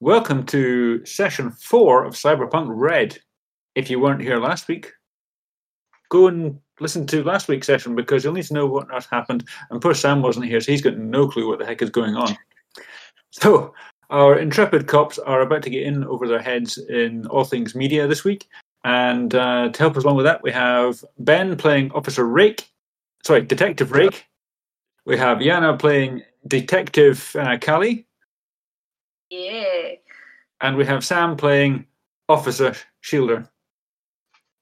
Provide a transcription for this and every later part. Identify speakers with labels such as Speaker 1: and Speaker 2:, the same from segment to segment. Speaker 1: Welcome to session four of Cyberpunk Red. If you weren't here last week, go and listen to last week's session because you'll need to know what on earth happened. And poor Sam wasn't here, so he's got no clue what the heck is going on. So, our intrepid cops are about to get in over their heads in all things media this week. And uh, to help us along with that, we have Ben playing Officer Rake, sorry, Detective Rake. We have Yana playing Detective uh, Callie.
Speaker 2: Yeah.
Speaker 1: and we have Sam playing Officer Shielder.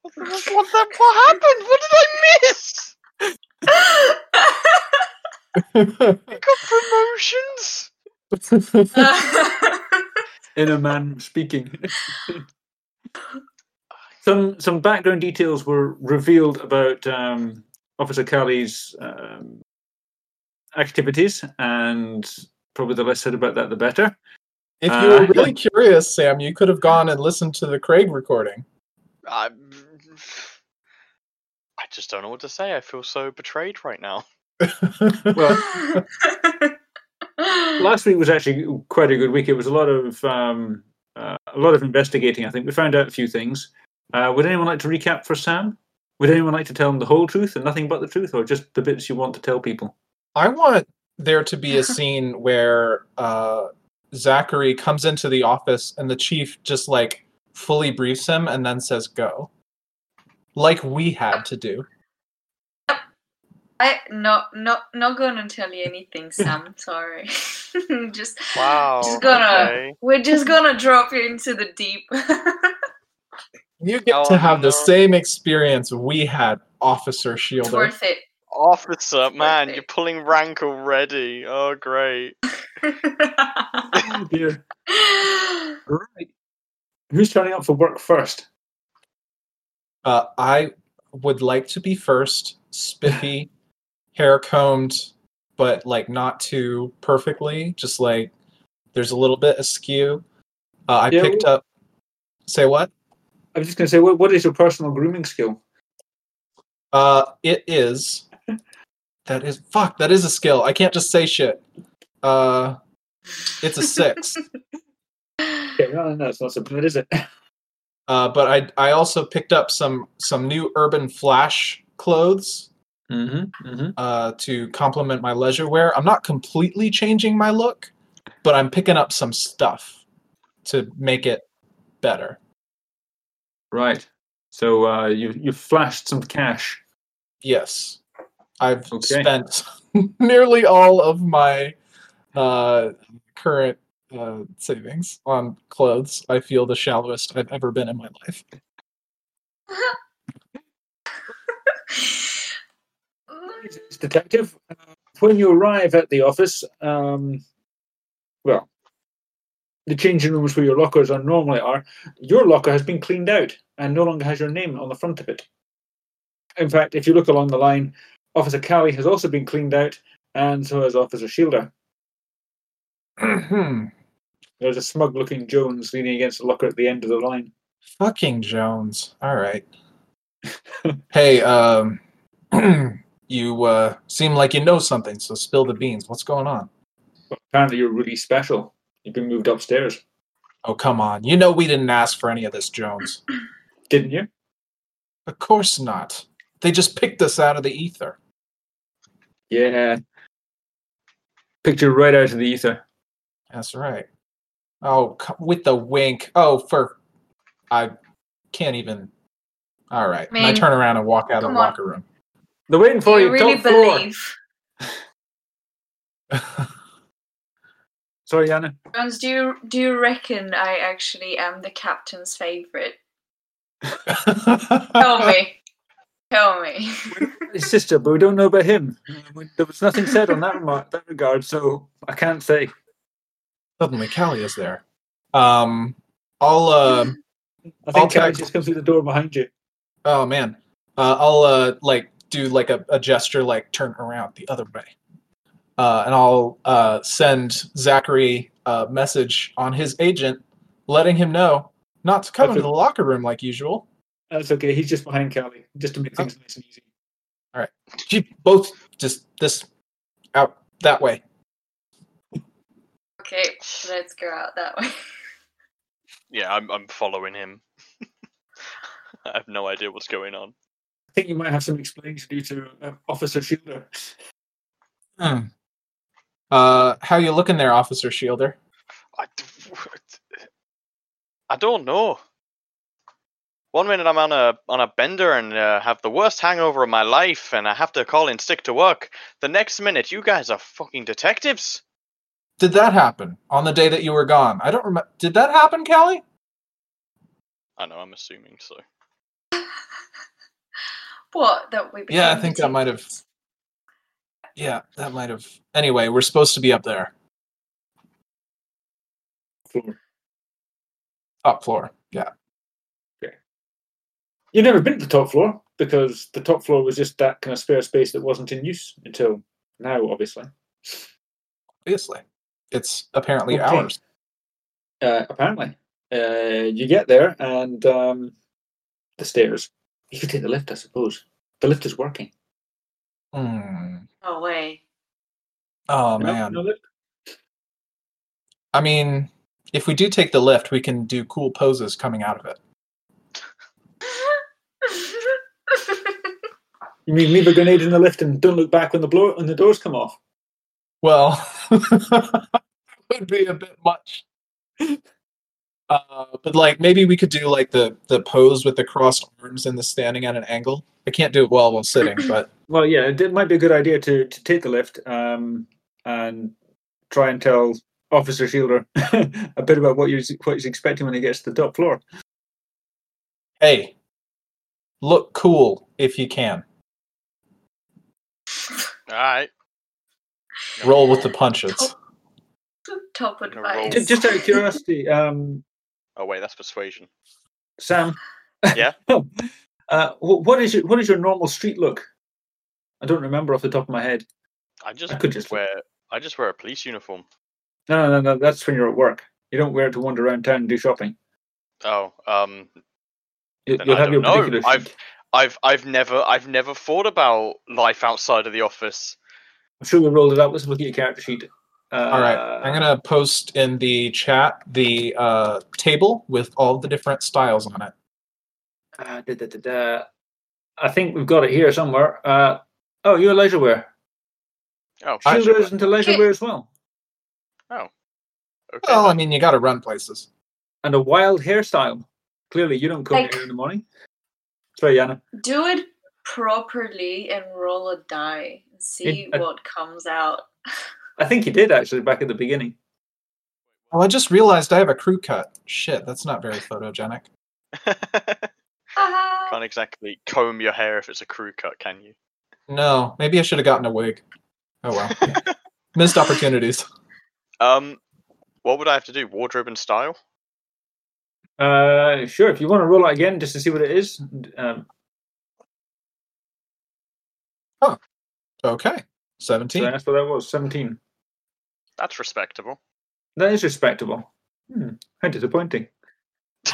Speaker 3: What, what, what, the- what happened? What did I miss? I got promotions.
Speaker 1: Inner man speaking. some some background details were revealed about um, Officer Callie's um, activities, and probably the less said about that, the better.
Speaker 4: If you were
Speaker 1: Uh,
Speaker 4: really curious, Sam, you could have gone and listened to the Craig recording.
Speaker 3: I, I just don't know what to say. I feel so betrayed right now.
Speaker 1: Well, last week was actually quite a good week. It was a lot of um, uh, a lot of investigating. I think we found out a few things. Uh, would anyone like to recap for Sam? Would anyone like to tell him the whole truth and nothing but the truth, or just the bits you want to tell people?
Speaker 4: I want there to be a scene where uh, Zachary comes into the office and the chief just like fully briefs him and then says go. Like we had to do.
Speaker 2: I no no not gonna tell you anything, Sam. Sorry. just
Speaker 3: Wow.
Speaker 2: just gonna
Speaker 3: okay.
Speaker 2: we're just gonna drop you into the deep.
Speaker 4: You get
Speaker 3: Oh,
Speaker 4: to have
Speaker 3: no.
Speaker 4: the same experience we had, Officer
Speaker 2: it's
Speaker 4: Shielder.
Speaker 2: worth it.
Speaker 3: Officer, man,
Speaker 2: Perfect.
Speaker 3: you're pulling rank already. Oh, great.
Speaker 1: Oh dear. Right. Who's turning up for work first?
Speaker 4: Uh, I would like to be first, spiffy, hair combed, but like not too perfectly. Just like there's a little bit askew. Uh, I
Speaker 1: Yeah,
Speaker 4: picked up. Say what?
Speaker 1: I was just going to say, what, what is your personal grooming skill?
Speaker 4: Uh, it is. That is fuck. That is a skill. I can't just say shit. Uh, it's a six.
Speaker 1: Okay, no, no, no, it's not so bad, is it?
Speaker 4: uh, but I I also picked up some some new urban flash clothes
Speaker 1: Mm-hmm. Mm-hmm.
Speaker 4: uh, to complement my leisure wear. I'm not completely changing my look, but I'm picking up some stuff to make it better.
Speaker 1: Right. So uh, you you flashed some cash.
Speaker 4: Yes, I've
Speaker 1: Okay.
Speaker 4: spent nearly all of my uh, current uh, savings on clothes. I feel the shallowest I've ever been in my life.
Speaker 1: Greetings, Detective, Uh, when you arrive at the office, um, well, the changing rooms where your lockers are normally are, your locker has been cleaned out and no longer has your name on the front of it. In fact, if you look along the line, Officer Callie has also been cleaned out, and so has Officer Shielder. There's a smug-looking Jones leaning against the locker at the end of the line.
Speaker 4: Fucking Jones. All right. hey, um, you uh, seem like you know something, so spill the beans. What's going on?
Speaker 1: Well, apparently, you're really special. You've been moved upstairs,
Speaker 4: Oh, come on. You know we didn't ask for any of this, Jones.
Speaker 1: didn't you?
Speaker 4: Of course not. They just picked us out of the ether.
Speaker 1: Yeah. Picture right out of the ether.
Speaker 4: That's right. Oh, c- with the wink. Oh, for. I can't even. All right. And I
Speaker 2: Man,
Speaker 4: turn around and walk out of the
Speaker 2: come on.
Speaker 4: locker room.
Speaker 1: They're waiting
Speaker 2: Do
Speaker 1: for you.
Speaker 2: you really
Speaker 1: top floor.
Speaker 2: believe
Speaker 1: Sorry, Anna.
Speaker 2: Jones, do you do you reckon I actually am the captain's favorite? Tell me. Tell me.
Speaker 1: His sister, but we don't know about him. There was nothing said on that remark, that regard, so I can't say.
Speaker 4: Suddenly, Callie is there. Um, I'll. Uh,
Speaker 1: I
Speaker 4: I'll
Speaker 1: think Karen
Speaker 4: take-
Speaker 1: just comes through the door behind you.
Speaker 4: Oh man, uh, I'll uh, like do like a, a gesture, like turn around the other way, uh, and I'll uh, send Zachary a message on his agent, letting him know not to come
Speaker 1: Okay.
Speaker 4: into the locker room like usual.
Speaker 1: That's okay. He's just behind Callie, just to make things nice and easy.
Speaker 4: You both just this out that way.
Speaker 2: Okay, let's go out that way.
Speaker 5: Yeah, I'm I'm following him. I have no idea what's going on.
Speaker 1: I think you might have some explaining to do to uh, Officer Fielder.
Speaker 4: Hmm. Uh, how you looking there, Officer Shielder?
Speaker 5: I, d- I don't know. One minute I'm on a on a bender and uh, have the worst hangover of my life, and I have to call in sick to work. The next minute, you guys are fucking detectives.
Speaker 4: Did that happen on the day that you were gone? I don't remember. Did that happen, Callie?
Speaker 5: I know. I'm assuming so.
Speaker 2: What? That we
Speaker 4: Yeah, I
Speaker 2: became
Speaker 4: think that might have-
Speaker 2: detectives?
Speaker 4: Yeah, that might have. Anyway, we're supposed to be up there, top floor. Yeah.
Speaker 1: You've never been to the top floor because the top floor was just that kind of spare space that wasn't in use until now, obviously.
Speaker 4: obviously. It's apparently
Speaker 1: Okay.
Speaker 4: ours.
Speaker 1: Uh, apparently, uh, you get there and um, the stairs. You could take the lift, I suppose. The lift is working.
Speaker 4: Hmm.
Speaker 2: No way.
Speaker 4: Oh
Speaker 1: No-
Speaker 4: man.
Speaker 1: no lift?
Speaker 4: I mean, if we do take the lift, we can do cool poses coming out of it.
Speaker 1: You mean leave a grenade in the lift and don't look back when the blow when the doors come off?
Speaker 4: Well, would be a bit much. Uh, but like maybe we could do like the the pose with the crossed arms and the standing at an angle. I can't do it well while sitting, but
Speaker 1: Well, yeah, it, it might be a good idea to to take the lift um, and try and tell Officer Shielder a bit about what you what he's expecting when he gets to the top floor.
Speaker 4: hey, look cool if you can.
Speaker 5: All right.
Speaker 4: Roll with the punches.
Speaker 2: Top
Speaker 5: Gonna roll.
Speaker 1: Ju-
Speaker 2: advice.
Speaker 1: Just out of curiosity, um,
Speaker 5: Oh wait, that's persuasion.
Speaker 1: Sam.
Speaker 5: Yeah?
Speaker 1: uh, wh- what is your, what is your normal street look? I don't remember off the top of my head.
Speaker 5: I just
Speaker 1: I could just-
Speaker 5: wear I just wear a police uniform.
Speaker 1: No, no, no, no. That's when you're at work. You don't wear it to wander around town and do shopping.
Speaker 5: Oh, um,
Speaker 1: You,
Speaker 5: Then
Speaker 1: you'll
Speaker 5: I
Speaker 1: have your
Speaker 5: don't know.
Speaker 1: particular.
Speaker 5: I've-
Speaker 1: street.
Speaker 5: I've I've never I've never thought about life outside of the office.
Speaker 1: I'm sure we rolled it up. Let's look at your character sheet. Uh,
Speaker 4: All right, I'm gonna post in the chat the uh, table with all the different styles on it.
Speaker 1: Uh, da, da, da, da. I think we've got it here somewhere. Uh, oh, you're leisure wear.
Speaker 5: Oh,
Speaker 4: I-
Speaker 1: She
Speaker 5: shit.
Speaker 1: goes into leisure
Speaker 2: Okay.
Speaker 1: wear as well.
Speaker 5: Okay,
Speaker 4: Well, I
Speaker 1: Oh,
Speaker 5: then.
Speaker 4: mean, you got to run places.
Speaker 1: And a wild hairstyle. Clearly, you don't comb your
Speaker 2: Like-
Speaker 1: hair in the morning. Sorry, Yana.
Speaker 2: Do it properly and roll a die and see
Speaker 1: I-
Speaker 2: what comes out.
Speaker 1: I think you did actually back at the beginning.
Speaker 4: Well, Oh, I just realized I have a crew cut. Shit, that's not very photogenic.
Speaker 2: Ah,
Speaker 5: Can't exactly comb your hair if it's a crew cut, can you?
Speaker 4: No, maybe I should have gotten a wig. Oh well, missed opportunities.
Speaker 5: Um, what would I have to do? Wardrobe and style?
Speaker 1: Uh, sure, if you want to roll it again just to see what it is. Um,
Speaker 4: Okay,
Speaker 1: so
Speaker 4: seventeen.
Speaker 1: that's what that was 17.
Speaker 5: That's respectable.
Speaker 1: That is respectable. Hmm, how disappointing.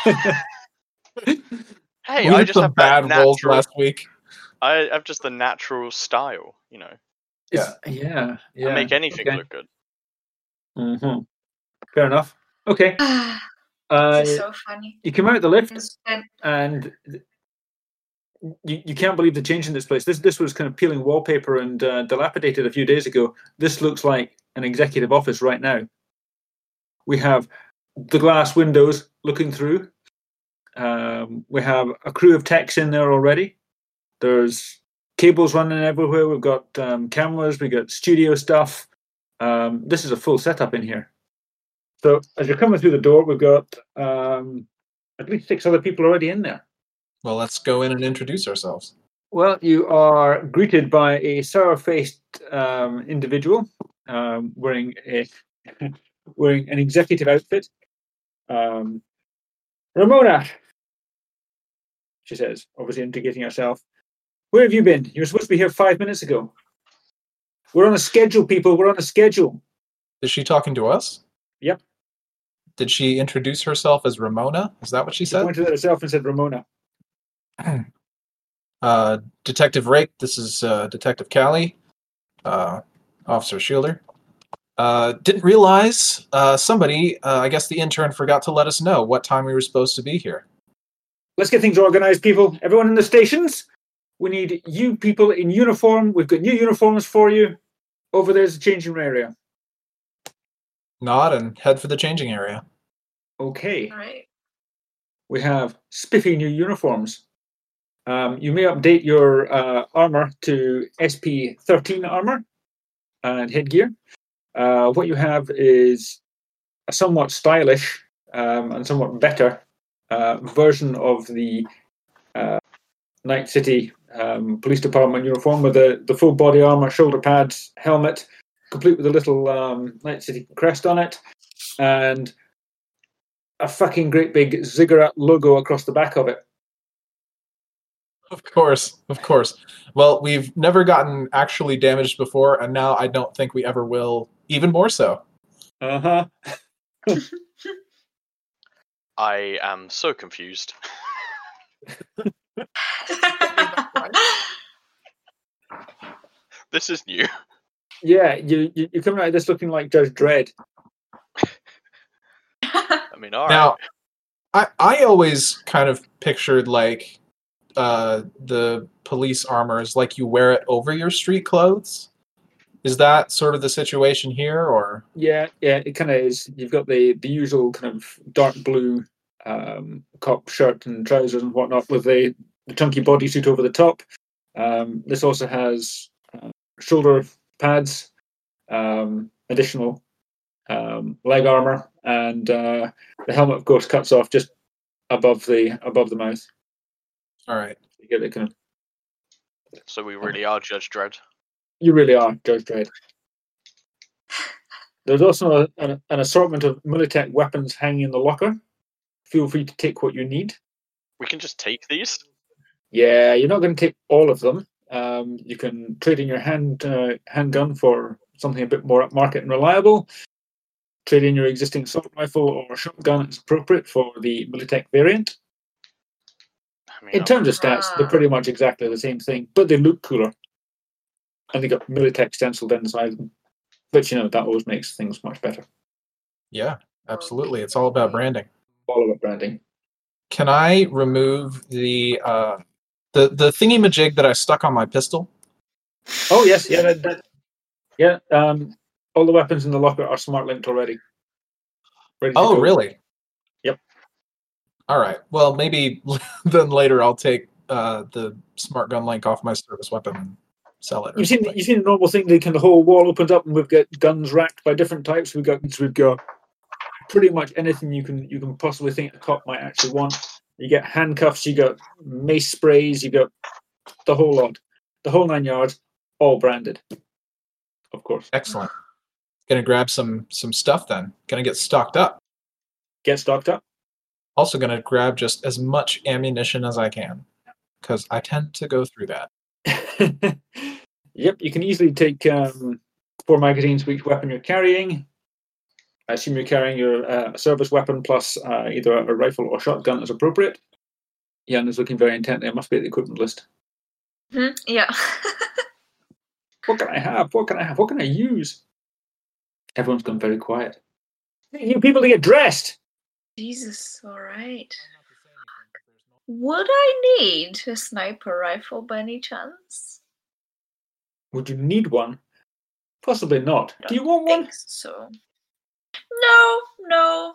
Speaker 5: Hey,
Speaker 4: we
Speaker 5: I
Speaker 4: had
Speaker 5: just
Speaker 4: some
Speaker 5: have that
Speaker 4: bad rolls
Speaker 5: natural-
Speaker 4: last week.
Speaker 5: I have just the natural style, you know.
Speaker 1: It's, yeah. Yeah.
Speaker 5: I make anything
Speaker 1: okay.
Speaker 5: look good.
Speaker 1: hmm Fair enough. Okay. Uh,
Speaker 2: this is so funny.
Speaker 1: you come out the lift.
Speaker 2: And
Speaker 1: and th- you, you can't believe the change in this place. This this was kind of peeling wallpaper and uh, dilapidated a few days ago. This looks like an executive office right now. We have the glass windows looking through. Um, we have a crew of techs in there already. There's cables running everywhere. We've got um, cameras. We've got studio stuff. Um, this is a full setup in here. So as you're coming through the door, we've got um, at least six other people already in there.
Speaker 4: Well, let's go in and introduce ourselves.
Speaker 1: Well, you are greeted by a sour-faced um, individual um, wearing a wearing an executive outfit. Um, Ramona, she says, obviously indicating herself. Where have you been? You were supposed to be here five minutes ago. We're on a schedule, people. We're on a schedule.
Speaker 4: Is she talking to us?
Speaker 1: Yep.
Speaker 4: Did she introduce herself as Ramona? Is that what she
Speaker 1: She
Speaker 4: said?
Speaker 1: pointed at herself and said, Ramona.
Speaker 4: Uh, Detective Rake, this is uh, Detective Callie, uh, Officer Shielder. Uh, didn't realize uh, somebody, uh, I guess the intern, forgot to let us know what time we were supposed to be here.
Speaker 1: Let's get things organized, people. Everyone in the stations, we need you people in uniform. We've got new uniforms for you. Over there's a changing room area.
Speaker 4: Nod and head for the changing area.
Speaker 1: Okay.
Speaker 2: Right.
Speaker 1: We have spiffy new uniforms. Um, you may update your uh, armor to SP 13 armor and headgear. Uh, what you have is a somewhat stylish um, and somewhat better uh, version of the uh, Night City um, Police Department uniform with the, the full body armor, shoulder pads, helmet, complete with a little um, Night City crest on it, and a fucking great big ziggurat logo across the back of it.
Speaker 4: Of course, of course. Well, we've never gotten actually damaged before, and now I don't think we ever will, even more so.
Speaker 1: Uh huh.
Speaker 5: I am so confused. This is new.
Speaker 1: Yeah, you, you you're coming out of this looking like Judge Dredd.
Speaker 5: I mean, all right.
Speaker 4: now, I I always kind of pictured like uh, the police armor is like you wear it over your street clothes. Is that sort of the situation here, or
Speaker 1: Yeah, yeah, it kind of is. You've got the the usual kind of dark blue um, cop shirt and trousers and whatnot with the the chunky bodysuit over the top. Um, this also has uh, shoulder pads, um, additional um, leg armor, and uh, the helmet, of course, cuts off just above the above the mouth.
Speaker 4: all right?
Speaker 1: You get the kind of
Speaker 5: So we really are Judge Dredd.
Speaker 1: You really are, Judge Dredd. There's also a, an, an assortment of Militech weapons hanging in the locker. Feel free to take what you need.
Speaker 5: We can just take these.
Speaker 1: Yeah, you're not going to take all of them. Um, you can trade in your hand uh, handgun for something a bit more upmarket and reliable. Trade in your existing assault rifle or shotgun as appropriate for the Militech variant.
Speaker 5: I mean, um,
Speaker 1: In
Speaker 5: I'm-
Speaker 1: terms of stats, they're
Speaker 2: Ah.
Speaker 1: pretty much exactly the same thing, but they look cooler. And they got Militech stenciled inside them. But you know, that always makes things much better.
Speaker 4: Yeah, absolutely. It's all about branding.
Speaker 1: follow up branding.
Speaker 4: Can I remove the uh, the the thingy majig that I stuck on my pistol?
Speaker 1: Oh yes, yeah, that, that- yeah. Um, all the weapons in the locker are smart linked already. Ready to
Speaker 4: Oh,
Speaker 1: go.
Speaker 4: really?
Speaker 1: Yep.
Speaker 4: All right. Well, maybe then later I'll take uh, the smart gun link off my service weapon and sell it. or
Speaker 1: You've seen
Speaker 4: something.
Speaker 1: you've seen the normal thing. They can the whole wall opens up, and we've got guns racked by different types. We've got we've got pretty much anything you can you can possibly think a cop might actually want. You get handcuffs. You got mace sprays. You got the whole lot, the whole nine yards, all branded. Of course,
Speaker 4: Excellent. Gonna grab some some stuff then. Gonna get stocked up.
Speaker 1: get stocked up.
Speaker 4: Also gonna grab just as much ammunition as I can because I tend to go through that.
Speaker 1: yep, you can easily take um, four magazines for each weapon you're carrying. I assume you're carrying your uh, service weapon plus uh, either a rifle or shotgun as appropriate. Jan is looking very intently. I must be at the equipment list.
Speaker 2: Hmm, yeah.
Speaker 1: What can I have? What can I have? What can I use? Everyone's gone very quiet. Hey, You people to get dressed.
Speaker 2: Jesus, alright. Would I need a sniper rifle by any chance?
Speaker 1: Would you need one? Possibly not. Do you want one?
Speaker 2: think so. No, no,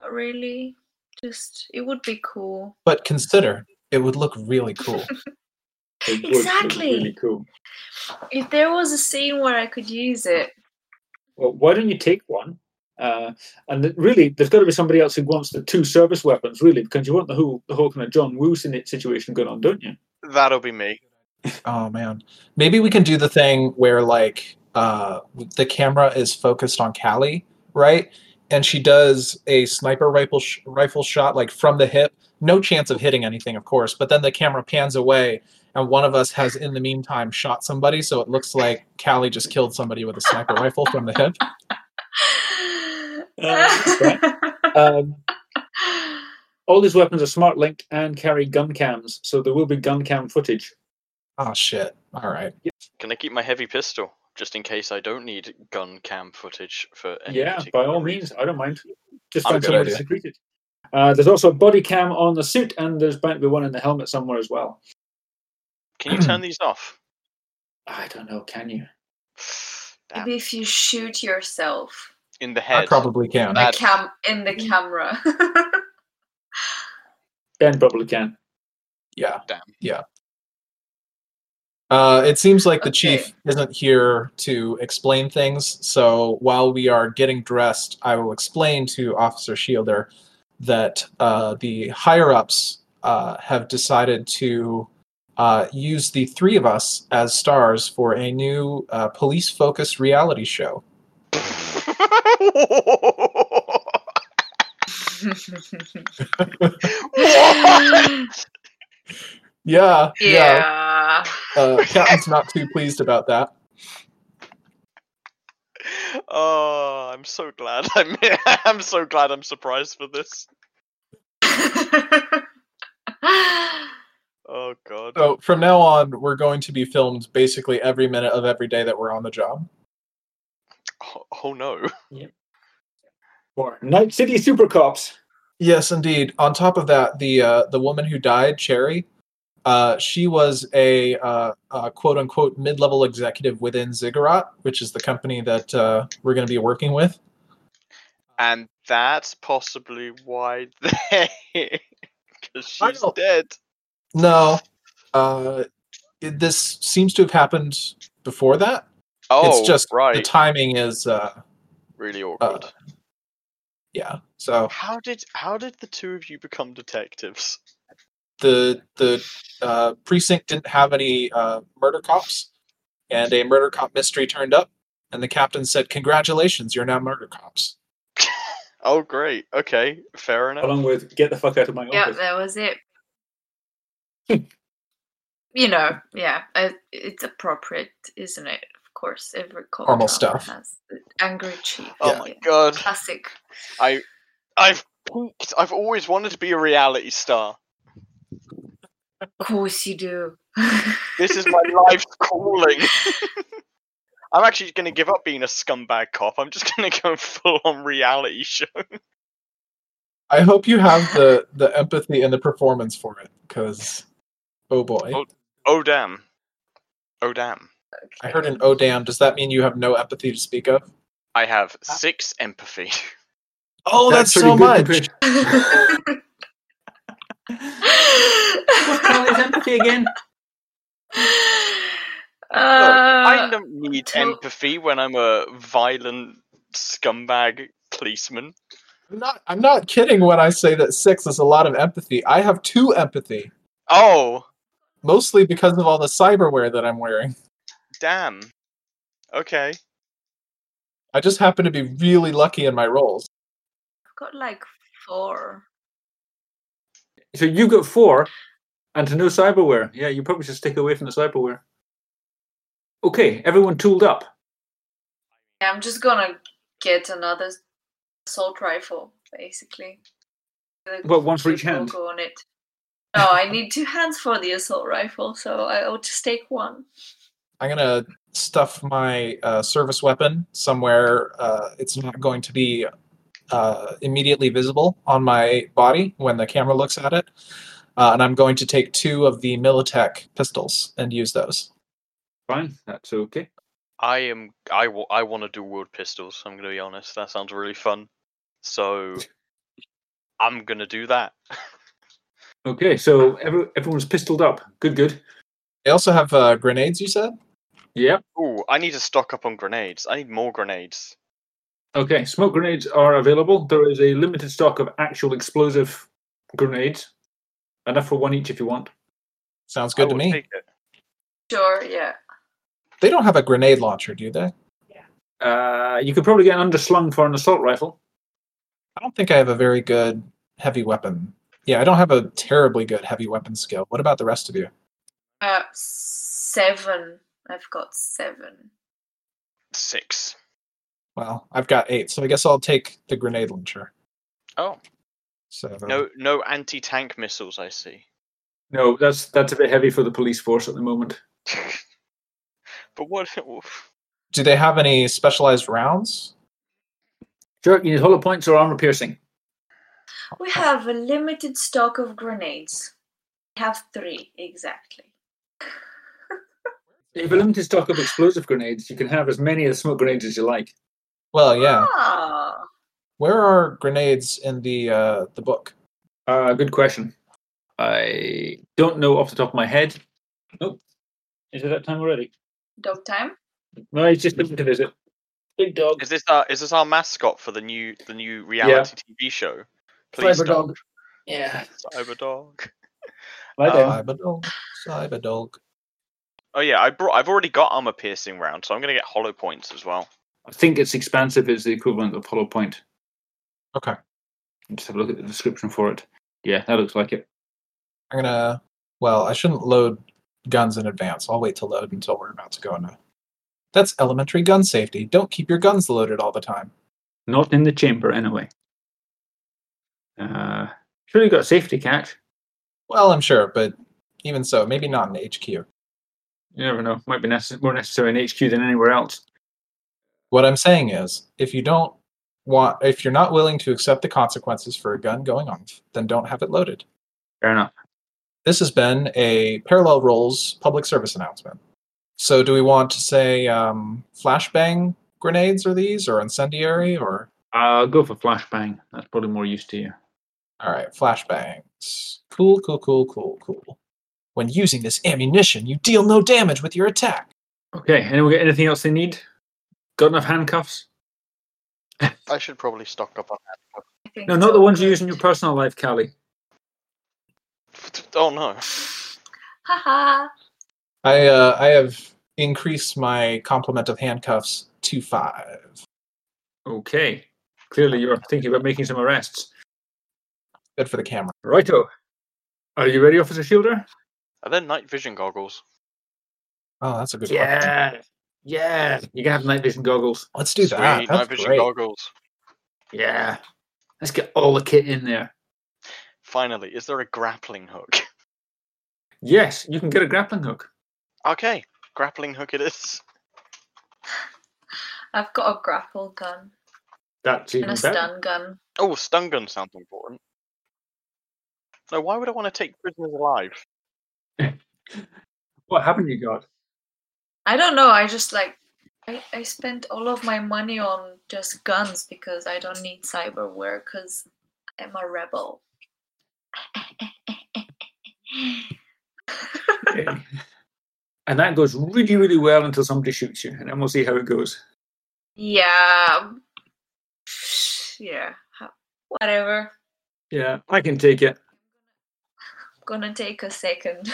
Speaker 2: not really. Just it would be cool.
Speaker 4: But consider it would look really cool.
Speaker 1: It would look
Speaker 2: Exactly.
Speaker 1: Really cool.
Speaker 2: If there was a scene where I could use it,
Speaker 1: well, why don't you take one? Uh, and th- really, there's got to be somebody else who wants the two service weapons, really, because you want the whole the whole kind of John Woo sin- situation going on, don't you?
Speaker 5: That'll be me.
Speaker 4: oh man. Maybe we can do the thing where like uh the camera is focused on Callie, right? And she does a sniper rifle sh- rifle shot like from the hip. No chance of hitting anything, of course, but then the camera pans away and one of us has in the meantime shot somebody, so it looks like Callie just killed somebody with a sniper rifle from the hip.
Speaker 1: Uh, Um, all these weapons are smart linked and carry gun cams, so there will be gun cam footage.
Speaker 4: Oh shit. All right.
Speaker 5: Can I keep my heavy pistol just in case I don't need gun cam footage for any
Speaker 1: yeah, by
Speaker 5: particular
Speaker 1: all
Speaker 5: reason?
Speaker 1: means, I don't mind. Just
Speaker 5: I'm
Speaker 1: find
Speaker 4: good
Speaker 1: somewhere to
Speaker 4: idea.
Speaker 1: secrete it. Uh, there's also a body cam on the suit, and there's bound to be one in the helmet somewhere as well.
Speaker 5: Can you turn these off?
Speaker 1: I don't know, can you?
Speaker 5: Damn.
Speaker 2: Maybe if you shoot yourself
Speaker 5: In the
Speaker 4: I
Speaker 5: head.
Speaker 4: probably can.
Speaker 2: the
Speaker 5: Bad.
Speaker 2: cam in the camera.
Speaker 1: Ben probably can.
Speaker 4: Yeah.
Speaker 5: Damn.
Speaker 4: Yeah. Uh, it seems like the
Speaker 2: Okay.
Speaker 4: chief isn't here to explain things, so while we are getting dressed, I will explain to Officer Shielder that uh, the higher ups uh, have decided to uh, use the three of us as stars for a new uh, police focused reality show. Yeah.
Speaker 2: yeah.
Speaker 4: Uh, Captain's not too pleased about that.
Speaker 5: oh, I'm so glad. I'm, I'm so glad I'm surprised for this. Oh, God.
Speaker 4: So from now on, we're going to be filmed basically every minute of every day that we're on the job.
Speaker 5: Oh, oh, no.
Speaker 1: Or Night City Super Cops.
Speaker 4: Yes, indeed. On top of that, the uh, the woman who died, Cherry, uh, she was a uh, uh, quote unquote mid level executive within Ziggurat, which is the company that uh, we're going to be working with.
Speaker 5: And that's possibly why they. Because
Speaker 4: I
Speaker 5: she's
Speaker 4: know.
Speaker 5: dead.
Speaker 4: No, uh, it, this seems to have happened before that.
Speaker 5: Oh,
Speaker 4: it's just
Speaker 5: right.
Speaker 4: the timing is uh,
Speaker 5: really awkward.
Speaker 4: yeah. So
Speaker 5: how did how did the two of you become detectives?
Speaker 4: the the uh, precinct didn't have any uh, murder cops, and a murder cop mystery turned up, and the captain said, "Congratulations, you're now murder cops."
Speaker 5: Oh, great. Okay, fair enough.
Speaker 1: Along with Get the Fuck Out of My
Speaker 2: yeah,
Speaker 1: Office.
Speaker 2: that was it. you know, yeah, I, it's appropriate, isn't it? Of course, every culture
Speaker 4: Normal stuff.
Speaker 2: has the angry chief.
Speaker 5: Oh
Speaker 2: yeah.
Speaker 5: my god,
Speaker 2: Classic.
Speaker 5: I, I've peaked. I've always wanted to be a reality star.
Speaker 2: Of course you do.
Speaker 5: This is my life's calling. I'm actually going to give up being a scumbag cop. I'm just going to go full on reality show.
Speaker 4: I hope you have the the empathy and the performance for it, because oh boy,
Speaker 5: Oh. Oh damn. Oh damn.
Speaker 4: I heard an oh damn. Does that mean you have no empathy to speak of?
Speaker 5: I have six empathy.
Speaker 4: Oh, that's,
Speaker 1: pretty
Speaker 4: so
Speaker 1: good
Speaker 4: much.
Speaker 1: compared- empathy again?
Speaker 5: Look,
Speaker 2: Uh,
Speaker 5: I don't need
Speaker 2: to-
Speaker 5: empathy when I'm a violent scumbag policeman.
Speaker 4: I'm not I'm not kidding when I say that six is a lot of empathy. I have two empathy,
Speaker 5: Oh
Speaker 4: mostly because of all the cyberware that I'm wearing.
Speaker 5: damn. Okay.
Speaker 4: I just happen to be really lucky in my rolls.
Speaker 2: I've got like four.
Speaker 1: So you got four, and to no cyberware. Yeah, you probably should stick away from the cyberware. Okay, everyone tooled up.
Speaker 2: Yeah, I'm just gonna get another assault rifle, basically. The
Speaker 1: Well, one for each
Speaker 2: cute
Speaker 1: hand.
Speaker 2: logo on it. No, I need two hands for the assault rifle, so I will just take one.
Speaker 4: I'm gonna stuff my uh, service weapon somewhere. Uh, it's not going to be uh, immediately visible on my body when the camera looks at it, uh, and I'm going to take two of the Militech pistols and use those.
Speaker 1: Fine, that's okay.
Speaker 5: I am. I want to do world pistols. I'm going to be honest. That sounds really fun. So I'm going to do that.
Speaker 1: Okay, so every, everyone's pistoled up. Good, good.
Speaker 4: They also have uh, grenades. You said
Speaker 1: Yep.
Speaker 5: Ooh, I need to stock up on grenades. I need more grenades.
Speaker 1: Okay, smoke grenades are available. There is a limited stock of actual explosive grenades. Enough for one each if you want.
Speaker 4: sounds
Speaker 5: I
Speaker 4: good to
Speaker 5: will
Speaker 4: me.
Speaker 5: take it.
Speaker 2: Sure, yeah.
Speaker 4: They don't have a grenade launcher, do they?
Speaker 1: Uh, you could probably get an underslung for an assault rifle.
Speaker 4: I don't think I have a very good heavy weapon. Yeah, I don't have a terribly good heavy weapon skill. What about the rest of you?
Speaker 2: I Uh, seven. I've got seven.
Speaker 5: Six.
Speaker 4: Well, I've got eight, so I guess I'll take the grenade launcher.
Speaker 5: Oh,
Speaker 4: So
Speaker 5: no, no anti-tank missiles. I see.
Speaker 1: No, that's that's a bit heavy for the police force at the moment.
Speaker 5: but what?
Speaker 4: do they have any specialized rounds?
Speaker 1: Sure, you need hollow points or armor piercing.
Speaker 2: We have a limited stock of grenades. We have three exactly.
Speaker 1: You have a limited stock of explosive grenades. You can have as many of the smoke grenades as you like.
Speaker 4: Well,
Speaker 1: Uh.
Speaker 4: yeah.
Speaker 2: Ah,
Speaker 4: Where are grenades in the uh, the book?
Speaker 1: Uh, good question. I don't know off the top of my head. Nope. Is it that time already?
Speaker 2: dog time.
Speaker 1: No, he's just coming to visit. Big dog.
Speaker 5: Is this our is this our mascot for the new the new reality TV show? Please
Speaker 1: Cyber
Speaker 5: don't.
Speaker 1: dog. Yeah.
Speaker 5: Cyber dog.
Speaker 1: Lie down.
Speaker 5: Uh,
Speaker 4: Cyberdog, Cyberdog.
Speaker 5: Oh yeah, I brought. I've already got armor piercing round, so I'm gonna get hollow points as well.
Speaker 1: I think it's expansive is the equivalent of hollow point.
Speaker 4: Okay.
Speaker 1: Just have a look at the description for it. Yeah, that looks like it.
Speaker 4: I'm gonna. Well, I shouldn't load guns in advance. I'll wait to load until we're about to go into. That's elementary gun safety. Don't keep your guns loaded all the time.
Speaker 1: Not in the chamber anyway. Uh, sure, you got a safety catch.
Speaker 4: Well, I'm sure, but even so, maybe not in HQ.
Speaker 1: You never know. Might be necess- more necessary in HQ than anywhere else.
Speaker 4: What I'm saying is, if you don't want, if you're not willing to accept the consequences for a gun going off, then don't have it loaded.
Speaker 1: Fair enough.
Speaker 4: This has been a Parallel Roles public service announcement. So, do we want to say um, flashbang grenades are these, or incendiary, or
Speaker 1: I'll go for flashbang. That's probably more used to you.
Speaker 4: All right, flashbangs. Cool, cool, cool, cool, cool. When using this ammunition, you deal no damage with your attack.
Speaker 1: Okay. Anyone get anything else they need? Got enough handcuffs?
Speaker 5: I should probably stock up on
Speaker 2: I think
Speaker 1: No,
Speaker 2: it's
Speaker 1: not the
Speaker 2: all
Speaker 1: ones you use in
Speaker 2: good.
Speaker 1: your personal life, Callie.
Speaker 5: that. Oh no.
Speaker 2: Haha.
Speaker 4: I uh, I have increased my complement of handcuffs to five.
Speaker 1: Okay. Clearly, you're thinking about making some arrests.
Speaker 4: Good for the camera.
Speaker 1: Righto. Are you ready, Officer Shielder?
Speaker 5: Are there night vision goggles?
Speaker 4: Oh, that's a good question.
Speaker 1: Yeah. Yeah. You can have night vision goggles.
Speaker 4: Let's do that.
Speaker 5: Sweet,
Speaker 4: That's
Speaker 5: night vision
Speaker 4: great.
Speaker 5: goggles.
Speaker 1: Yeah. Let's get all the kit in there.
Speaker 5: Finally, is there a grappling hook?
Speaker 1: Yes, you can get a grappling hook.
Speaker 5: okay, grappling hook it is.
Speaker 2: I've got a grapple gun
Speaker 1: That's
Speaker 2: and
Speaker 1: even
Speaker 2: a
Speaker 1: better.
Speaker 2: stun gun.
Speaker 5: Oh, stun gun sounds important. No, why would I want to take prisoners alive?
Speaker 1: What haven't you got?
Speaker 2: I don't know. I just like. I, I spent all of my money on just guns because I don't need cyberware because I'm a rebel.
Speaker 1: Yeah. and that goes really, really well until somebody shoots you, and then we'll see how it goes.
Speaker 2: Yeah. Yeah. ha- Whatever.
Speaker 1: Yeah, I can take it.
Speaker 2: Gonna take a second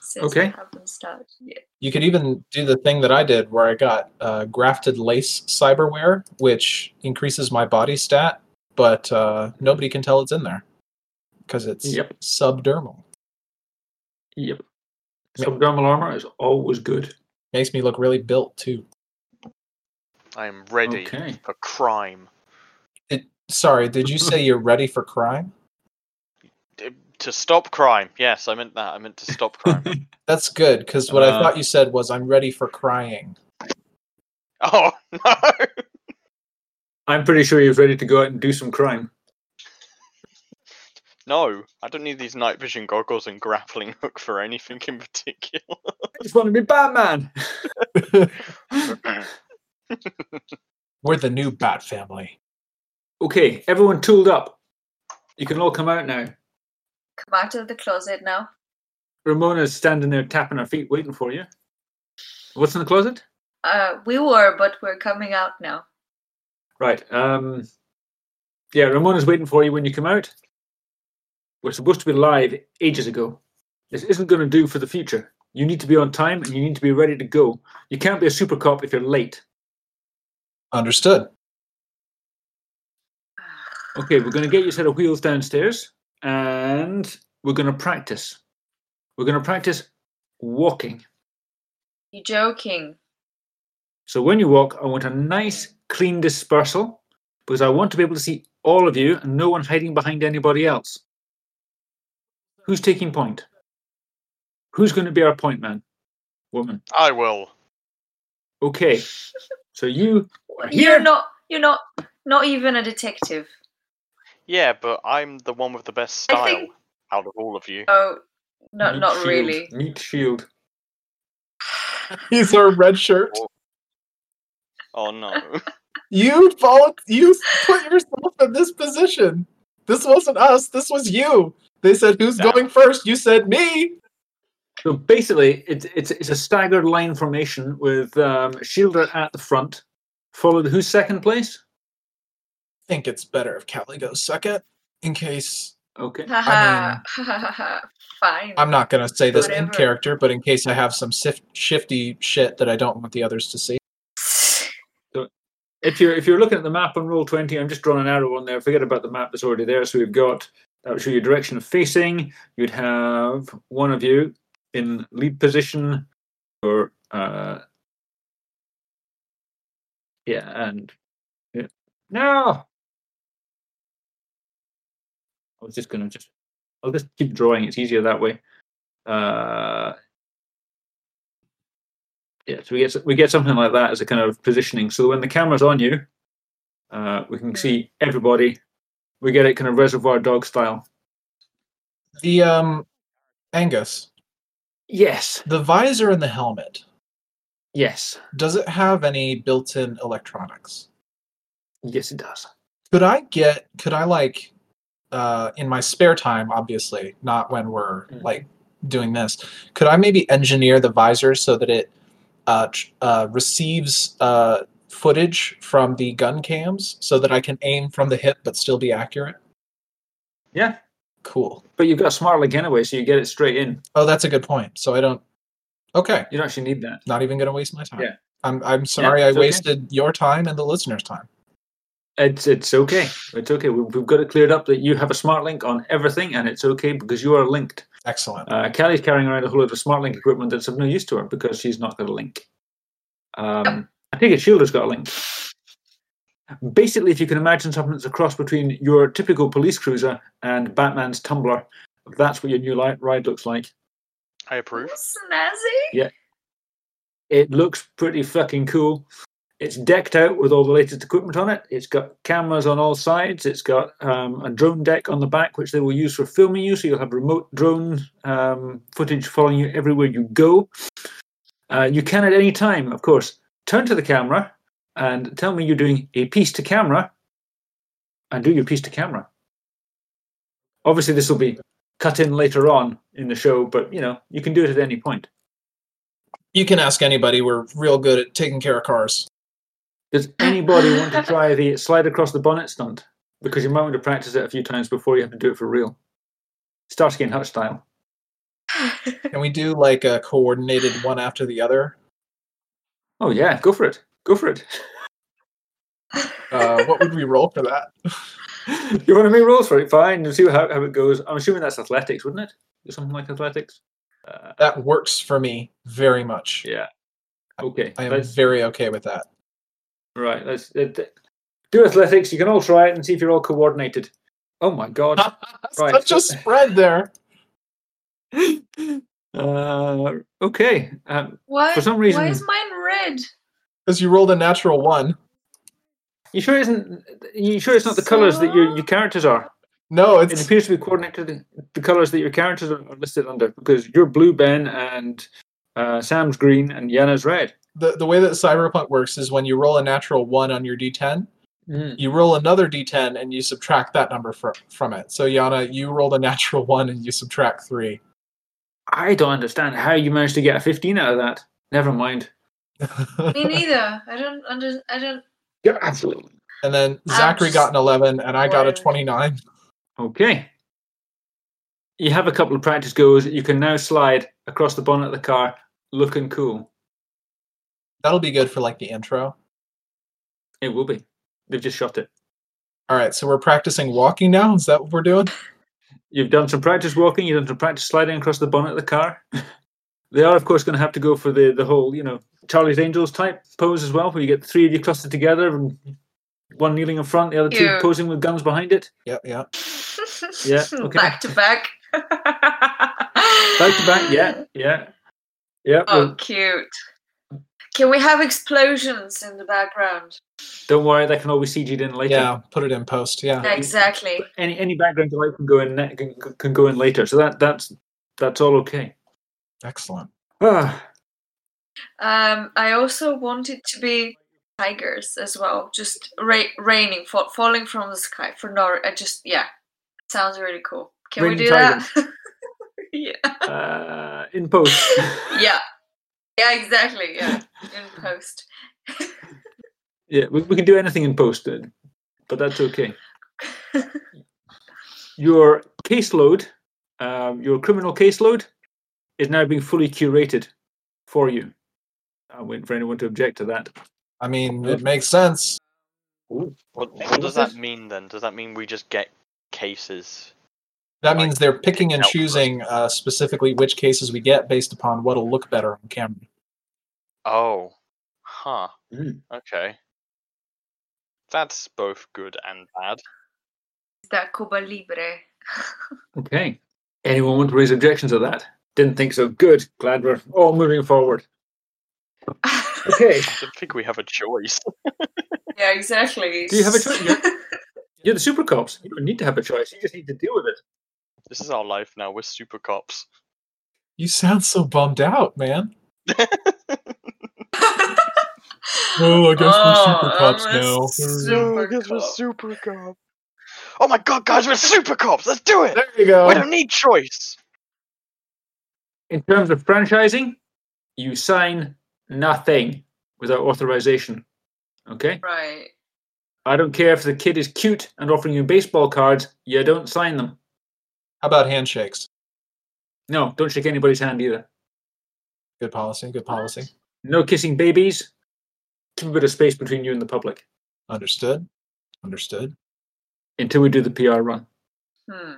Speaker 2: since
Speaker 1: Okay.
Speaker 2: we haven't started yet.
Speaker 4: You could even do the thing that I did where I got uh, grafted lace cyberware, which increases my body stat, but uh, nobody can tell it's in there because it's
Speaker 1: Yep.
Speaker 4: subdermal.
Speaker 1: Yep.
Speaker 4: Yeah.
Speaker 1: Subdermal armor is always good.
Speaker 4: Makes me look really built too.
Speaker 5: I am ready
Speaker 1: Okay.
Speaker 5: for crime.
Speaker 4: Sorry, did you say you're ready for crime?
Speaker 5: D- To stop crime. Yes, I meant that. I meant to stop crime.
Speaker 4: That's good because what I
Speaker 1: Uh,
Speaker 4: thought you said was I'm ready for crying.
Speaker 5: oh no!
Speaker 1: I'm pretty sure he's ready to go out and do some crime.
Speaker 5: No, I don't need these night vision goggles and grappling hook for anything in particular.
Speaker 1: I just want to be Batman.
Speaker 4: We're the new bat family.
Speaker 1: Okay, everyone tooled up. You can all come out now.
Speaker 2: Come out of the closet now.
Speaker 1: Ramona's standing there tapping her feet, waiting for you. What's in the closet?
Speaker 2: Uh, we were, but we're coming out now.
Speaker 1: Right. Um, yeah, Ramona's waiting for you when you come out. We're supposed to be live ages ago. This isn't going to do for the future. You need to be on time and you need to be ready to go. You can't be a super cop if you're late.
Speaker 4: Understood.
Speaker 1: Okay, we're going to get you a set of wheels downstairs and we're going to practice. We're going to practice walking.
Speaker 2: You joking?
Speaker 1: So when you walk, I want a nice, clean dispersal because I want to be able to see all of you and no one hiding behind anybody else. Who's taking point? Who's going to be our point man? Woman.
Speaker 5: I will.
Speaker 1: Okay. So you.
Speaker 2: You're
Speaker 1: Here.
Speaker 2: not. You're not. Not even a detective.
Speaker 5: Yeah, but I'm the one with the best
Speaker 2: I
Speaker 5: style
Speaker 2: think-
Speaker 5: out of all of you.
Speaker 2: Oh, no,
Speaker 1: Meat
Speaker 2: not
Speaker 1: shield.
Speaker 2: really.
Speaker 1: Meat shield.
Speaker 4: He's our red shirt.
Speaker 5: Oh no.
Speaker 4: You vol- you put yourself in this position. This wasn't us. This was you. They said who's
Speaker 5: Damn.
Speaker 4: going first. You said me.
Speaker 1: So basically, it's it's it's a staggered line formation with um, Shielder at the front, followed who's second place?
Speaker 4: think it's better if Callie goes second. In case
Speaker 1: Okay.
Speaker 2: Haha. Haha. Fine.
Speaker 4: I'm not gonna say this in
Speaker 2: Whatever.
Speaker 4: character, but in case I have some sif- shifty shit that I don't want the others to see.
Speaker 1: If you're if you're looking at the map on roll twenty, I'm just drawing an arrow on there. Forget about the map that's already there. So we've got that would show you direction of facing. You'd have one of you in lead position, or uh, yeah, and yeah. no. I was just gonna just I'll just keep drawing. It's easier that way. Uh, yeah, so we get s- we get something like that as a kind of positioning. So when the camera's on you, uh, we can see everybody. We get it kind of Reservoir Dog style.
Speaker 4: The um Angus,
Speaker 1: Yes,
Speaker 4: the visor and the helmet.
Speaker 1: yes,
Speaker 4: Does it have any built-in electronics?
Speaker 1: yes, it does.
Speaker 4: Could I get? Could I like? Uh, in my spare time, obviously, not when we're
Speaker 1: Mhm.
Speaker 4: like doing this. Could I maybe engineer the visor so that it uh, tr- uh, receives uh, footage from the gun cams, so that I can aim from the hip but still be accurate?
Speaker 1: Yeah,
Speaker 4: Cool.
Speaker 1: but you've got a smart leg anyway, so you get it straight in.
Speaker 4: Oh, that's a good point. So I don't. Okay,
Speaker 1: You don't actually need that.
Speaker 4: not even gonna waste my time.
Speaker 1: Yeah.
Speaker 4: I'm I'm sorry I
Speaker 1: it's okay.
Speaker 4: wasted your time and the listeners' time.
Speaker 1: It's it's okay. It's okay. We've, we've got it cleared up that you have a smart link on everything, and it's okay because you are linked.
Speaker 4: Excellent.
Speaker 1: Uh, Callie's carrying around a whole lot of smart link equipment that's of no use to her because she's not got a link. Um, I think a shield has got a link. Basically, if you can imagine something that's a cross between your typical police cruiser and Batman's Tumbler, that's what your new light ride looks like.
Speaker 5: I approve.
Speaker 2: Snazzy.
Speaker 1: It looks pretty fucking cool. It's decked out with all the latest equipment on it. It's got cameras on all sides. It's got um, a drone deck on the back, which they will use for filming you. So you'll have remote drone um, footage following you everywhere you go. Uh, you can at any time, of course, turn to the camera and tell me you're doing a piece to camera and do your piece to camera. Obviously, this will be cut in later on in the show, but you know, you can do it at any point.
Speaker 4: You can ask anybody. We're real good at taking care of cars.
Speaker 1: Does anybody want to try the slide across the bonnet stunt? Because you might want to practice it a few times before you have to do it for real. Starsky and Hutch style.
Speaker 4: Can we do like a coordinated one after the other?
Speaker 1: Oh yeah, go for it. Go for it.
Speaker 4: Uh, what would we roll for that?
Speaker 1: you want to make rolls for it? Fine. We'll see how, how it goes. I'm assuming that's athletics, wouldn't it? Something like athletics. Uh,
Speaker 4: That works for me very much.
Speaker 1: yeah. Okay.
Speaker 4: I am
Speaker 1: let's-
Speaker 4: very okay with that.
Speaker 1: Right. Let's uh, d- do athletics. You can all try it and see if you're all coordinated. Oh my god. Right,
Speaker 4: Such
Speaker 1: so-
Speaker 4: a spread there.
Speaker 1: uh, okay. Um,
Speaker 2: Why?
Speaker 1: For some
Speaker 2: Why
Speaker 1: reason-
Speaker 2: is mine red?
Speaker 4: Because you rolled a natural one.
Speaker 1: you sure isn't? You sure it's not the colours that your, your characters are?
Speaker 4: No,
Speaker 1: It
Speaker 4: it's
Speaker 1: appears to be coordinated in the colours that your characters are are listed under because you're blue, Ben, and uh, Sam's green, and Yana's red.
Speaker 4: the, the way that Cyberpunk works is when you roll a natural one on your D10,
Speaker 1: Mm.
Speaker 4: you roll another D10 and you subtract that number fr- from it. So, Yana, you rolled a natural one and you subtract three.
Speaker 1: I don't understand how you managed to get a 15 out of that. Never mind.
Speaker 2: Me neither. I don't under. I don't.
Speaker 1: Yeah, absolutely.
Speaker 4: and then Zachary
Speaker 2: just
Speaker 4: got an 11 and I got a
Speaker 2: bored.
Speaker 4: 29.
Speaker 1: Okay. You have a couple of practice goes. You can now slide across the bonnet of the car, looking cool.
Speaker 4: That'll be good for like the intro.
Speaker 1: It will be. They've just shot it.
Speaker 4: All right, so we're practicing walking now. Is that what we're doing?
Speaker 1: You've done some practice walking. You've done some practice sliding across the bonnet of the car. They are, of course, going to have to go for the, the whole, you know, Charlie's Angels type pose as well, where you get three of you clustered together and one kneeling in front, the other two
Speaker 2: Ew.
Speaker 1: posing with guns behind it.
Speaker 4: Yeah, yeah.
Speaker 1: Yeah, okay.
Speaker 2: Back to back.
Speaker 1: Back to back, yeah, yeah. Yeah,
Speaker 2: Oh,
Speaker 1: well,
Speaker 2: cute. Can we have explosions in the background?
Speaker 1: don't worry, that can all be CG'd in later.
Speaker 4: Yeah, put it in post. Yeah.
Speaker 2: Yeah, exactly.
Speaker 1: Any any background light can go in ne- can, can go in later, so that that's that's all okay.
Speaker 4: Excellent.
Speaker 1: Ah,
Speaker 2: Um, I also want it to be tigers as well, just ra- raining, fa- falling from the sky for no. I just yeah, sounds really cool. Can
Speaker 1: Raining
Speaker 2: we do that? yeah,
Speaker 1: uh, in post.
Speaker 2: yeah, yeah, exactly. Yeah, in post.
Speaker 1: Yeah, we, we can do anything in post, uh, but that's okay. your caseload, um, your criminal caseload, is now being fully curated for you. I'm waiting for anyone to object to that.
Speaker 4: I mean, it makes sense.
Speaker 5: What, what does that mean then? Does that mean we just get cases?
Speaker 4: That
Speaker 5: Like,
Speaker 4: means they're picking and
Speaker 5: output.
Speaker 4: choosing uh, specifically which cases we get based upon what'll look better on camera.
Speaker 5: Oh, huh.
Speaker 1: Mm.
Speaker 5: Okay. That's both good and bad.
Speaker 2: Is that Cuba Libre?
Speaker 1: Okay. Anyone want to raise objections to that? Didn't think so. Good. Glad we're all moving forward. Okay.
Speaker 5: I don't think we have a choice.
Speaker 2: yeah, exactly.
Speaker 1: Do you have a choice? You're- You're the super cops. You don't need to have a choice. You just need to deal with it.
Speaker 5: This is our life now. We're super cops.
Speaker 4: You sound so bummed out, man. Oh, I
Speaker 2: I'm a super cop.
Speaker 5: super cop. Oh my god, guys, we're super cops. Let's do it.
Speaker 4: There
Speaker 5: We
Speaker 4: you go.
Speaker 5: don't need choice.
Speaker 1: In terms of franchising, you sign nothing without authorization. Okay?
Speaker 2: Right.
Speaker 1: I don't care if the kid is cute and offering you baseball cards, you don't sign them.
Speaker 4: How about handshakes?
Speaker 1: No, don't shake anybody's hand either.
Speaker 4: Good policy. Good policy.
Speaker 1: No kissing babies. Keep a bit of space between you and the public
Speaker 4: Understood. Understood.
Speaker 1: until we do the PR run.
Speaker 2: Hmm.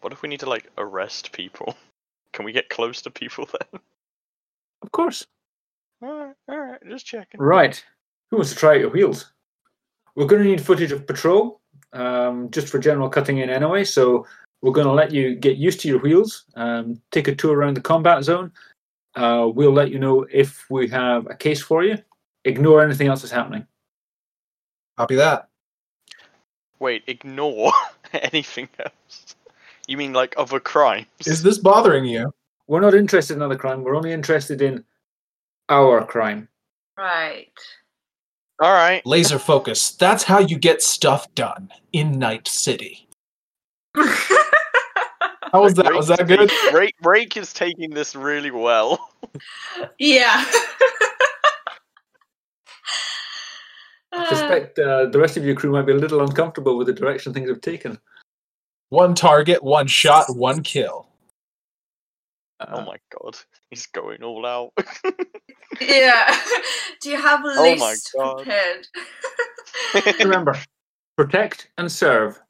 Speaker 5: What if we need to like arrest people? Can we get close to people then?
Speaker 1: Of course.
Speaker 5: Alright, alright, just checking.
Speaker 1: Right. Who wants to try out your wheels? We're going to need footage of patrol, um, just for general cutting in anyway. So we're going to let you get used to your wheels, um, take a tour around the combat zone. Uh, we'll let you know if we have a case for you. Ignore anything else that's happening.
Speaker 4: Copy that.
Speaker 5: Wait, ignore anything else. You mean like other crimes?
Speaker 4: Is this bothering you?
Speaker 1: We're not interested in other crime. We're only interested in our crime.
Speaker 2: Right.
Speaker 5: Alright.
Speaker 4: Laser focus. That's how you get stuff done in Night City. How was that? Was that good?
Speaker 5: Rake, Rake is taking this really well.
Speaker 2: yeah. Ah.
Speaker 1: I suspect uh, the rest of your crew might be a little uncomfortable with the direction things have taken.
Speaker 4: One target, one shot, one kill.
Speaker 5: Oh
Speaker 1: Uh,
Speaker 5: my god, he's going all out.
Speaker 2: Uh, yeah. Do you have a
Speaker 5: Oh my
Speaker 2: list
Speaker 5: God.
Speaker 2: prepared?
Speaker 1: remember, protect and serve.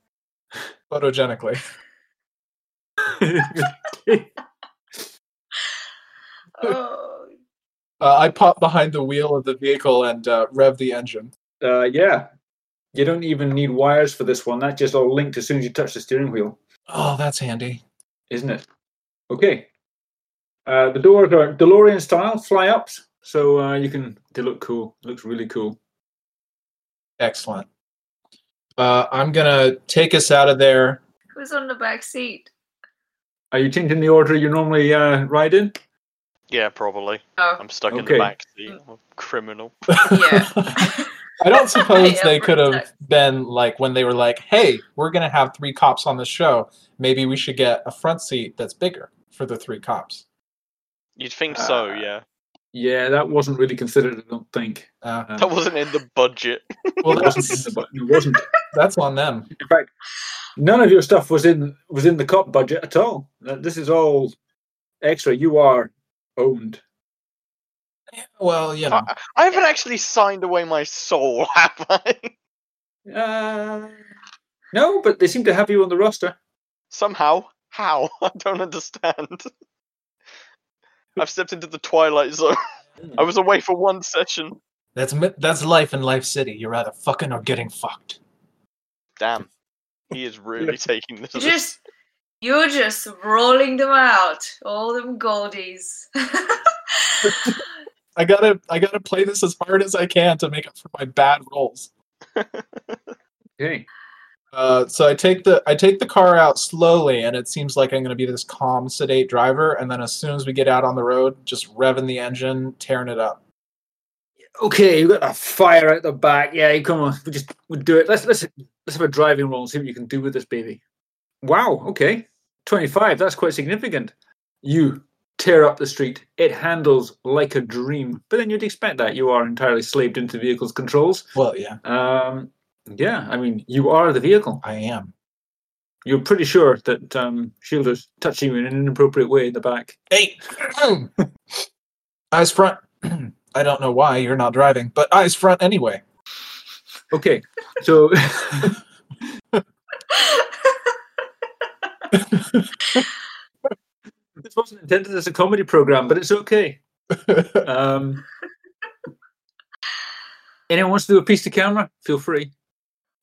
Speaker 4: Photogenically.
Speaker 2: oh.
Speaker 4: Uh, I pop behind the wheel of the vehicle and uh, rev the engine.
Speaker 1: Uh, yeah. You don't even need wires for this one. That just all linked as soon as you touch the steering wheel,
Speaker 4: Oh, that's handy.
Speaker 1: isn't it? Okay. Uh, the doors are DeLorean style fly ups, so uh, you can. They look cool. Looks really cool.
Speaker 4: Excellent. Uh, I'm gonna take us out of there.
Speaker 2: Who's on the back seat?
Speaker 1: Are you changing the order you normally uh, ride in?
Speaker 5: yeah, probably.
Speaker 2: Oh.
Speaker 5: I'm stuck in
Speaker 1: Okay.
Speaker 5: the back seat. I'm a criminal.
Speaker 2: Yeah.
Speaker 4: I don't suppose
Speaker 2: Yeah,
Speaker 4: they
Speaker 2: we're
Speaker 4: could have
Speaker 2: stuck.
Speaker 4: been like when they were like, "Hey, we're gonna have three cops on the show. Maybe we should get a front seat that's bigger for the three cops."
Speaker 5: You'd think so,
Speaker 4: Ah.
Speaker 1: Uh,
Speaker 5: yeah.
Speaker 1: Yeah, that wasn't really considered. I don't think.
Speaker 4: Uh,
Speaker 1: Uh,
Speaker 5: That wasn't in the budget.
Speaker 4: well,
Speaker 1: it wasn't. in
Speaker 4: that's
Speaker 1: the bu- It wasn't.
Speaker 4: that's on them.
Speaker 1: In fact, none of your stuff was in was in the cop budget at all. Uh, This is all extra. You are owned.
Speaker 4: Well, you know,
Speaker 5: I, I haven't actually signed away my soul, have I?
Speaker 1: Uh, no, but they seem to have you on the roster.
Speaker 5: Somehow. How? I don't understand. I've stepped into the twilight zone.
Speaker 4: Hmm.
Speaker 5: I was away for one session.
Speaker 4: That's mi- that's life in Life City. You're either fucking or getting fucked.
Speaker 5: Damn, he is really taking this.
Speaker 2: You just you're just rolling them out, all them goldies.
Speaker 4: I gotta I gotta play this as hard as I can to make up for my bad rolls.
Speaker 1: Okay.
Speaker 4: Uh, so I take the I take the car out slowly, and it seems like I'm going to be this calm, sedate driver. And then as soon as we get out on the road, just revving the engine, tearing it up.
Speaker 1: Okay, you got that fire out the back. Yeah, you come on. We just we do it. Let's let's let's have a driving roll and see what you can do with this baby. Wow. Okay, twenty-five. That's quite significant. You tear up the street. It handles like a dream. But then you'd expect that you are entirely slaved into the vehicle's controls.
Speaker 4: Well, yeah,
Speaker 1: Um, yeah, I mean, you are the vehicle.
Speaker 4: I am.
Speaker 1: You're pretty sure that um, Shielder's touching you in an inappropriate way in the back.
Speaker 4: Hey, eyes front. I don't know why you're not driving, but eyes front anyway.
Speaker 1: Okay, so this wasn't intended as a comedy program, but it's okay. Um, anyone wants to do a piece to camera? Feel free.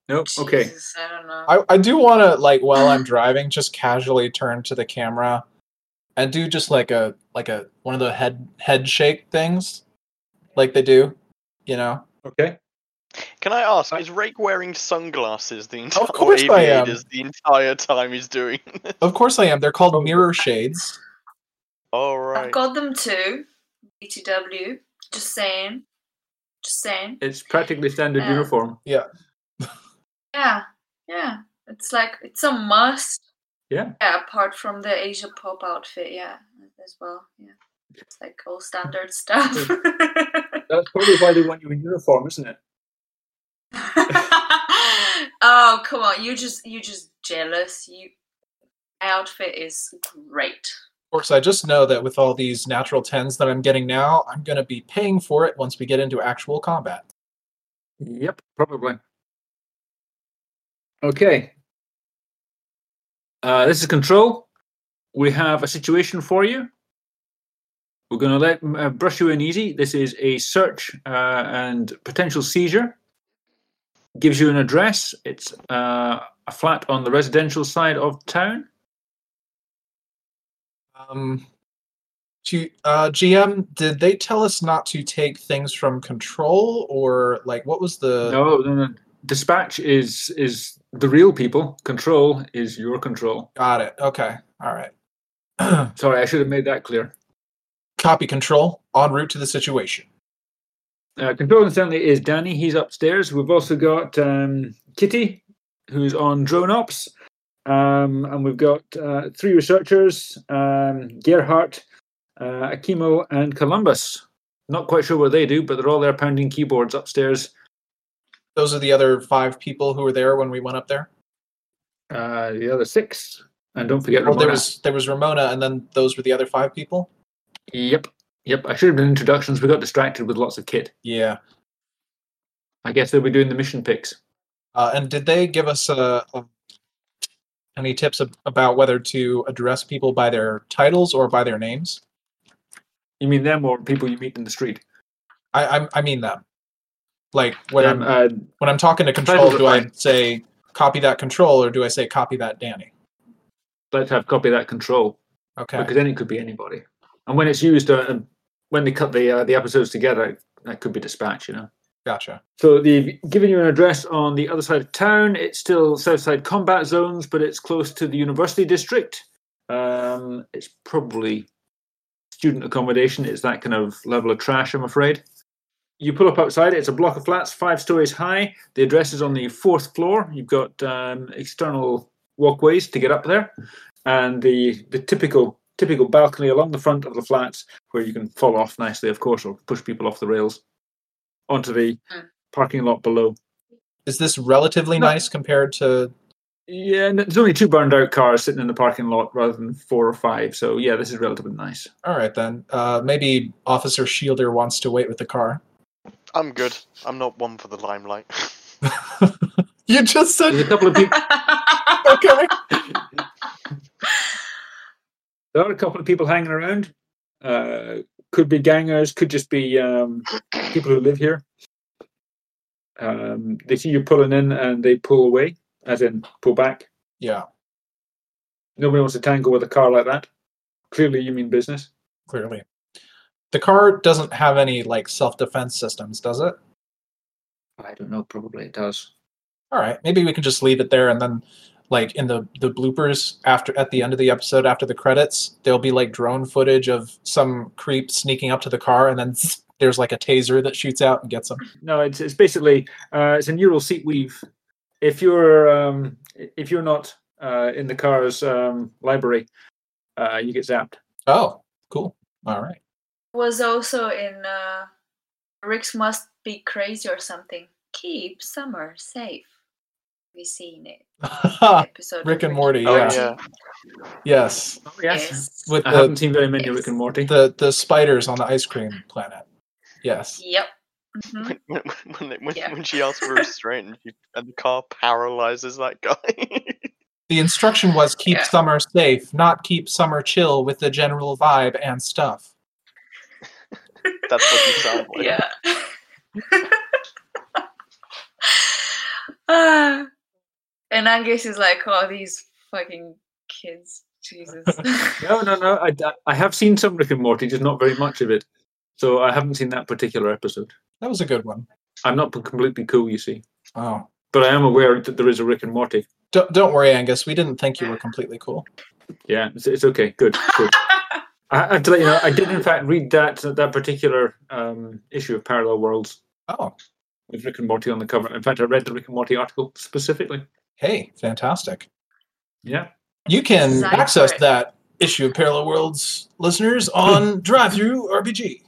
Speaker 1: No, okay.
Speaker 2: Jesus, I don't know.
Speaker 4: I, I do want to like while I'm driving, just casually turn to the camera and do just like a like a one of the head head shake things, like they do, you know.
Speaker 1: Okay.
Speaker 5: Can I ask, is Rake wearing sunglasses the entire
Speaker 4: course I am.
Speaker 5: aviators the entire time he's doing?
Speaker 4: Of course I am. They're called mirror shades.
Speaker 5: All
Speaker 2: I've
Speaker 5: right.
Speaker 2: got them too. BTW. Just saying. Just saying.
Speaker 1: It's practically standard
Speaker 2: Um,
Speaker 1: uniform.
Speaker 2: Yeah. Yeah. It's like it's a must.
Speaker 1: Yeah.
Speaker 2: Yeah, apart from the Asia pop outfit, yeah, as well. Yeah. It's like all standard stuff.
Speaker 1: That's probably why they want you in uniform, isn't it?
Speaker 2: oh, come on. You just you just jealous. You my outfit is great.
Speaker 4: Of course, I just know that with all these natural tens that I'm getting now, I'm gonna be paying for it once we get into actual combat.
Speaker 1: Yep, probably. Okay. Uh, this is control. We have a situation for you. We're going to let uh, brush you in easy. This is a search uh, and potential seizure. Gives you an address. It's uh, a flat on the residential side of town.
Speaker 4: Um, to uh, GM, did they tell us not to take things from control, or like what was the?
Speaker 1: No, no, no. Dispatch is is the real people. Control is your control.
Speaker 4: Got it. Okay. All right.
Speaker 1: Sorry, I should have made that clear.
Speaker 4: Copy control en route to the situation.
Speaker 1: Uh, controlling Stanley is Danny. He's upstairs. We've also got um, Kitty, who's on drone ops, um, and we've got uh, three researchers: um, Gerhardt, uh, Akimo, and Columbus. Not quite sure what they do, but they're all there pounding keyboards upstairs.
Speaker 4: Those are the other five people who were there when we went up there.
Speaker 1: Uh, the other six, and don't forget
Speaker 4: Well,
Speaker 1: Ramona.
Speaker 4: there was there was Ramona, and then those were the other five people.
Speaker 1: Yep, yep. I should have done introductions. We got distracted with lots of kit.
Speaker 4: Yeah.
Speaker 1: I guess they'll be doing the mission picks.
Speaker 4: Uh, and did they give us uh, um, any tips ab- about whether to address people by their titles or by their names?
Speaker 1: You mean them or people you meet in the street?
Speaker 4: I I, I mean them. Like when
Speaker 1: Them,
Speaker 4: I'm
Speaker 1: uh,
Speaker 4: when I'm talking to control,
Speaker 1: titles are
Speaker 4: do I
Speaker 1: fine.
Speaker 4: say copy that control or do I say copy that Danny?
Speaker 1: let's have copy that control.
Speaker 4: Okay.
Speaker 1: because then it could be anybody. And when it's used, uh, and when they cut the uh, the episodes together, it- that could be dispatch, you know.
Speaker 4: Gotcha.
Speaker 1: So they've given you an address on the other side of town. It's still Southside Combat Zones, but it's close to the University District. Um, it's probably student accommodation. It's that kind of level of trash, I'm afraid. You pull up outside. It's a block of flats, five stories high. The address is on the fourth floor. You've got um, external walkways to get up there, and the the typical typical balcony along the front of the flats where you can fall off nicely, of course, or push people off the rails onto the parking lot below.
Speaker 4: Is this relatively
Speaker 1: No.
Speaker 4: nice compared to
Speaker 1: Yeah, and there's only two burned out cars sitting in the parking lot rather than four or five. So yeah, this is relatively nice.
Speaker 4: All right then. Uh, maybe Officer Shielder wants to wait with the car.
Speaker 5: I'm good. I'm not one for the limelight.
Speaker 4: You just
Speaker 1: There's a
Speaker 4: said
Speaker 1: couple of people.
Speaker 4: okay.
Speaker 1: There are a couple of people hanging around. Uh, could be gangers, could just be um, people who live here. Um, they see you pulling in and they pull away, as in pull back.
Speaker 4: Yeah,
Speaker 1: Nobody wants to tangle with a car like that. Clearly, you mean business.
Speaker 4: clearly. The car doesn't have any like self-defense systems, does it?
Speaker 1: I don't know. Probably it does.
Speaker 4: All right, maybe we can just leave it there, and then like in the the bloopers after at the end of the episode after the credits, there'll be like drone footage of some creep sneaking up to the car, and then there's like a taser that shoots out and gets him.
Speaker 1: No, it's it's basically uh, it's a neural seat weave. If you're um, i- if you're not uh, in the car's um, library, uh, you get zapped.
Speaker 4: Oh, cool. All right.
Speaker 2: was also in uh, Ricks Must Be Crazy or something. Keep summer safe. We've seen it. Episode
Speaker 4: Ah, Rick and Morty.
Speaker 5: Oh,
Speaker 4: Yeah.
Speaker 5: yeah.
Speaker 4: Yes.
Speaker 2: Yes.
Speaker 4: With
Speaker 1: I
Speaker 4: the,
Speaker 1: haven't seen very many
Speaker 2: yes.
Speaker 1: Rick and Morty.
Speaker 4: Uh, the the spiders on the ice cream planet. Yes.
Speaker 2: Yep. hmm
Speaker 5: When, when, when, they- when,
Speaker 2: Yeah.
Speaker 5: when she asks for restraint and, she, and the car paralyzes that guy.
Speaker 4: The instruction was keep
Speaker 2: Yeah.
Speaker 4: summer safe, not keep summer chill with the general vibe and stuff.
Speaker 5: That's what you sound like.
Speaker 2: Yeah. Ah. and Angus is like, oh, these fucking kids. Jesus.
Speaker 1: No, no, no. I, I have seen some Rick and Morty, just not very much of it. So I haven't seen that particular episode.
Speaker 4: That was a good one.
Speaker 1: I'm not completely cool, you see,
Speaker 4: Oh.
Speaker 1: but I am aware that there is a Rick and Morty.
Speaker 4: Don't, don't worry, Angus. We didn't think you were completely cool.
Speaker 1: Yeah, it's, it's okay. Good, good. I I have to let you know, I did in fact read that that particular um, issue of Parallel Worlds
Speaker 4: Oh,
Speaker 1: with Rick and Morty on the cover. In fact, I read the Rick and Morty article specifically.
Speaker 4: hey, fantastic.
Speaker 1: Yeah.
Speaker 4: You can
Speaker 2: Sign for
Speaker 4: access
Speaker 2: it.
Speaker 4: that issue of Parallel Worlds listeners on Drive Through RPG.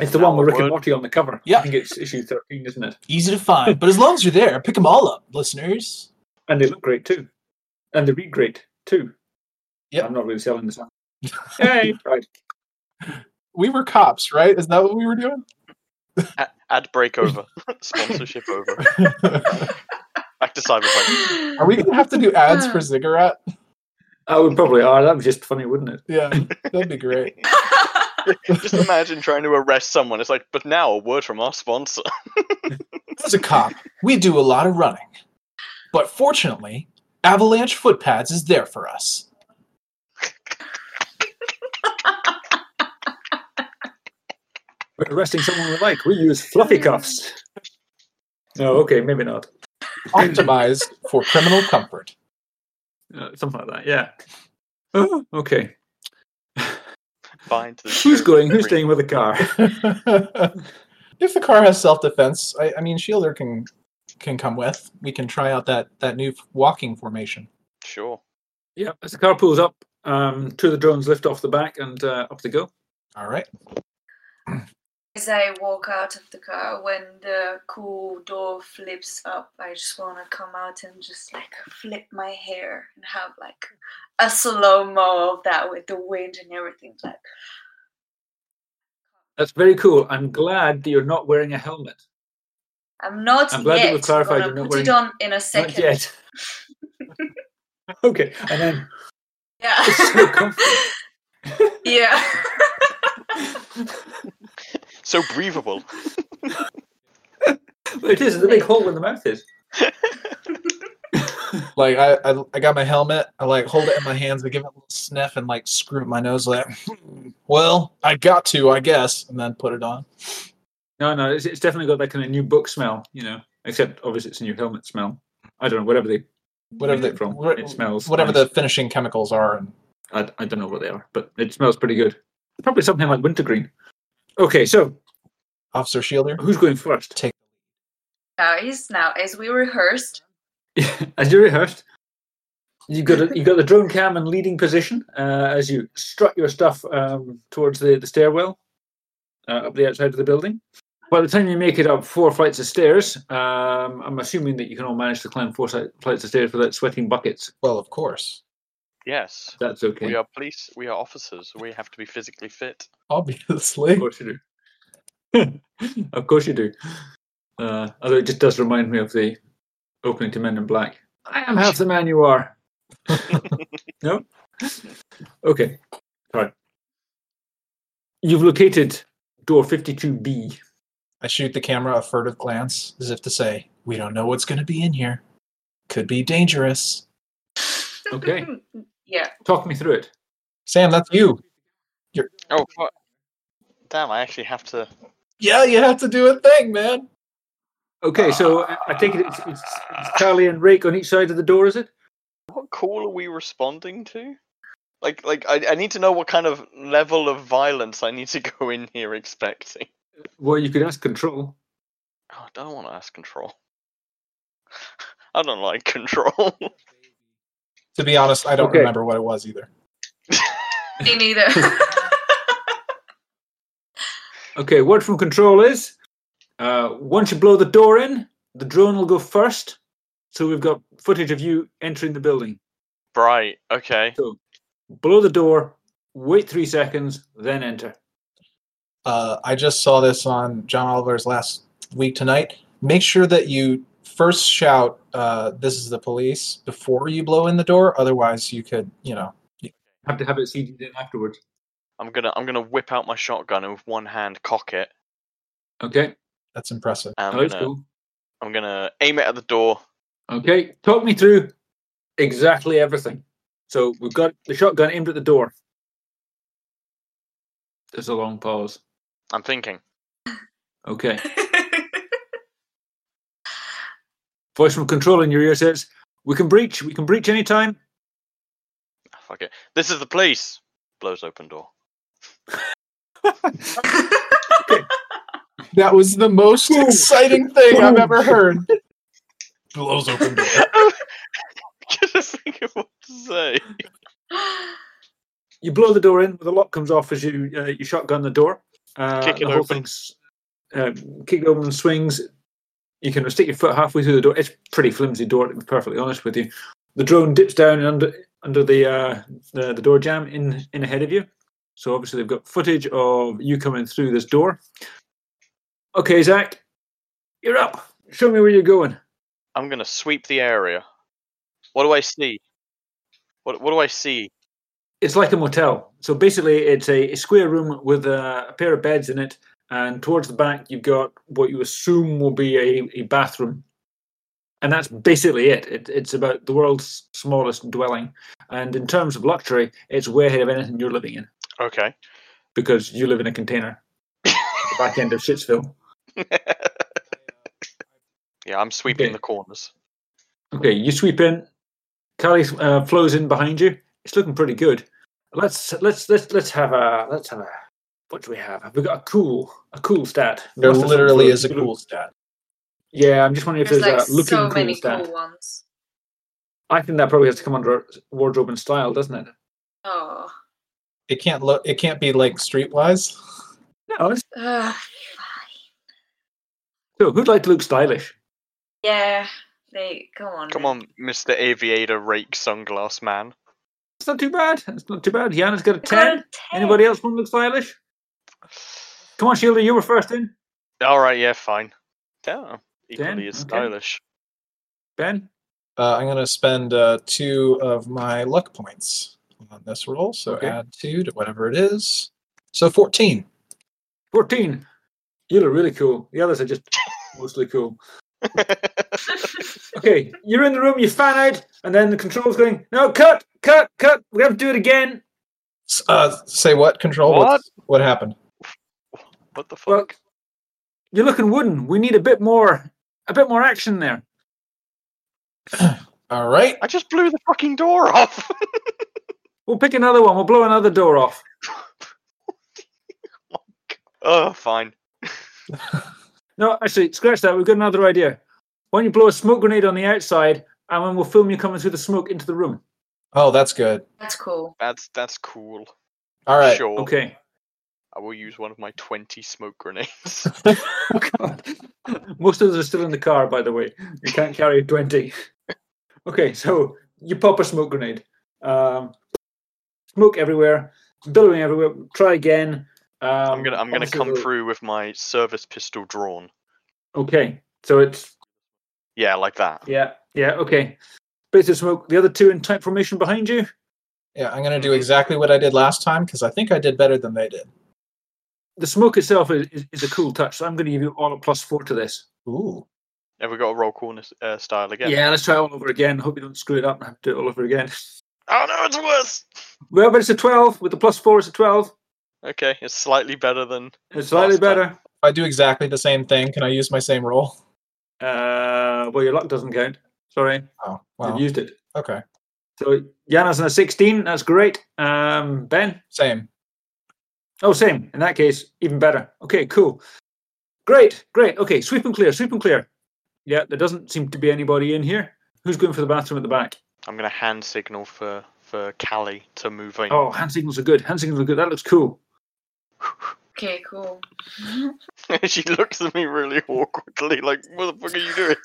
Speaker 1: It's the
Speaker 5: Now
Speaker 1: one with
Speaker 5: I
Speaker 1: Rick and
Speaker 5: would-
Speaker 1: Morty on the cover.
Speaker 4: Yeah.
Speaker 1: I think it's issue 13, isn't it?
Speaker 4: Easy to find, but as long as you're there, pick them all up, listeners.
Speaker 1: And they look great too. And they read great too.
Speaker 4: Yeah.
Speaker 1: I'm not really selling this. one. Hey, right.
Speaker 4: We were cops, right? Is that what we were doing?
Speaker 5: Ad, ad break over. Sponsorship over. Back to Cyberpunk.
Speaker 4: Are we gonna have to do ads for Ziggurat?
Speaker 1: I would probably are. That was just funny, wouldn't it?
Speaker 4: Yeah, that'd be great.
Speaker 5: Just imagine trying to arrest someone. It's like, but now a word from our sponsor.
Speaker 4: As a cop, we do a lot of running, but fortunately, Avalanche Footpads is there for us.
Speaker 1: We're arresting someone we like. We use fluffy cuffs. No, okay, maybe not.
Speaker 4: Optimized for criminal comfort.
Speaker 1: Uh, something like that, yeah. Oh, okay.
Speaker 5: Bind the
Speaker 1: Who's going? Who's
Speaker 5: screen.
Speaker 1: staying with the car?
Speaker 4: if the car has self defense, I, I mean, Shielder can can come with. We can try out that that new walking formation.
Speaker 5: Sure.
Speaker 1: Yeah, as the car pulls up, um, two of the drones lift off the back and uh, up they go.
Speaker 4: All right.
Speaker 2: As I walk out of the car, when the cool door flips up, I just want to come out and just like flip my hair and have like a slow mo of that with the wind and everything. Like,
Speaker 1: That's very cool. I'm glad that you're not wearing a helmet.
Speaker 2: I'm not
Speaker 1: I'm glad that
Speaker 2: yet
Speaker 1: we've clarified
Speaker 2: gonna
Speaker 1: you're not
Speaker 2: put it
Speaker 1: wearing-
Speaker 2: on in a
Speaker 1: Not
Speaker 2: second.
Speaker 1: yet. okay, and then It's so
Speaker 2: Yeah. yeah.
Speaker 5: So breathable.
Speaker 1: it is the big hole where the mouth is.
Speaker 4: Like I, I I got my helmet. I like hold it in my hands. I give it a little sniff and like screw up my nose. Like, well, I got to, I guess, and then put it on.
Speaker 1: No, no, it's, it's definitely got that kind of new book smell, you know. Except obviously it's a new helmet smell. I don't know whatever they
Speaker 4: Whatever
Speaker 1: make
Speaker 4: the
Speaker 1: it from.
Speaker 4: wha-
Speaker 1: it smells.
Speaker 4: whatever
Speaker 1: nice.
Speaker 4: the finishing chemicals are. And
Speaker 1: I, I don't know what they are, but it smells pretty good. Probably something like wintergreen. Okay, so
Speaker 4: Officer Shielder,
Speaker 1: who's going first?
Speaker 2: Now he's now as we rehearsed.
Speaker 1: as you rehearsed, you got a, you got the drone cam in leading position uh, as you strut your stuff um, towards the, the stairwell uh, up the outside of the building. By the time you make it up four flights of stairs, um, I'm assuming that you can all manage to climb four si- flights of stairs without sweating buckets.
Speaker 4: well, of course,
Speaker 5: Yes.
Speaker 1: That's okay.
Speaker 5: We are police. We are officers. We have to be physically fit.
Speaker 1: Of
Speaker 4: obviously.
Speaker 1: course you do. of course you do. Uh, although it just does remind me of the opening to Men in Black. I am half the man you are. no? Okay. All right. You've located door 52B.
Speaker 4: I shoot the camera a furtive glance as if to say, We don't know what's going to be in here. Could be dangerous.
Speaker 1: Okay.
Speaker 2: yeah.
Speaker 1: Talk me through it.
Speaker 4: Sam, that's you.
Speaker 5: Oh, fuck. Damn, I actually have to.
Speaker 4: Yeah, you have to do a thing, man.
Speaker 1: Okay, so I I take it it's, it's, it's Charlie and Rake on each side of the door, is it?
Speaker 5: What call are we responding to? Like, like I, I need to know what kind of level of violence I need to go in here expecting.
Speaker 1: Well, you could ask control.
Speaker 5: Oh, I don't want to ask control. I don't like control.
Speaker 4: To be honest, I don't
Speaker 1: Okay.
Speaker 4: remember what it was either.
Speaker 2: Me neither.
Speaker 1: Okay, word from control is uh, once you blow the door in, the drone will go first. So we've got footage of you entering the building.
Speaker 5: right. Okay.
Speaker 1: Blow the door, wait three seconds, then enter.
Speaker 4: Uh, I just saw this on John Oliver's last week tonight. Make sure that you first shout, uh, "This is the police!" before you blow in the door. Otherwise, you could, you know,
Speaker 1: Have to have it CG'd in afterwards.
Speaker 5: I'm gonna, I'm gonna whip out my shotgun and with one hand cock it.
Speaker 1: Okay,
Speaker 4: that's impressive.
Speaker 5: and
Speaker 1: now
Speaker 5: I'm
Speaker 1: let's
Speaker 5: gonna,
Speaker 1: go.
Speaker 5: I'm gonna aim it at the door.
Speaker 1: Okay, talk me through exactly everything. So we've got the shotgun aimed at the door. There's a long pause.
Speaker 5: I'm thinking.
Speaker 1: Okay. Voice from control in your ear says, We can breach, we can breach anytime.
Speaker 5: "Ah, Fuck it. This is the police. Blows open door.
Speaker 4: That was the most
Speaker 1: Boom.
Speaker 4: exciting thing I've
Speaker 1: Boom.
Speaker 4: ever heard. Blows open door.
Speaker 5: Couldn't think of what to say.
Speaker 1: you blow the door in. The lock comes off as you uh, you shotgun the door. Uh,
Speaker 5: Kick it
Speaker 1: the whole
Speaker 5: open.
Speaker 1: thing's uh, kicked open and swings. You can stick your foot halfway through the door. It's a pretty flimsy door, to be perfectly honest with you. The drone dips down and under under the uh, the, the door jam in in ahead of you. So obviously they've got footage of you coming through this door. Okay, Zach, you're up. Show me where you're going.
Speaker 5: I'm gonna sweep the area. What do I see? What what do I see?
Speaker 1: it's like a motel. So basically, it's a, a square room with a, a pair of beds in it, and towards the back, you've got what you assume will be a, a bathroom, and that's basically it. it. It's about the world's smallest dwelling, and in terms of luxury, it's way ahead of anything you're living in
Speaker 5: Okay.
Speaker 1: because you live in a container, the back end of Shitsville.
Speaker 5: Yeah, I'm sweeping
Speaker 1: Okay.
Speaker 5: the corners.
Speaker 1: Okay, you sweep in. Carly uh, flows in behind you. It's looking pretty good. Let's let's let's let's have a let's have a what do we have? Have we got a cool a cool stat? We
Speaker 4: There
Speaker 1: must have something
Speaker 4: literally
Speaker 1: for-
Speaker 4: is a cool stat.
Speaker 1: Yeah, I'm just wondering if
Speaker 2: There's
Speaker 1: there's,
Speaker 2: like
Speaker 1: a looking
Speaker 2: so
Speaker 1: cool
Speaker 2: many
Speaker 1: stat.
Speaker 2: cool ones.
Speaker 1: I think that probably has to come under wardrobe and style, doesn't it?
Speaker 2: Oh.
Speaker 4: It can't look. It can't be like streetwise.
Speaker 1: No. it's-
Speaker 2: Ugh.
Speaker 1: So who'd like to look stylish?
Speaker 2: Yeah. They come on.
Speaker 5: Come
Speaker 2: man.
Speaker 5: on, Mr. Aviator Rake Sunglass Man.
Speaker 1: It's not too bad. It's not too bad. Yana's got a
Speaker 2: I got a
Speaker 1: ten. Anybody else want to look stylish? Come on, Sheila, you were first in.
Speaker 5: Alright, yeah, fine. Yeah.
Speaker 1: Ten,
Speaker 5: Equally as
Speaker 1: okay.
Speaker 5: stylish.
Speaker 1: Ben.
Speaker 4: Uh, I'm gonna spend uh, two of my luck points on this roll. So
Speaker 1: Okay.
Speaker 4: add two to whatever it is. So 14.
Speaker 1: 14. You look really cool. The others are just mostly cool. okay, you're in the room, you fan out, and then the control's going, no, cut, cut, cut. We have to do it again.
Speaker 4: S- Uh, say what? Control. What's- What happened?
Speaker 5: What the
Speaker 1: Well,
Speaker 5: fuck?
Speaker 1: you're looking wooden. We need a bit more, a bit more action there.
Speaker 4: All right.
Speaker 5: I just blew the fucking door off.
Speaker 1: We'll pick another one. We'll blow another door off.
Speaker 5: oh, fine.
Speaker 1: No, actually, scratch that. We've got another idea. Why don't you blow a smoke grenade on the outside, and then we'll film you coming through the smoke into the room.
Speaker 4: Oh, that's good.
Speaker 2: That's cool.
Speaker 5: That's that's cool.
Speaker 4: All right.
Speaker 5: Sure.
Speaker 1: Okay.
Speaker 5: I will use one of my twenty smoke grenades.
Speaker 1: Oh, God. Most of us are still in the car, by the way. You can't carry 20. Okay, so you pop a smoke grenade. Um, smoke everywhere, billowing everywhere. Try again. Um,
Speaker 5: I'm gonna I'm gonna
Speaker 1: obviously
Speaker 5: come
Speaker 1: the-
Speaker 5: through with my service pistol drawn.
Speaker 1: Okay, so it's
Speaker 5: Yeah, like that.
Speaker 1: yeah, yeah, okay. Bits of smoke. The other two in type formation behind you.
Speaker 4: Yeah, I'm gonna do exactly what I did last time because I think I did better than they did.
Speaker 1: the smoke itself is, is, is a cool touch, so I'm going to give you all a plus four to this.
Speaker 4: Ooh.
Speaker 5: Have we got a roll coolness uh, style
Speaker 1: Yeah,
Speaker 5: again?
Speaker 1: let's try all over again. Hope you don't screw it up and have to do it all over again.
Speaker 5: Oh no, it's worse.
Speaker 1: Well, but it's a 12. With the plus four, it's a 12.
Speaker 5: Okay, it's slightly better than.
Speaker 1: It's slightly
Speaker 5: Last time.
Speaker 1: better.
Speaker 4: If I do exactly the same thing, can I use my same roll?
Speaker 1: Uh, well, your luck doesn't count. Sorry,
Speaker 4: Oh,
Speaker 1: I've
Speaker 4: wow.
Speaker 1: used it.
Speaker 4: Okay.
Speaker 1: So Yana's in a 16. That's great. Um, ben?
Speaker 4: Same.
Speaker 1: Oh, same. In that case, even better. Okay, cool. Great, great. Okay, sweep and clear, sweep and clear. Yeah, there doesn't seem to be anybody in here. Who's going for the bathroom at the back?
Speaker 5: I'm gonna hand signal for for Callie to move in.
Speaker 1: Oh, hand signals are good. Hand signals are good. That looks cool.
Speaker 2: Okay, cool.
Speaker 5: she looks at me really awkwardly, like, "What the fuck are you doing?"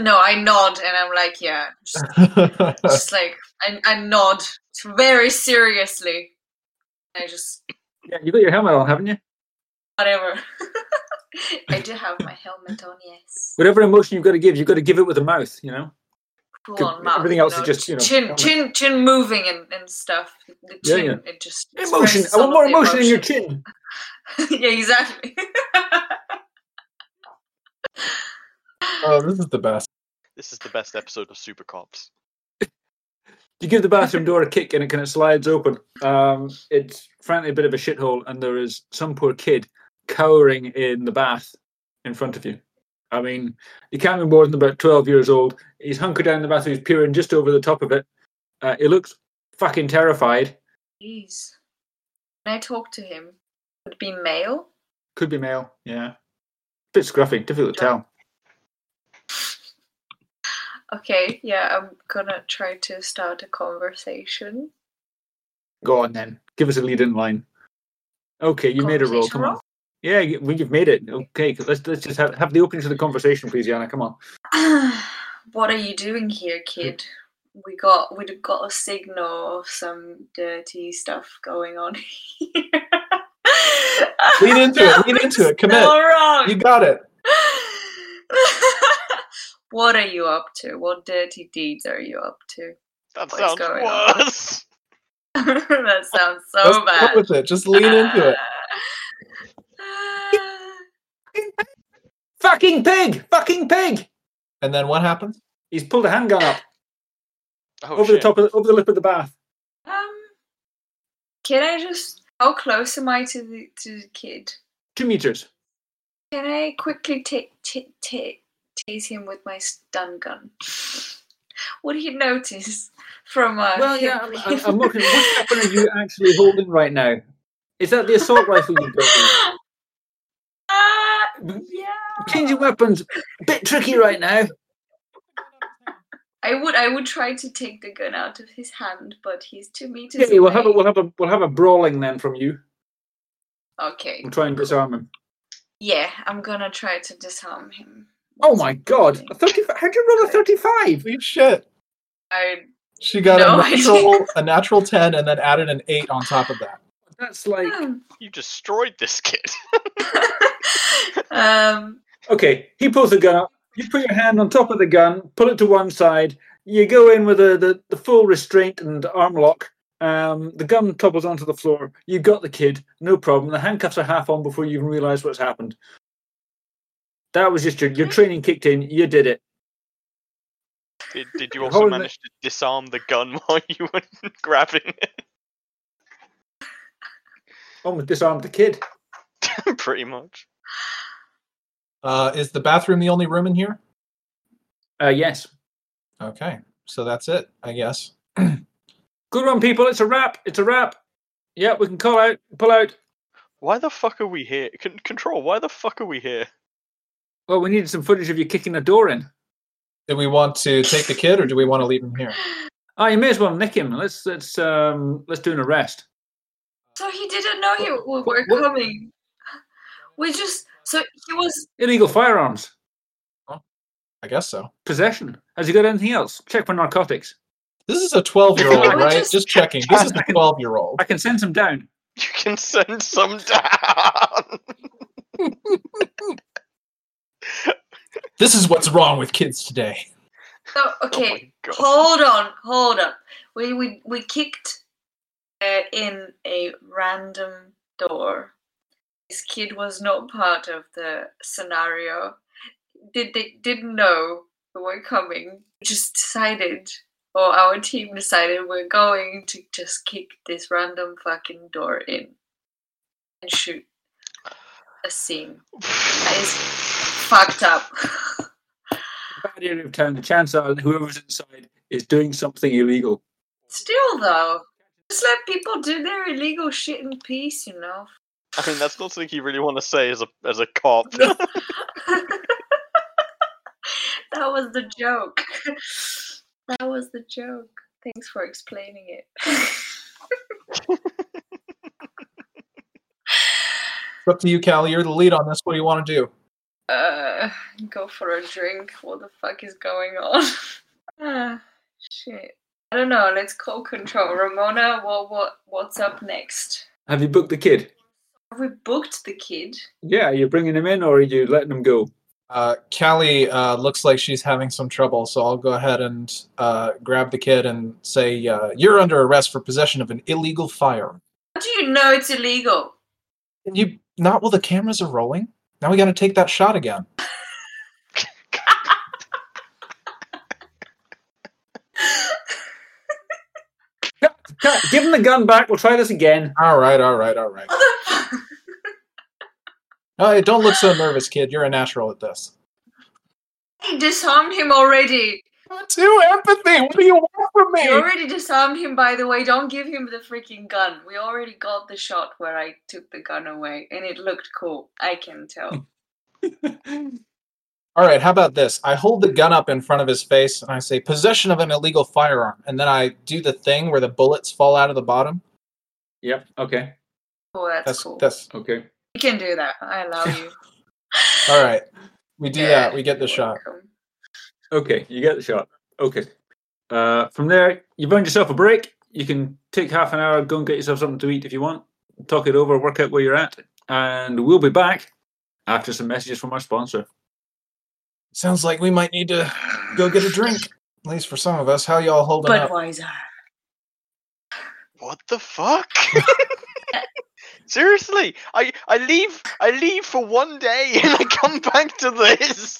Speaker 2: no, I nod and I'm like, yeah, just,
Speaker 4: Oh,
Speaker 2: just like I, I nod very seriously. I just
Speaker 1: Yeah, you got your helmet on, haven't you?
Speaker 2: whatever. I do have my helmet on, yes.
Speaker 1: Whatever emotion you've got to give, you've got to give it with the mouth. You know.
Speaker 2: Cool
Speaker 1: Good-
Speaker 2: on mouth.
Speaker 1: everything
Speaker 2: you
Speaker 1: else is
Speaker 2: know,
Speaker 1: just, you know,
Speaker 2: chin,
Speaker 1: helmet.
Speaker 2: chin, chin moving and, and stuff. The
Speaker 1: Yeah,
Speaker 2: chin, it just
Speaker 1: Emotion.
Speaker 2: expresses
Speaker 1: I want
Speaker 2: all
Speaker 1: more
Speaker 2: of the
Speaker 1: emotion in your chin.
Speaker 2: yeah, exactly.
Speaker 4: oh, this is the best.
Speaker 5: This is the best episode of Super Cops.
Speaker 1: You give the bathroom door a kick and it kind of slides open. Um, it's frankly a bit of a shithole, and there is some poor kid cowering in the bath in front of you. I mean, he can't be more than about 12 years old. He's hunkered down in the bathroom, he's peering just over the top of it. Uh, he looks fucking terrified.
Speaker 2: Jeez. Can I talk to him? Would it be male?
Speaker 1: Could be male, yeah. Bit scruffy, difficult to tell.
Speaker 2: Okay, yeah, I'm gonna try to start a conversation.
Speaker 1: Go on then. Give us a lead in line. Okay, you made a roll.
Speaker 2: Conversation
Speaker 1: Come on.
Speaker 2: roll?
Speaker 1: Yeah, you- well, you've made it. Okay, let's let's just have, have the opening to the conversation, please, Yana. Come on.
Speaker 2: what are you doing here, kid? We got we got a signal of some dirty stuff going on here.
Speaker 4: Lean into it, lean into it, commit.
Speaker 2: All wrong.
Speaker 4: You got it.
Speaker 2: what are you up to? What dirty deeds are you up to?
Speaker 5: That
Speaker 2: What's
Speaker 5: sounds
Speaker 2: going on?
Speaker 5: worse.
Speaker 2: that sounds
Speaker 4: Let's
Speaker 2: so
Speaker 4: go
Speaker 2: bad.
Speaker 4: with it. Just lean into it.
Speaker 1: Fucking pig! Fucking pig!
Speaker 4: And then what happens?
Speaker 1: He's pulled a handgun up
Speaker 5: Oh,
Speaker 1: over
Speaker 5: shit.
Speaker 1: the top of the, over the lip of the bath.
Speaker 2: Um, can I just? How close am I to the to the kid?
Speaker 1: Two meters.
Speaker 2: Can I quickly take t- t- tase him with my stun gun? Would he notice from uh,
Speaker 1: Well,
Speaker 2: him-
Speaker 1: yeah, I'm, I'm, I'm looking. What weapon are you actually holding right now? Is that the assault rifle you've got?
Speaker 2: Uh,
Speaker 1: with you?
Speaker 2: yeah.
Speaker 1: Changing weapons, bit tricky right now.
Speaker 2: I would I would try to take the gun out of his hand, but he's two meters
Speaker 1: Okay, we'll
Speaker 2: away.
Speaker 1: have a we'll have a we'll have a brawling then from you.
Speaker 2: Okay.
Speaker 1: We'll try and disarm him.
Speaker 2: Yeah, I'm gonna try to disarm him.
Speaker 1: Oh my god, a thirty-five! How'd you roll a thirty-five?
Speaker 4: Holy shit.
Speaker 2: I
Speaker 4: She got
Speaker 2: No,
Speaker 4: a
Speaker 2: I didn't.
Speaker 4: natural a natural ten and then added an eight on top of that.
Speaker 1: That's like
Speaker 5: You destroyed this kid.
Speaker 2: um
Speaker 1: okay. He pulls the gun up. You put your hand on top of the gun, pull it to one side. You go in with the the, the full restraint and arm lock. Um, the gun topples onto the floor. You got the kid, no problem. The handcuffs are half on before you even realise what's happened. That was just your, your training kicked in. You did it.
Speaker 5: Did, did you
Speaker 1: You're
Speaker 5: also
Speaker 1: holding it-
Speaker 5: manage to disarm the gun while you were grabbing it?
Speaker 1: Almost disarmed the kid.
Speaker 5: Pretty much.
Speaker 4: Uh, is the bathroom the only room in here?
Speaker 1: Uh, yes.
Speaker 4: Okay. So that's it, I guess.
Speaker 1: Good one, people. It's a wrap. It's a wrap. Yeah, we can call out, pull out.
Speaker 5: Why the fuck are we here? Con- control, why the fuck are we here?
Speaker 1: Well, we needed some footage of you kicking a door in.
Speaker 4: Do we want to take the kid or do we want to leave him here?
Speaker 1: Oh, you may as well nick him. Let's let's um let's do an arrest.
Speaker 2: so he didn't know he we were
Speaker 1: what-
Speaker 2: coming. We just so he was
Speaker 1: Illegal firearms
Speaker 4: I guess so.
Speaker 1: possession. Has he got anything else? Check for narcotics.
Speaker 4: This is a 12 year old,
Speaker 2: We're
Speaker 4: right?
Speaker 2: just-
Speaker 4: Just checking. This is a 12 year old.
Speaker 1: I can send some down.
Speaker 5: You can send some down. Oh
Speaker 4: This is what's wrong with kids today.
Speaker 2: So,
Speaker 5: Oh
Speaker 2: okay,
Speaker 5: my god.
Speaker 2: hold on, hold on. We we we kicked uh, in a random door. This kid was not part of the scenario. Did they didn't know we were coming. Just decided, or our team decided, we're going to just kick this random fucking door in and shoot a scene. That is fucked up.
Speaker 1: Bad area of town. The chance are that whoever's inside is doing something illegal.
Speaker 2: Still though, just let people do their illegal shit in peace, you know.
Speaker 5: I mean, that's not something you really want to say as a as a cop.
Speaker 2: No. that was the joke. That was the joke. Thanks for explaining it.
Speaker 4: It's up to you, Callie. You're the lead on this. What do you want to do?
Speaker 2: uh, go for a drink. What the fuck is going on? ah, shit. I don't know. Let's call control. Ramona, what what what's up next?
Speaker 1: Have you booked the kid?
Speaker 2: Have we booked the kid?
Speaker 1: Yeah, you're bringing him in or are you letting him go?
Speaker 4: Uh, Callie uh, looks like she's having some trouble, so I'll go ahead and uh, grab the kid and say, uh, You're under arrest for possession of an illegal firearm.
Speaker 2: How do you know it's illegal?
Speaker 4: Can you not while the cameras are rolling? Now we got to take that shot again.
Speaker 1: Cut, Give him the gun back. We'll try this again.
Speaker 4: All right, all right, all right.
Speaker 2: What the fuck?
Speaker 4: All right don't look so nervous, kid. You're a natural at this.
Speaker 2: I disarmed him already.
Speaker 4: Two empathy. What do you want from
Speaker 2: We already disarmed him, by the way. Don't give him the freaking gun. We already got the shot where I took the gun away, and it looked cool. I can
Speaker 4: Hmm.
Speaker 2: tell.
Speaker 4: All right, how about this? I hold the gun up in front of his face and I say, Possession of an illegal firearm. And then I do the thing where the bullets fall out of the bottom.
Speaker 1: Yep. Okay.
Speaker 2: Oh, that's,
Speaker 4: That's
Speaker 2: cool.
Speaker 4: that's
Speaker 1: Okay.
Speaker 2: You can do that. I allow you.
Speaker 4: all right. We do
Speaker 2: Yeah,
Speaker 4: that. We get the
Speaker 2: you're
Speaker 4: shot.
Speaker 2: welcome.
Speaker 1: Okay. You get the shot. Okay. Uh, from there, you've earned yourself a break. You can take half an hour, go and get yourself something to eat if you want. Talk it over, work out where you're at, and we'll be back after some messages from our sponsor.
Speaker 4: Sounds like we might need to go get a drink. At least for some of us. How y'all holding up?
Speaker 2: Budweiser.
Speaker 5: What the fuck? Seriously, I I leave I leave for one day and I come back to this.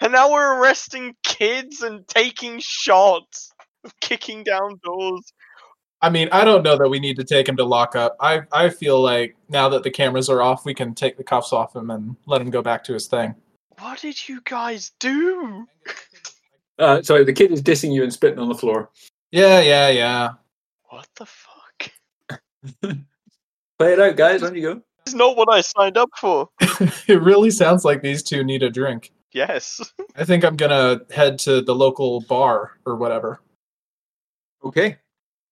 Speaker 5: And now we're arresting kids and taking shots, kicking down doors.
Speaker 4: I mean, I don't know that we need to take him to lock up. I I feel like now that the cameras are off, we can take the cuffs off him and let him go back to his thing.
Speaker 5: What did you guys do?
Speaker 1: Uh, sorry, the kid is dissing you and spitting on the floor.
Speaker 4: Yeah, yeah, yeah.
Speaker 5: What the fuck?
Speaker 1: Play it out, guys. On you go.
Speaker 5: It's not what I signed up for.
Speaker 4: it really sounds like these two need a drink.
Speaker 5: Yes.
Speaker 4: I think I'm gonna head to the local bar or whatever.
Speaker 1: Okay.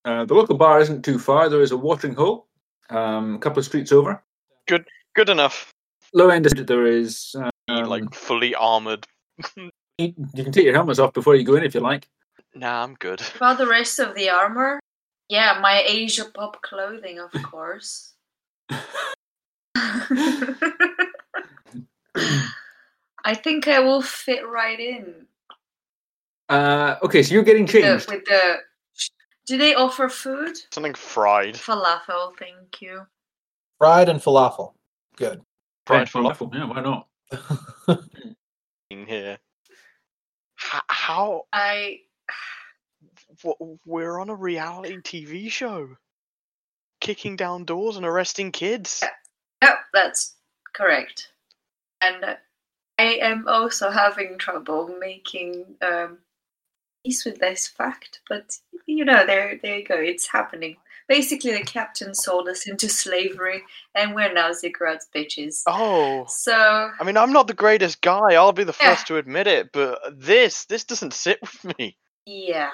Speaker 1: Uh, the local bar isn't too far. There is a watering hole um, a couple of streets over.
Speaker 5: Good enough.
Speaker 1: Low end, there is.
Speaker 5: Be,
Speaker 1: Um,
Speaker 5: like fully armored.
Speaker 1: you can take your helmets off before you go in if you like.
Speaker 5: Nah, I'm good.
Speaker 2: About the rest of the armor? Yeah, my Asia pop clothing, of course. I think I will fit right in
Speaker 1: Uh, okay, so you're getting
Speaker 2: the,
Speaker 1: changed.
Speaker 2: with the. Do they offer food?
Speaker 5: Something fried.
Speaker 2: Falafel, thank you.
Speaker 4: Fried and falafel. Good.
Speaker 5: Fried
Speaker 1: Yeah,
Speaker 5: falafel.
Speaker 1: Yeah, why not?
Speaker 5: in here. H- how?
Speaker 2: I
Speaker 5: W- we're on a reality TV show. Kicking down doors and arresting kids.
Speaker 2: Yep, that's correct. And uh, I am also having trouble making um, peace with this fact, but you know, there, there you go, it's happening. Basically, the captain sold us into slavery, and we're now Ziggurat's bitches.
Speaker 5: Oh.
Speaker 2: So,
Speaker 5: I mean, I'm not the greatest guy. I'll be the
Speaker 2: Yeah.
Speaker 5: first to admit it, but this, this doesn't sit with me.
Speaker 2: yeah,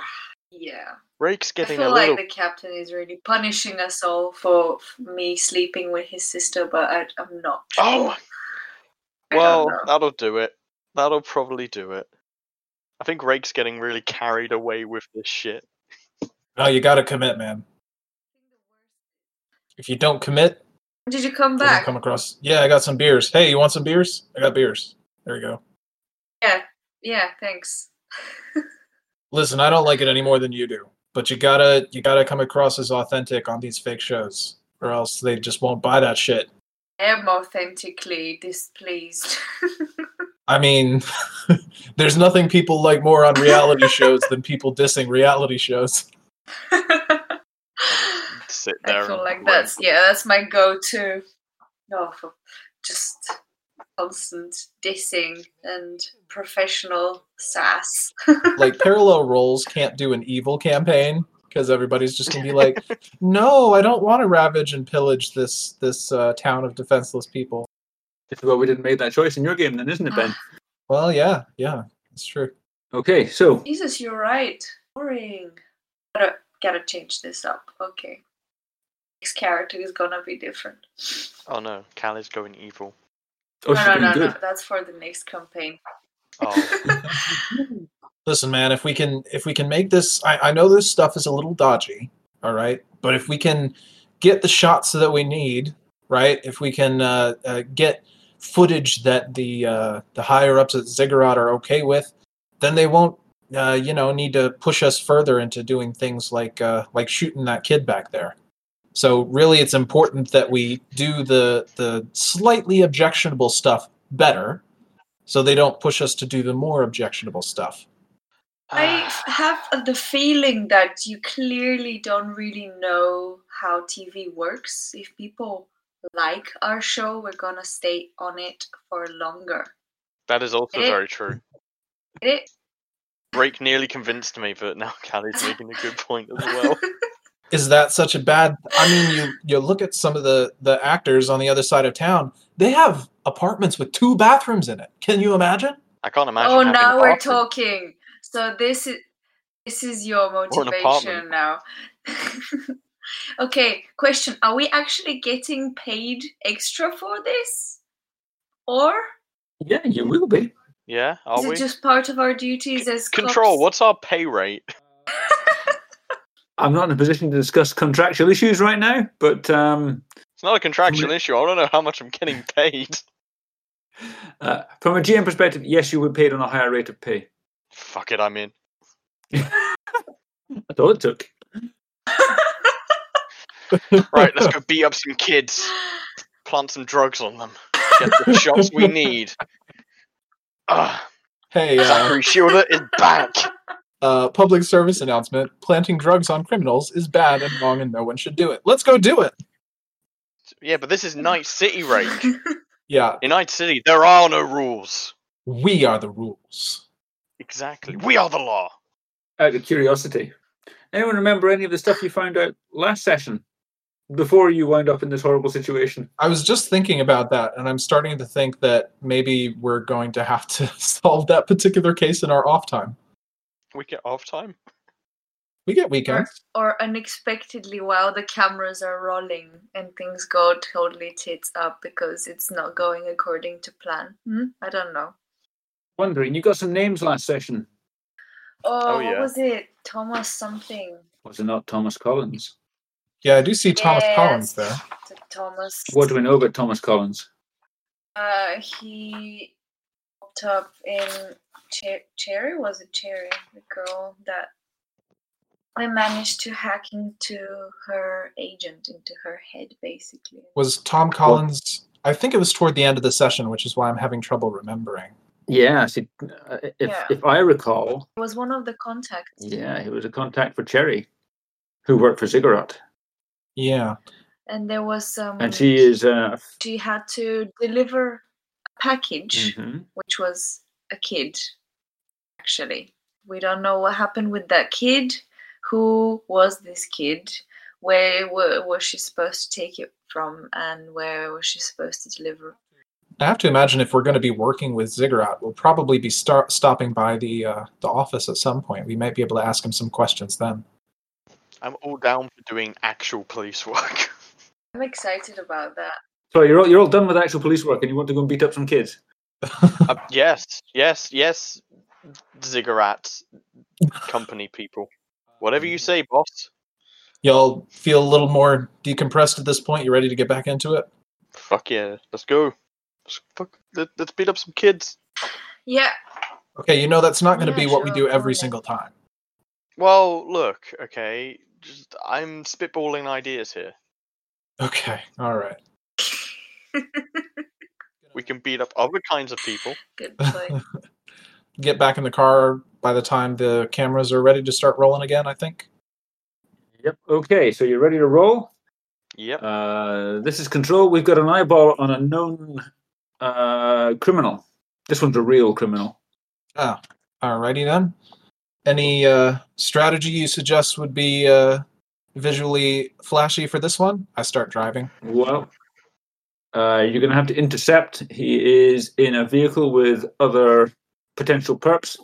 Speaker 2: yeah.
Speaker 5: Rake's
Speaker 2: I
Speaker 5: getting a
Speaker 2: feel
Speaker 5: little.
Speaker 2: like the captain is really punishing us all for for me sleeping with his sister, but I, I'm not.
Speaker 5: Oh,
Speaker 2: I don't
Speaker 5: well, uh
Speaker 2: know.
Speaker 5: that'll do it. That'll probably do it. I think Rake's getting really carried away with this shit.
Speaker 4: No, you gotta commit, man. If you don't commit,
Speaker 2: When did you come
Speaker 4: doesn't
Speaker 2: back?
Speaker 4: come across. Yeah, I got some beers. Hey, you want some beers? I got beers. There you go.
Speaker 2: Yeah, Yeah, thanks.
Speaker 4: Listen, I don't like it any more than you do, but you gotta you gotta come across as authentic on these fake shows, or else they just won't buy that shit.
Speaker 2: I am authentically displeased.
Speaker 4: I mean, there's nothing people like more on reality shows than people dissing reality shows.
Speaker 2: I
Speaker 5: Sit there.
Speaker 2: feel
Speaker 5: and
Speaker 2: like
Speaker 5: wait.
Speaker 2: that's yeah, that's my go-to. No, for just constant dissing and professional sass.
Speaker 4: Like parallel roles can't do an evil campaign because everybody's just gonna be like, "No, I don't want to ravage and pillage this this uh, town of defenseless people."
Speaker 1: It's well, we didn't make that choice in your game, then, isn't it, Ben?
Speaker 4: Well, yeah, yeah, that's true.
Speaker 1: Okay, so
Speaker 2: Jesus, you're right. Boring. Gotta gotta change this up. Okay. Next character is gonna be different.
Speaker 5: Oh no, Cal is going evil.
Speaker 1: oh, she's
Speaker 2: no,
Speaker 1: doing
Speaker 2: no, no,
Speaker 1: good.
Speaker 2: no. That's for the next campaign.
Speaker 5: Oh,
Speaker 4: Listen, man, if we can if we can make this, I, I know this stuff is a little dodgy, all right, but if we can get the shots that we need, right? If we can uh, uh, get footage that the uh, the higher ups at Ziggurat are okay with, then they won't, uh, you know, need to push us further into doing things like uh, like shooting that kid back there. So really, it's important that we do the the slightly objectionable stuff better, so they don't push us to do the more objectionable stuff.
Speaker 2: I
Speaker 5: Ah.
Speaker 2: f- have the feeling that you clearly don't really know how TV works. If people like our show, we're gonna stay on it for longer.
Speaker 5: that is also
Speaker 2: It-
Speaker 5: very true.
Speaker 2: Get it?
Speaker 5: Drake nearly convinced me, but now Cal is making a good point as well.
Speaker 4: is that such a bad i mean you you look at some of the the actors on the other side of town they have apartments with two bathrooms in it can you imagine
Speaker 5: I can't imagine.
Speaker 2: oh,
Speaker 5: having a
Speaker 2: now we're
Speaker 5: bathroom.
Speaker 2: talking. So this is this is your
Speaker 5: Or an
Speaker 2: motivation
Speaker 5: apartment.
Speaker 2: now. okay, question: Are we actually getting paid extra for this, or
Speaker 1: Yeah, you will be.
Speaker 5: Yeah,
Speaker 2: is
Speaker 5: are we?
Speaker 2: it just part of our duties as
Speaker 5: Control.
Speaker 2: cops?
Speaker 5: What's our pay rate?
Speaker 1: I'm not in a position to discuss contractual issues right now, but um,
Speaker 5: It's not a contractual
Speaker 1: Somebody-
Speaker 5: issue. I don't know how much I'm getting paid.
Speaker 1: uh, from a GM perspective, yes, you were paid on a higher rate of pay.
Speaker 5: Fuck it, I'm in.
Speaker 1: That's all it took.
Speaker 5: Right, let's go beat up some kids, plant some drugs on them, get the shots we need. Ugh,
Speaker 4: hey uh,
Speaker 5: Zachary Shielder is back.
Speaker 4: uh public service announcement planting drugs on criminals is bad and wrong and no one should do it let's go do it
Speaker 5: Yeah, but this is Night City Rake.
Speaker 4: yeah
Speaker 5: In Night City, there are no rules.
Speaker 4: we are the rules
Speaker 5: Exactly. We are the law.
Speaker 1: Out of curiosity, anyone remember any of the stuff you found out last session before you wound up in this horrible situation?
Speaker 4: i was just thinking about that and i'm starting to think that maybe we're going to have to solve that particular case in our off time
Speaker 5: We get off time.
Speaker 4: we get weekends
Speaker 2: or unexpectedly while the cameras are rolling and things go totally tits up because it's not going according to plan. Hmm? I don't know.
Speaker 1: Wondering, you got some names last session.
Speaker 2: Oh,
Speaker 5: yeah.
Speaker 2: what was it? Thomas something.
Speaker 1: Was it not Thomas Collins?
Speaker 4: yeah i do see thomas collins
Speaker 2: Yes,
Speaker 4: there
Speaker 2: Th- Thomas.
Speaker 1: What do we know about Thomas Collins?
Speaker 2: Uh, he popped up in Cher- Cherry. Was it Cherry? The girl that I managed to hack into her agent, into her head, basically.
Speaker 4: was Tom Collins. I think it was toward the end of the session, which is why I'm having trouble remembering.
Speaker 1: Yeah, see, uh, if,
Speaker 2: Yeah.
Speaker 1: if I recall,
Speaker 2: It was one of the contacts.
Speaker 1: yeah, he was a contact for Cherry, who worked for Ziggurat.
Speaker 4: Yeah.
Speaker 2: and there was some
Speaker 1: And she is. Uh,
Speaker 2: she had to deliver a package
Speaker 1: mhm.
Speaker 2: which was a kid actually we don't know what happened with that kid who was this kid where wa- was she supposed to take it from and where was she supposed to deliver
Speaker 4: I have to imagine if we're going to be working with Ziggurat, we'll probably be star- stopping by the uh, the office at some point. We might be able to ask him some questions then.
Speaker 5: I'm all down for doing actual police work.
Speaker 2: i'm excited about that
Speaker 1: Sorry, you're all, you're all done with actual police work and you want to go and beat up some kids.
Speaker 5: Uh, yes, yes, yes, Ziggurat company people. Whatever you say, boss.
Speaker 4: Y'all feel a little more decompressed at this point. You ready to get back into it?
Speaker 5: Fuck yeah, let's go. Let's, fuck, let, us beat up some kids.
Speaker 2: yeah
Speaker 4: Okay, you know that's not going to
Speaker 2: Yeah,
Speaker 4: be what we
Speaker 2: sure,
Speaker 4: do every
Speaker 2: fine.
Speaker 4: single time.
Speaker 5: Well, look, okay. Just, I'm spitballing ideas here.
Speaker 4: Okay, all right.
Speaker 5: We can beat up other kinds of people.
Speaker 2: Good point.
Speaker 4: Get back in the car by the time the cameras are ready to start rolling again. I think.
Speaker 1: Yep. Okay, so you're ready to roll.
Speaker 5: Yep.
Speaker 1: Uh, this is control. We've got an eyeball on a known uh, criminal. This one's a real criminal.
Speaker 4: Alrighty then. Any uh, strategy you suggest would be uh, visually flashy for this one? I start driving.
Speaker 1: Well, uh, you're going to have to intercept. He is in a vehicle with other potential perps.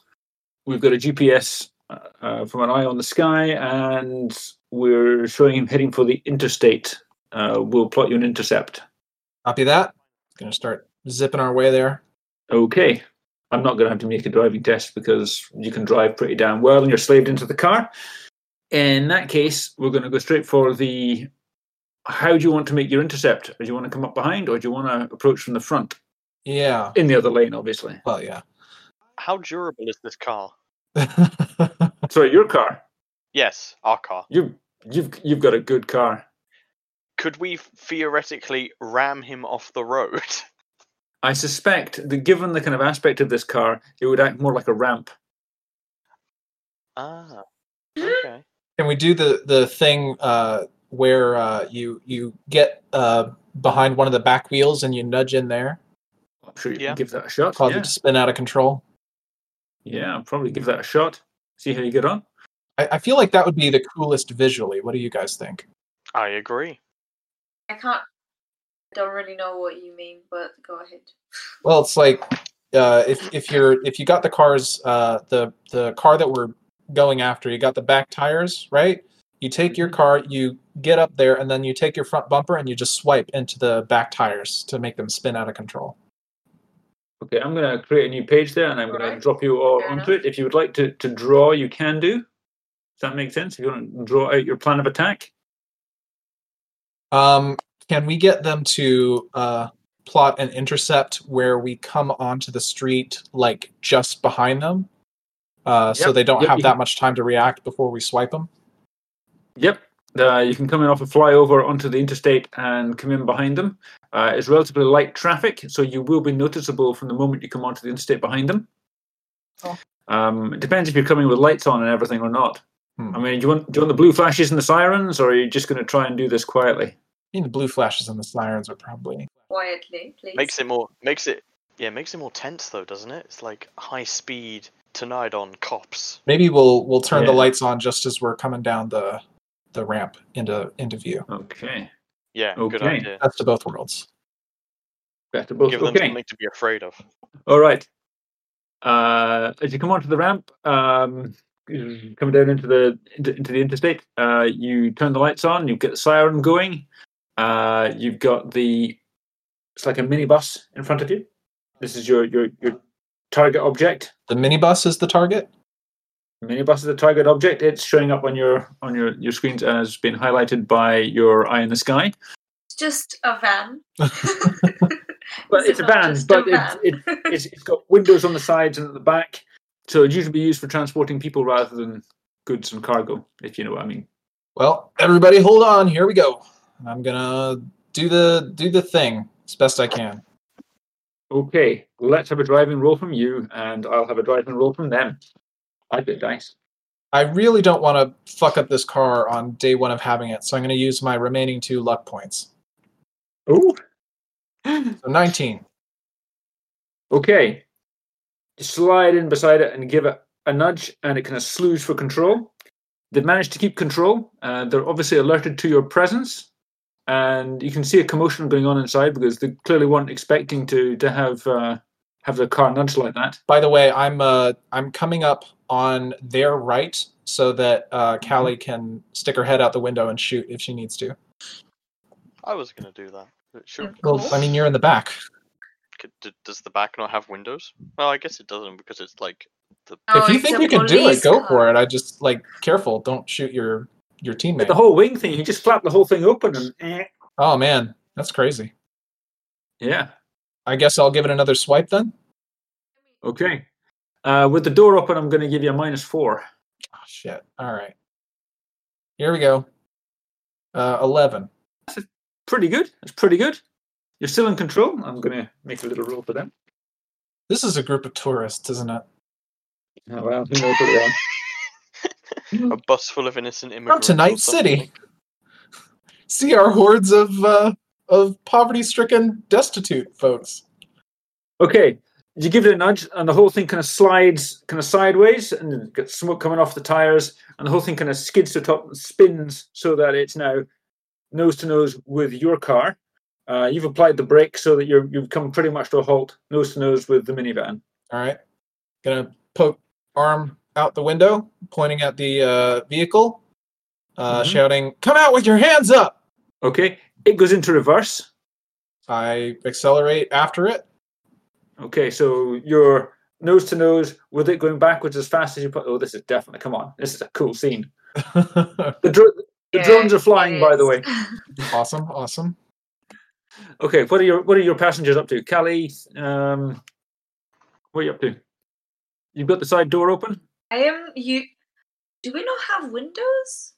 Speaker 1: We've got a GPS uh, uh, from an eye on the sky, and we're showing him heading for the interstate. Uh, we'll plot you an intercept.
Speaker 4: Copy that. Gonna start zipping our way there.
Speaker 1: Okay. I'm not going to have to make a driving test because you can drive pretty damn well and you're slaved into the car. In that case, we're going to go straight for the how do you want to make your intercept? Do you want to come up behind or do you want to approach from the front?
Speaker 4: Yeah.
Speaker 1: In the other lane, obviously.
Speaker 4: Well, yeah.
Speaker 5: How durable is this car?
Speaker 1: Sorry, your car.
Speaker 5: Yes, our car.
Speaker 1: You, you've, you've got a good car.
Speaker 5: Could we theoretically ram him off the road?
Speaker 1: I suspect that given the kind of aspect of this car, it would act more like a ramp.
Speaker 5: ah. Okay.
Speaker 4: Can we do the the thing uh, where uh, you you get uh, behind one of the back wheels and you nudge in there,
Speaker 1: I'm sure you
Speaker 5: Yeah.
Speaker 1: can give that a shot.
Speaker 4: cause
Speaker 1: yeah.
Speaker 4: it to spin out of control?
Speaker 1: yeah, I'll probably give that a shot. See how you get on.
Speaker 4: I, I feel like that would be the coolest visually. What do you guys think?
Speaker 5: I agree.
Speaker 2: I can't. I don't really know what you mean, but go ahead.
Speaker 4: Well, it's like uh, if if you're if you got the cars uh, the the car that we're going after, you got the back tires, right? You take
Speaker 1: Mm-hmm.
Speaker 4: your car, you get up there, and then you take your front bumper and you just swipe into the back tires to make them spin out of control.
Speaker 1: Okay, I'm going to create a new page there and I'm going to
Speaker 2: Alright.
Speaker 1: drop you all
Speaker 2: Fair
Speaker 1: onto it. If you would like to, to draw, you can do. Does that make sense? If you want to draw out your plan of attack,
Speaker 4: Um, can we get them to uh, plot an intercept where we come onto the street like just behind them, uh, so
Speaker 1: Yep,
Speaker 4: they don't
Speaker 1: yep,
Speaker 4: have
Speaker 1: you
Speaker 4: that
Speaker 1: can-
Speaker 4: much time to react before we swipe them?
Speaker 1: yep, uh, you can come in off a flyover onto the interstate and come in behind them. Uh, it's relatively light traffic, so you will be noticeable from the moment you come onto the interstate behind them.
Speaker 4: Oh.
Speaker 1: Um, it depends if you're coming with lights on and everything or not.
Speaker 4: Hmm.
Speaker 1: I mean, do you want do you want the blue flashes and the sirens, or are you just going to try and do this quietly?
Speaker 4: I mean, the blue flashes and the sirens are probably
Speaker 2: Quietly, please.
Speaker 5: Makes it more. Makes it. Yeah, makes it more tense though, doesn't it? It's like high speed tonight on cops.
Speaker 4: Maybe we'll we'll turn the
Speaker 1: Yeah.
Speaker 4: lights on just as we're coming down the the ramp into into view.
Speaker 1: Okay,
Speaker 5: Yeah, good
Speaker 1: Okay.
Speaker 5: idea.
Speaker 4: Best of both worlds.
Speaker 1: better both.
Speaker 5: Give them
Speaker 1: okay.
Speaker 5: something to be afraid of.
Speaker 1: All right. Uh, as you come onto the ramp, um, you come down into the into, into the interstate. Uh, you turn the lights on. You get the siren going. Uh, you've got the it's like a minibus in front of you. This is your your your target object.
Speaker 4: The minibus is the target.
Speaker 1: Minibus is the target object. It's showing up on your on your your screens as being highlighted by your eye in the sky.
Speaker 2: It's just a van.
Speaker 1: But
Speaker 2: Is
Speaker 1: it's
Speaker 2: it
Speaker 1: a
Speaker 2: not
Speaker 1: van.
Speaker 2: just a
Speaker 1: But
Speaker 2: van?
Speaker 1: it, it it's, it's got windows on the sides and at the back, so it usually be used for transporting people rather than goods and cargo, if you know what I mean.
Speaker 4: Well, everybody, hold on. Here we go. I'm gonna do the do the thing as best I can.
Speaker 1: Okay, let's have a driving roll from you, and I'll have a driving roll from them. I bit dice.
Speaker 4: I really don't want to fuck up this car on day one of having it, so I'm gonna use my remaining two luck points.
Speaker 1: Oh,
Speaker 4: So 19.
Speaker 1: okay. You slide in beside it and give it a nudge, and it kind of slews for control. They've managed to keep control. Uh, they're obviously alerted to your presence, and you can see a commotion going on inside because they clearly weren't expecting to to have uh, have their car nudged like that.
Speaker 4: By the way, I'm uh I'm coming up on their right so that uh, Callie can stick her head out the window and shoot if she needs to.
Speaker 5: I was gonna do that. But sure.
Speaker 4: Well, I mean, you're in the back.
Speaker 5: C- d- Does the back not have windows? Well, I guess it doesn't because it's like
Speaker 2: Oh,
Speaker 4: if you think you can do it, go for it. I just like careful, don't shoot your your
Speaker 1: But
Speaker 4: teammate.
Speaker 1: the whole wing thing, you just flap the whole thing open, and eh.
Speaker 4: oh man, that's crazy.
Speaker 1: yeah,
Speaker 4: I guess I'll give it another swipe then.
Speaker 1: okay. Uh, with the door open, I'm going to give you a minus four.
Speaker 4: Oh, shit. All right. Here we go. Uh, 11.
Speaker 1: Pretty good. That's pretty good. You're still in control. I'm going to make a little roll for them.
Speaker 4: This is a group of tourists, isn't it?
Speaker 1: Oh, well, who knows what they are.
Speaker 5: A bus full of innocent immigrants.
Speaker 4: to
Speaker 5: or
Speaker 4: Night Hmm. City.
Speaker 5: something.
Speaker 4: See our hordes of uh, of poverty-stricken, destitute folks.
Speaker 1: Okay. You give it a nudge, and the whole thing kind of slides kind of sideways, and then gets smoke coming off the tires, and the whole thing kind of skids to the top and spins so that it's now nose to nose with your car. Uh, you've applied the brake so that you're, you've come pretty much to a halt, nose to nose with the minivan.
Speaker 4: All right. Gonna poke arm out the window, pointing at the uh, vehicle, uh,
Speaker 1: Mhm.
Speaker 4: shouting, "Come out with your hands up!"
Speaker 1: Okay. It goes into reverse.
Speaker 4: I accelerate after it.
Speaker 1: Okay, so you're nose to nose with it going backwards as fast as you put. Oh, this is definitely come on. This is a cool scene. The, dro- the
Speaker 2: Yeah,
Speaker 1: drones are flying, by the way.
Speaker 2: it
Speaker 4: awesome, awesome.
Speaker 1: Okay, what are your what are your passengers up to? Callie, um, what are you up to? You've got the side door open.
Speaker 2: I am you. Do we not have windows?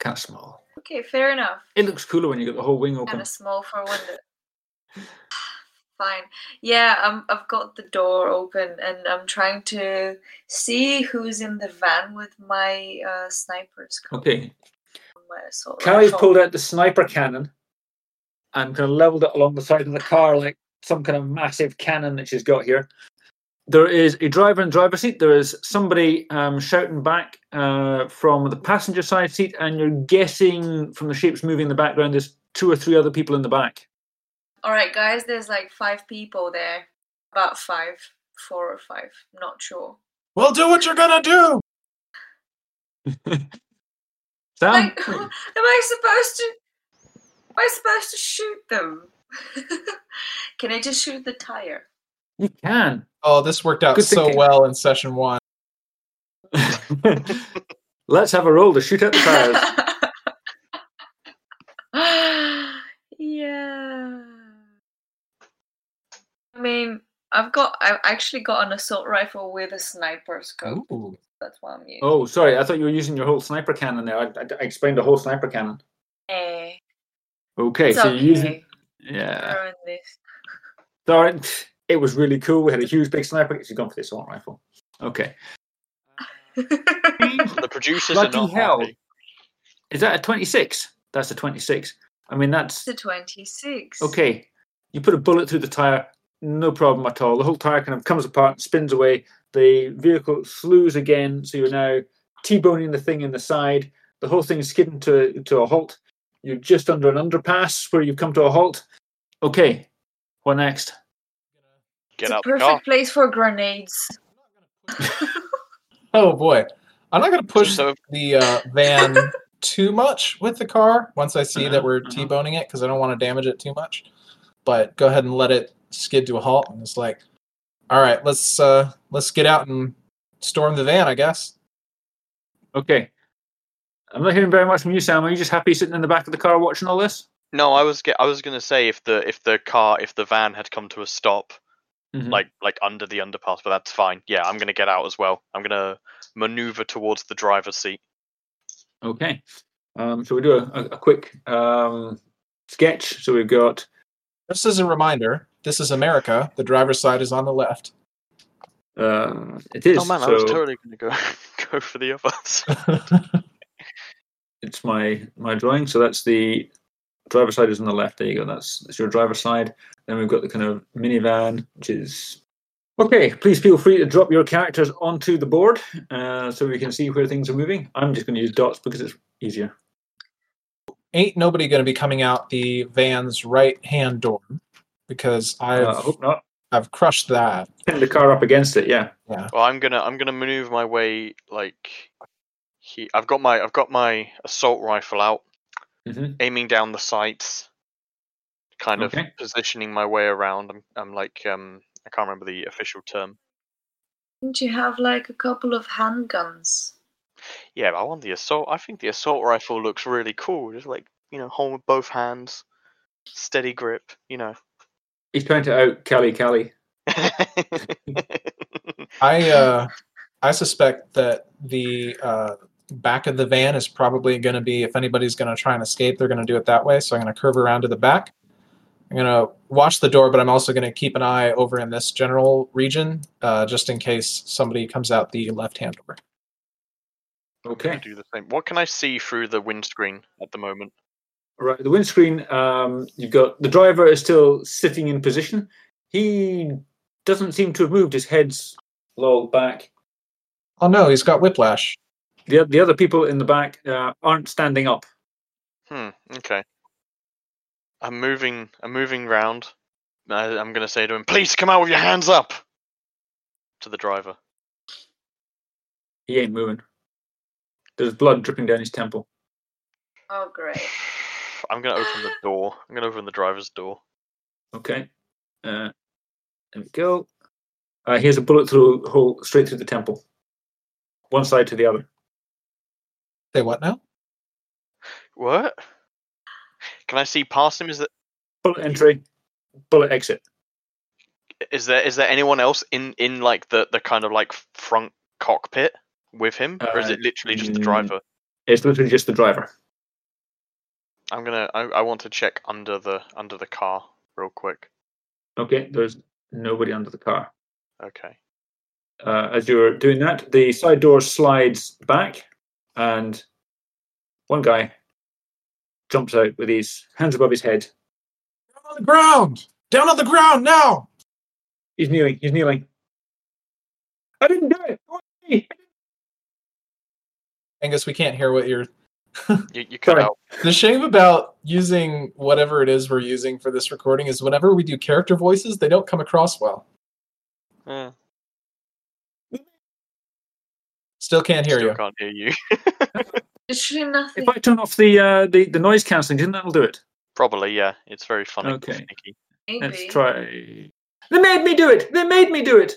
Speaker 1: Kind of small.
Speaker 2: Okay, fair enough.
Speaker 1: It looks cooler when you got the whole wing
Speaker 2: Kind
Speaker 1: open.
Speaker 2: of small for a window. Fine. Yeah, I'm, I've got the door open and I'm trying to see who's in the van with my uh, sniper's
Speaker 4: Oh.
Speaker 2: scope.
Speaker 1: Okay,
Speaker 2: and my assault
Speaker 1: Callie's
Speaker 2: rifle.
Speaker 1: pulled out the sniper cannon and kind of leveled it along the side of the car like some kind of massive cannon that she's got here. There is a driver in the driver's seat. There is somebody um, shouting back uh, from the passenger side seat, and you're guessing from the shapes moving in the background, there's two or three other people in the back.
Speaker 2: All right, guys, there's like five people there. About five, four or five, I'm not sure.
Speaker 4: Well, do what you're gonna do.
Speaker 1: Sam,
Speaker 2: Like, am I supposed to? Am I supposed to shoot them? Can I just shoot the tire?
Speaker 1: you can.
Speaker 4: Oh, this worked out
Speaker 1: Good
Speaker 4: so
Speaker 1: thinking.
Speaker 4: well in session one.
Speaker 1: Let's have a roll to shoot at the tires.
Speaker 2: yeah. I mean, I've got. I've actually got an assault rifle with a sniper scope.
Speaker 4: Ooh.
Speaker 2: That's what I'm using.
Speaker 1: oh, sorry, I thought you were using your whole sniper cannon there. I, I, I explained the whole sniper cannon.
Speaker 2: Eh,
Speaker 1: Okay,
Speaker 2: it's
Speaker 1: so
Speaker 2: okay.
Speaker 1: you're using. Yeah.
Speaker 2: Ruin this.
Speaker 1: Sorry, it was really cool. We had a huge big sniper. She's gone for this assault rifle. Okay.
Speaker 5: The producers
Speaker 1: Bloody
Speaker 5: are not
Speaker 1: hell.
Speaker 5: happy.
Speaker 1: Is that a 26? That's a 26. I mean, that's
Speaker 2: it's a twenty-six.
Speaker 1: okay. You put a bullet through the tire, no problem at all. The whole tire kind of comes apart, spins away. The vehicle slews again, so you're now T-boning the thing in the side. The whole thing's skidding to, to a halt. You're just under an underpass where you've come to a halt. Okay, what next?
Speaker 5: Get
Speaker 2: it's
Speaker 5: out
Speaker 2: a
Speaker 5: the
Speaker 2: perfect
Speaker 5: car.
Speaker 2: place for grenades.
Speaker 4: Oh boy, I'm not gonna push
Speaker 5: So
Speaker 4: the uh, van too much with the car once I see that
Speaker 1: Uh-huh,
Speaker 4: we're
Speaker 1: uh-huh.
Speaker 4: t-boning it because I don't want to damage it too much. But go ahead and let it skid to a halt, and it's like, all right, let's uh, let's get out and storm the van, I guess.
Speaker 1: Okay. I'm not hearing very much from you, Sam. Are you just happy sitting in the back of the car watching all this?
Speaker 5: no, I was ge- I was gonna say if the if the car if the van had come to a stop
Speaker 1: Mhm.
Speaker 5: like like under the underpass, but that's fine. Yeah, I'm gonna get out as well. I'm gonna maneuver towards the driver's seat.
Speaker 1: Okay. Um, so we do a, a, a quick um, sketch. So we've got
Speaker 4: Just as a reminder, this is America. The driver's side is on the left.
Speaker 1: uh, it is.
Speaker 5: Oh man,
Speaker 1: so
Speaker 5: I was totally gonna go go for the others.
Speaker 1: It's my my drawing. So that's the driver's side is on the left. There you go. That's that's your driver's side. Then we've got the kind of minivan, which is okay. Please feel free to drop your characters onto the board uh, so we can see where things are moving. I'm just going to use dots because it's easier.
Speaker 4: Ain't nobody gonna be coming out the van's right-hand door because I've
Speaker 1: Uh, I hope not.
Speaker 4: I've crushed that.
Speaker 1: Pin the car up against it. Yeah.
Speaker 5: Well, I'm gonna I'm gonna maneuver my way like he. I've got my I've got my assault rifle out,
Speaker 1: hmm
Speaker 5: aiming down the sights, kind of
Speaker 1: Okay.
Speaker 5: positioning my way around. I'm I'm like um I can't remember the official term.
Speaker 2: Didn't you have like a couple of handguns?
Speaker 5: Yeah, but I want the assault. I think the assault rifle looks really cool. Just like you know, hold with both hands, steady grip. You know.
Speaker 1: He's trying to out Kelly Kelly.
Speaker 4: I uh, I suspect that the uh, back of the van is probably going to be if anybody's going to try and escape, they're going to do it that way. So I'm going to curve around to the back. I'm going to watch the door, but I'm also going to keep an eye over in this general region uh, just in case somebody comes out the left hand door.
Speaker 5: I
Speaker 1: Okay.
Speaker 5: do the same. What can I see through the windscreen at the moment?
Speaker 1: Right, the windscreen. Um, you've got the driver is still sitting in position. He doesn't seem to have moved. His head's lolled back.
Speaker 4: Oh no, he's got whiplash.
Speaker 1: The oth- the other people in the back uh, aren't standing up.
Speaker 5: Hmm. Okay. I'm moving. I'm moving round. I, I'm gonna say to him, "Please come out with your hands up." To the driver.
Speaker 1: He ain't moving. There's blood dripping down his temple.
Speaker 2: Oh, great.
Speaker 5: I'm gonna open the door. I'm gonna open the driver's door.
Speaker 1: Okay. Uh, there we go. Uh, here's a bullet through hole straight through the temple. One side to the other.
Speaker 4: Say what now?
Speaker 5: What? Can I see past him? Is there
Speaker 1: Bullet entry, bullet exit.
Speaker 5: is there is there anyone else in in like the the kind of like front cockpit with him, or is
Speaker 1: Uh,
Speaker 5: it literally just the
Speaker 1: mm.
Speaker 5: driver?
Speaker 1: It's literally just the driver.
Speaker 5: I'm gonna. I, I want to check under the under the car real quick.
Speaker 1: Okay. There's nobody under the car.
Speaker 5: Okay.
Speaker 1: uh, as you're doing that, the side door slides back, and one guy jumps out with his hands above his head.
Speaker 4: Down on the ground! Down on the ground now!
Speaker 1: He's kneeling. He's kneeling. I didn't do it. Go away.
Speaker 4: Angus, we can't hear what you're.
Speaker 5: You you cut
Speaker 1: Sorry.
Speaker 5: out.
Speaker 4: The shame about using whatever it is we're using for this recording is whenever we do character voices, they don't come across well.
Speaker 5: Yeah,
Speaker 4: Still can't hear
Speaker 5: still
Speaker 4: you.
Speaker 5: can't hear you.
Speaker 2: Literally nothing.
Speaker 1: If I turn off the uh, the, the noise cancelling, do you think that'll do it?
Speaker 5: Probably yeah. It's very funny. and
Speaker 1: Okay.
Speaker 5: Sneaky.
Speaker 1: Let's
Speaker 2: Maybe.
Speaker 1: try. They made me do it. They made me do it.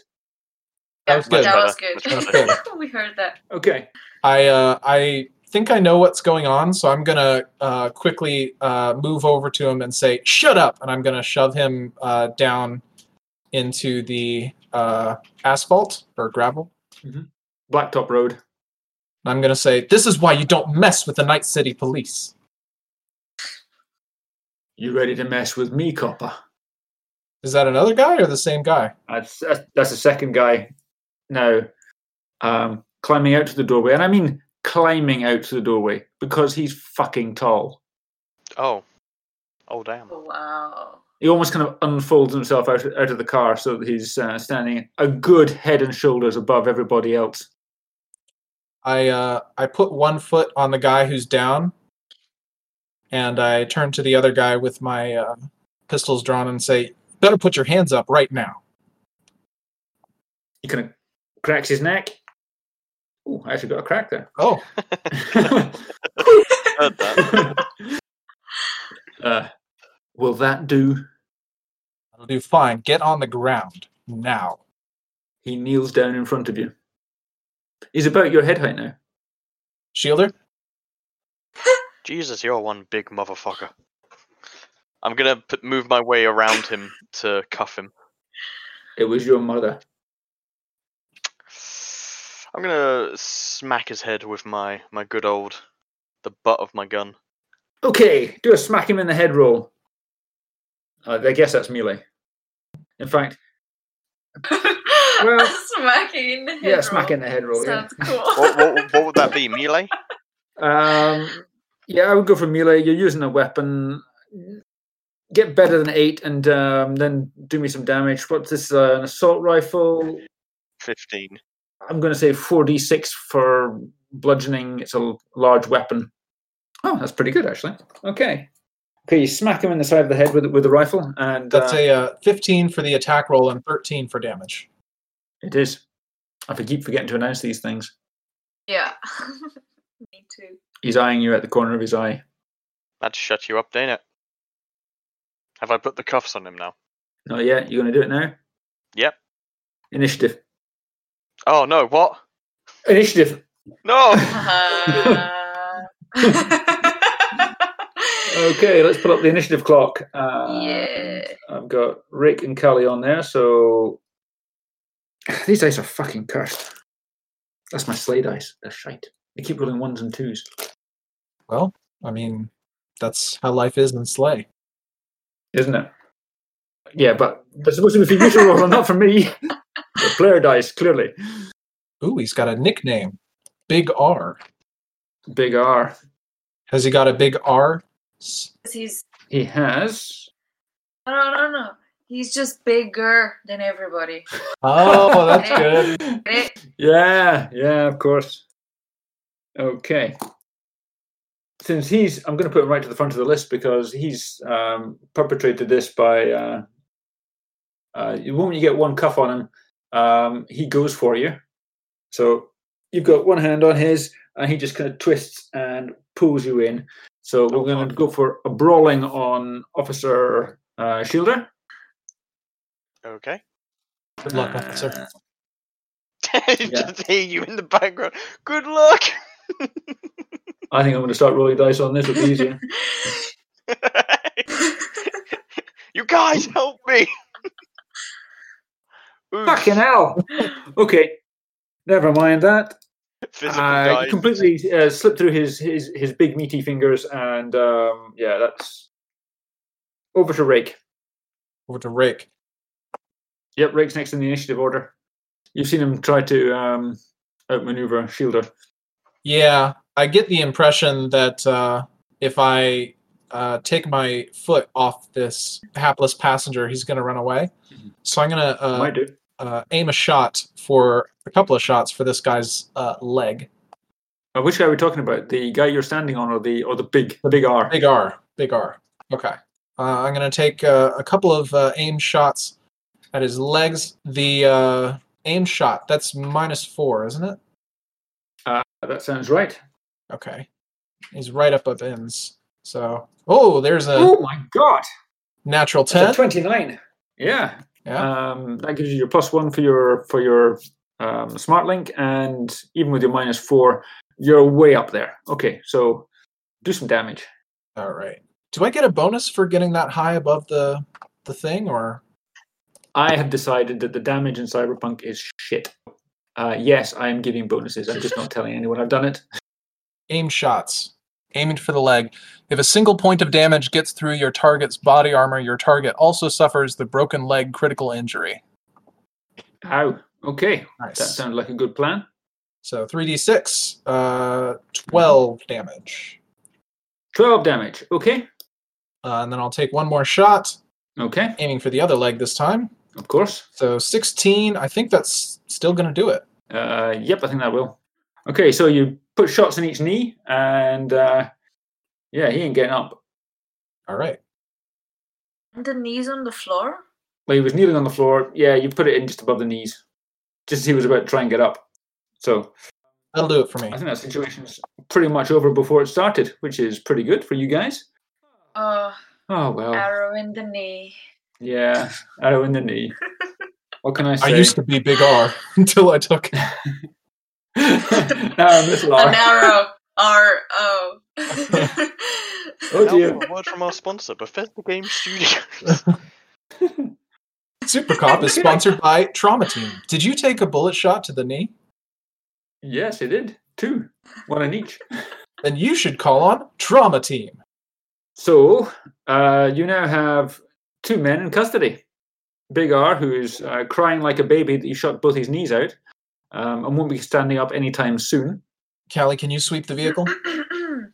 Speaker 2: Yeah,
Speaker 4: That was good.
Speaker 2: That was
Speaker 5: Better.
Speaker 2: good.
Speaker 4: Much better.
Speaker 2: we heard that.
Speaker 1: Okay.
Speaker 4: I uh, I think I know what's going on, so I'm gonna uh, quickly uh, move over to him and say, "Shut up!" And I'm gonna shove him uh, down into the uh, asphalt or gravel.
Speaker 1: Blacktop Road.
Speaker 4: And I'm gonna say, "This is why you don't mess with the Night City Police."
Speaker 1: You ready to mess with me, copper?
Speaker 4: Is that another guy or the same guy?
Speaker 1: That's that's that's the second guy now um, climbing out to the doorway, and I mean climbing out to the doorway because he's fucking tall.
Speaker 5: Oh. Oh damn.
Speaker 2: Wow.
Speaker 1: He almost kind of unfolds himself out, out of the car so that he's uh, standing a good head and shoulders above everybody else.
Speaker 4: I uh, I put one foot on the guy who's down, and I turn to the other guy with my uh, pistols drawn and say, "Better put your hands up right now."
Speaker 1: He kind of cracks his neck. Oh, I actually got a crack there.
Speaker 4: Oh,
Speaker 5: Heard that.
Speaker 1: uh, will that do?
Speaker 4: that'll do fine. Get on the ground now.
Speaker 1: He kneels down in front of you. He's about your head height now.
Speaker 4: Shielder,
Speaker 5: Jesus, you're one big motherfucker. I'm gonna p- move my way around him to cuff him.
Speaker 1: It was your mother.
Speaker 5: I'm gonna smack his head with my my good old the butt of my gun.
Speaker 1: Okay, do a smack him in the head roll. Uh, I guess that's melee. In fact, Well-
Speaker 2: smacking in the head.
Speaker 1: yeah, smack
Speaker 2: roll.
Speaker 1: in the head roll. Yeah.
Speaker 2: Sounds cool.
Speaker 5: What what, what would that be? Melee?
Speaker 1: Um, yeah, I would go for melee. You're using a weapon. Get better than eight, and um, then do me some damage. What's this? Uh, an assault rifle.
Speaker 5: Fifteen.
Speaker 1: I'm going to say four d six for bludgeoning. It's a l- large weapon. Oh, that's pretty good actually. Okay. Okay, you smack him in the side of the head with with the rifle, and
Speaker 4: that's
Speaker 1: uh,
Speaker 4: a uh, 15 for the attack roll and 13 for damage.
Speaker 1: it is. I keep forgetting to announce these things.
Speaker 2: Yeah. Me too.
Speaker 1: He's eyeing you at the corner of his eye.
Speaker 5: That shut you up, didn't it? Have I put the cuffs on him now?
Speaker 1: Not yet. You're going to do it now?
Speaker 5: Yep.
Speaker 1: Initiative.
Speaker 5: Oh no! What?
Speaker 1: Initiative.
Speaker 5: No!
Speaker 1: Okay, let's put up the initiative clock. Uh,
Speaker 2: yeah.
Speaker 1: I've got Rick and Callie on there, so These dice are fucking cursed. That's my sleigh dice. They're shite. They keep rolling ones and twos.
Speaker 4: Well, I mean, that's how life is in Slay.
Speaker 1: isn't it? Yeah, but they're supposed to be for you to roll, not for me. The player dice, clearly.
Speaker 4: Ooh, he's got a nickname, Big R.
Speaker 1: Big R.
Speaker 4: Has he got a big R? S-
Speaker 2: 'Cause he's
Speaker 1: He has.
Speaker 2: no, no, no, no. He's just bigger than everybody.
Speaker 4: Oh, that's good.
Speaker 2: Get it?
Speaker 1: Yeah, yeah, of course. Okay. Since he's, I'm going to put him right to the front of the list because he's um, perpetrated this by. Uh, uh, the moment you get one cuff on him, um, he goes for you. So you've got one hand on his, and he just kind of twists and pulls you in. So we're going to go for a brawling on Officer uh, Shielder.
Speaker 5: Okay.
Speaker 4: Good luck, officer.
Speaker 5: Just hear you in the background. Good luck.
Speaker 1: I think I'm going to start rolling dice on this. It'll be easier.
Speaker 5: you guys help me. Ooh,
Speaker 1: Fucking hell. okay. Never mind that.
Speaker 5: physical
Speaker 1: I
Speaker 5: dice.
Speaker 1: completely uh, slipped through his, his his big meaty fingers, and um, yeah, that's over to Rake.
Speaker 4: Over to Rick.
Speaker 1: Yep, Rake's next in the initiative order. You've seen him try to um, outmaneuver Shielder.
Speaker 4: Yeah, I get the impression that uh, if I uh, take my foot off this hapless passenger, he's going to run away.
Speaker 1: Mhm.
Speaker 4: So I'm going to uh,
Speaker 1: Might do.
Speaker 4: uh, aim a shot for a couple of shots for this guy's uh, leg.
Speaker 1: Uh, which guy are we talking about? The guy you're standing on, or the or the big the big R?
Speaker 4: Big R. Big R. Okay. Uh, I'm going to take uh, a couple of uh, aim shots at his legs. The uh, aim shot, that's minus four, isn't it?
Speaker 1: Uh, That sounds right.
Speaker 4: Okay. He's right up up ends. So, oh, there's a
Speaker 1: oh my god!
Speaker 4: natural 10.
Speaker 1: That's a Twenty-nine. Yeah.
Speaker 4: Yeah.
Speaker 1: Um, that gives you your plus one for your for your um, smart link, and even with your minus four, you're way up there. Okay, so do some damage.
Speaker 4: All right. Do I get a bonus for getting that high above the the thing or
Speaker 1: I have decided that the damage in Cyberpunk is shit. Uh, yes, I am giving bonuses. I'm just not telling anyone I've done it.
Speaker 4: aim shots? Aiming for the leg. If a single point of damage gets through your target's body armor, your target also suffers the broken leg critical injury.
Speaker 1: Ow. Okay,
Speaker 4: Nice.
Speaker 1: that sounds like a good plan.
Speaker 4: so 3d6, uh, 12 damage.
Speaker 1: Twelve damage. Okay.
Speaker 4: Uh, and then I'll take one more shot,
Speaker 1: Okay.
Speaker 4: aiming for the other leg this time.
Speaker 1: Of course.
Speaker 4: So 16, I think that's still going to do it.
Speaker 1: Uh, yep, I think that will. Okay, so you put shots in each knee, and uh, yeah, he ain't getting up.
Speaker 4: All right.
Speaker 2: The knees on the floor.
Speaker 1: Well, he was kneeling on the floor. Yeah, you put it in just above the knees, just as he was about to try and get up. So
Speaker 4: That'll do it for me.
Speaker 1: I think that situation's pretty much over before it started, which is pretty good for you guys.
Speaker 2: Uh,
Speaker 1: Oh well,
Speaker 2: arrow in the knee.
Speaker 1: yeah, arrow in the knee. What can I
Speaker 4: I
Speaker 1: say?
Speaker 4: used to be big R until I took
Speaker 1: now I'm little
Speaker 2: An
Speaker 1: R.
Speaker 2: arrow. R O.
Speaker 1: Oh
Speaker 5: Now
Speaker 1: dear.
Speaker 5: for a word from our sponsor, Bethesda Game Studios.
Speaker 4: Super Cop is sponsored by Trauma Team. Did you take a bullet shot to the knee?
Speaker 1: Yes, he did. Two, one in each.
Speaker 4: Then you should call on Trauma Team.
Speaker 1: So uh, you now have two men in custody. Big R, who's uh, crying like a baby that you shot both his knees out, um, and won't be standing up anytime soon.
Speaker 4: Callie, can you sweep the vehicle?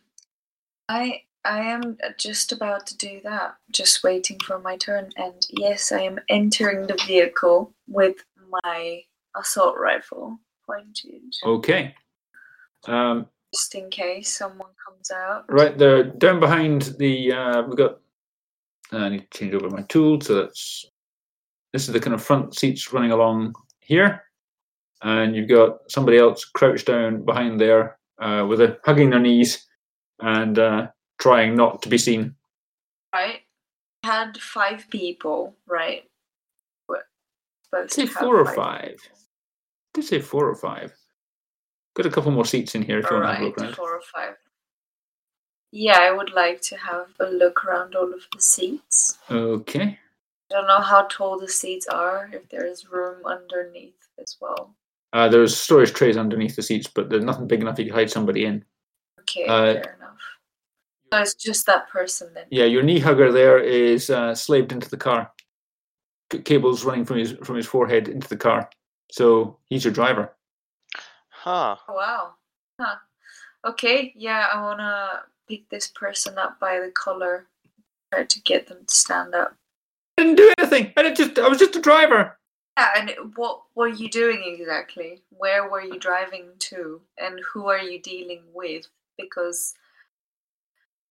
Speaker 2: I I am just about to do that. Just waiting for my turn. And yes, I am entering the vehicle with my assault rifle pointed,
Speaker 1: Okay. Um,
Speaker 2: just in case someone comes out.
Speaker 1: right there, down behind the, uh, we've got. uh, I need to change over my tool, so that's. This is the kind of front seats running along here, and you've got somebody else crouched down behind there, uh, with a hugging their knees, and uh, trying not to be seen.
Speaker 2: Right. Had five people. Right. We're supposed
Speaker 1: Did
Speaker 2: to
Speaker 1: say
Speaker 2: have
Speaker 1: four or
Speaker 2: five
Speaker 1: five?
Speaker 2: people.
Speaker 1: Did say four or five? Got a couple more seats in here if you want to have a
Speaker 2: Alright,
Speaker 1: look around.
Speaker 2: four or five. Yeah, I would like to have a look around all of the seats.
Speaker 1: Okay.
Speaker 2: I don't know how tall the seats are, if there is room underneath as well.
Speaker 1: Uh, there's storage trays underneath the seats, but there's nothing big enough you could hide somebody in.
Speaker 2: Okay,
Speaker 1: Uh,
Speaker 2: fair enough. So it's just that person then.
Speaker 1: Yeah, your knee hugger there is uh, slaved into the car. C- cables running from his from his forehead into the car. So he's your driver.
Speaker 5: Huh.
Speaker 2: Oh, Wow. Huh. Okay, yeah, I wanna pick this person up by the collar. Try to get them to stand up.
Speaker 1: I didn't do anything. I did just I was just a driver.
Speaker 2: Yeah, and it- what were you doing exactly? Where were you driving to? And who are you dealing with? Because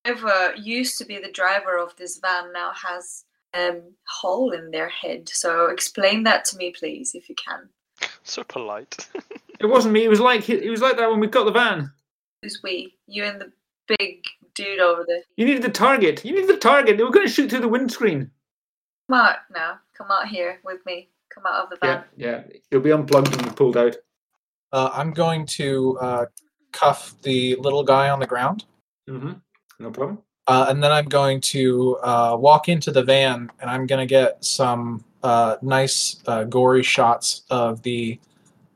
Speaker 2: whoever used to be the driver of this van now has um, hole in their head. So explain that to me, please, if you can.
Speaker 5: So polite.
Speaker 1: It wasn't me. It was like it was like that when we got the van.
Speaker 2: Who's we? You and the big dude over there.
Speaker 1: You needed the target. You needed the target. They were going to shoot through the windscreen.
Speaker 2: Come out now. Come out here with me. Come out of the van.
Speaker 1: Yeah, yeah. You'll be unplugged and pulled out.
Speaker 4: Uh, I'm going to uh, cuff the little guy on the ground,
Speaker 1: Mm-hmm. No problem.
Speaker 4: uh, and then I'm going to uh, walk into the van, and I'm going to get some uh, nice, uh, gory shots of the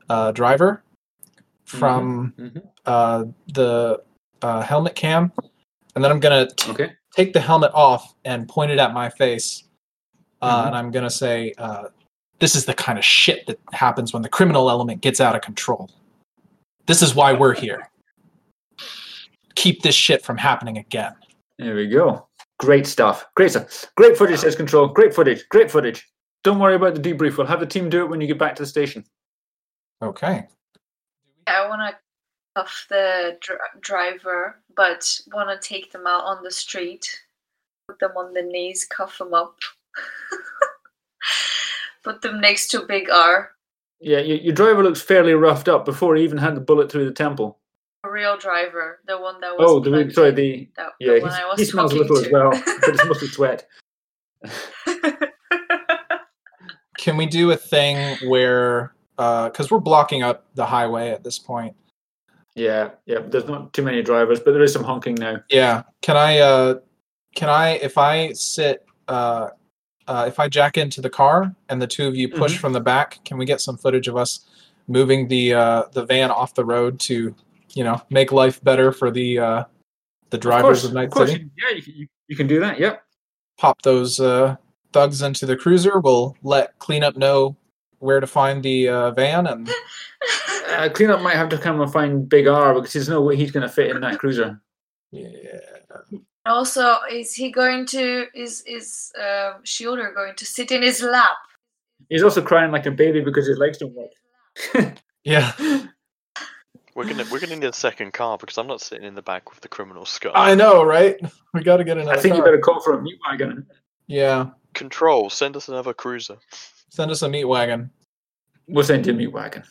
Speaker 4: uh, driver from
Speaker 1: Mhm.
Speaker 4: uh, the uh, helmet cam, and then I'm going to
Speaker 1: Okay.
Speaker 4: take the helmet off and point it at my face, uh,
Speaker 1: Mhm.
Speaker 4: and I'm going to say, uh, "This is the kind of shit that happens when the criminal element gets out of control. This is why we're here. Keep this shit from happening again."
Speaker 1: There we go. Great stuff. Great stuff. Great footage, says Control. Great footage. Great footage. Don't worry about the debrief. We'll have the team do it when you get back to the station.
Speaker 4: Okay.
Speaker 2: I want to cuff the dr- driver, but want to take them out on the street, put them on the knees, cuff them up, put them next to Big R,
Speaker 1: Yeah, your, your driver looks fairly roughed up before he even had the bullet through the temple.
Speaker 2: a real driver, the one that was.
Speaker 1: Oh, the,
Speaker 2: plugged
Speaker 1: sorry,
Speaker 2: in,
Speaker 1: the
Speaker 2: that, the
Speaker 1: yeah,
Speaker 2: one I
Speaker 1: he's,
Speaker 2: was
Speaker 1: he smells a
Speaker 2: talking
Speaker 1: little as
Speaker 2: to.
Speaker 1: well, but it's mostly sweat.
Speaker 4: Can we do a thing where, because we're blocking up the highway at this point?
Speaker 1: Yeah, yeah. There's not too many drivers, but there is some honking now.
Speaker 4: Yeah. Can I? Uh, can I? If I sit. Uh, uh, if I jack into the car and the two of you push
Speaker 1: Mhm.
Speaker 4: from the back, can we get some footage of us moving the uh, the van off the road to, you know, make life better for the uh, the drivers of,
Speaker 1: course,
Speaker 4: Night
Speaker 1: course,
Speaker 4: City?
Speaker 1: you- Yeah, you, you, you can do that. Yep.
Speaker 4: Pop those uh, thugs into the cruiser. We'll let cleanup know where to find the uh, van, and
Speaker 1: Uh, cleanup might have to come and find Big R because there's no way he's going to fit in that cruiser.
Speaker 4: yeah,
Speaker 2: also, is he going to? Is is um, Shielder going to sit in his lap?
Speaker 1: He's also crying like a baby because his legs don't work.
Speaker 4: yeah.
Speaker 5: We're gonna we're gonna need a second car because I'm not sitting in the back with the criminal skull.
Speaker 4: I know, right? We got to get another.
Speaker 1: I think you
Speaker 4: car.
Speaker 1: better call for a meat wagon.
Speaker 4: Yeah,
Speaker 5: Control, send us another cruiser.
Speaker 4: send us a meat wagon.
Speaker 1: We'll send you a meat wagon.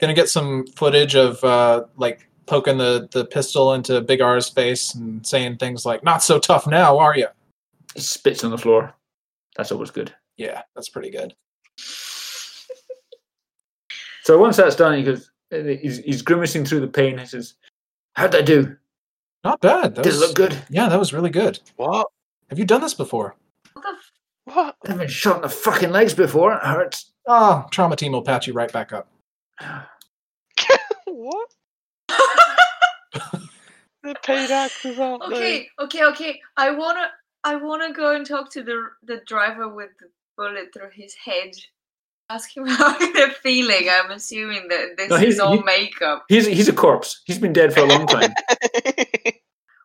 Speaker 4: gonna get some footage of uh like poking the the pistol into big r's face and saying things like not so tough now are you
Speaker 1: He spits on the floor. That's always good.
Speaker 4: yeah that's pretty good
Speaker 1: So once that's done, he goes. He's, he's grimacing through the pain. He says, "How'd that do?
Speaker 4: not bad that
Speaker 1: Did it
Speaker 4: was,
Speaker 1: look good?
Speaker 4: yeah that was really good
Speaker 5: What?
Speaker 4: have you done this before
Speaker 2: What the f-
Speaker 5: What?
Speaker 1: I've been shot in the fucking legs before. It hurts."
Speaker 4: ah trauma team will patch you right back up
Speaker 5: What? the paid actors aren't they?
Speaker 2: Okay, okay, okay. I wanna, I wanna go and talk to the the driver with the bullet through his head. Ask him how they're feeling. I'm assuming that this
Speaker 1: No, he's-
Speaker 2: is all
Speaker 1: he-
Speaker 2: makeup.
Speaker 1: He's he's a corpse. He's been dead for a long time.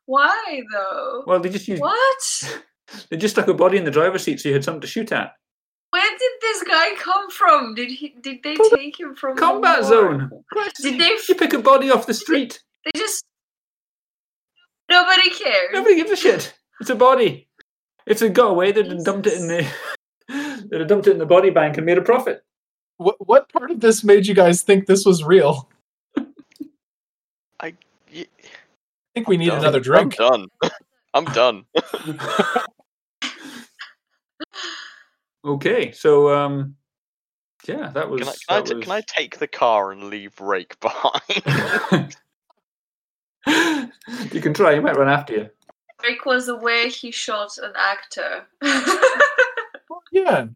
Speaker 2: Why though?
Speaker 1: well, they just used,
Speaker 2: What?
Speaker 1: they just stuck a body in the driver's seat, so you had something to shoot at.
Speaker 2: Where did this guy come from? Did he? Did they
Speaker 1: From the
Speaker 2: take him from the
Speaker 1: Combat
Speaker 2: war?
Speaker 1: zone.
Speaker 2: Did they?
Speaker 1: You pick a body off the street.
Speaker 2: They just. Nobody cares.
Speaker 1: Nobody gives a shit. It's a body. If they got away, they'd have dumped it in the they'd have dumped it in the body bank and made a profit.
Speaker 4: what what part of this made you guys think this was real i
Speaker 5: Ye-
Speaker 4: think we need
Speaker 5: done.
Speaker 4: another drink
Speaker 5: I'm done. I'm done.
Speaker 1: Okay, so um, yeah, that was.
Speaker 5: Can I, can, I
Speaker 1: that
Speaker 5: t-
Speaker 1: was-
Speaker 5: can I take the car and leave Rake behind?
Speaker 1: you can try. He might run after you.
Speaker 2: Rick was aware he shot an actor.
Speaker 4: Yeah.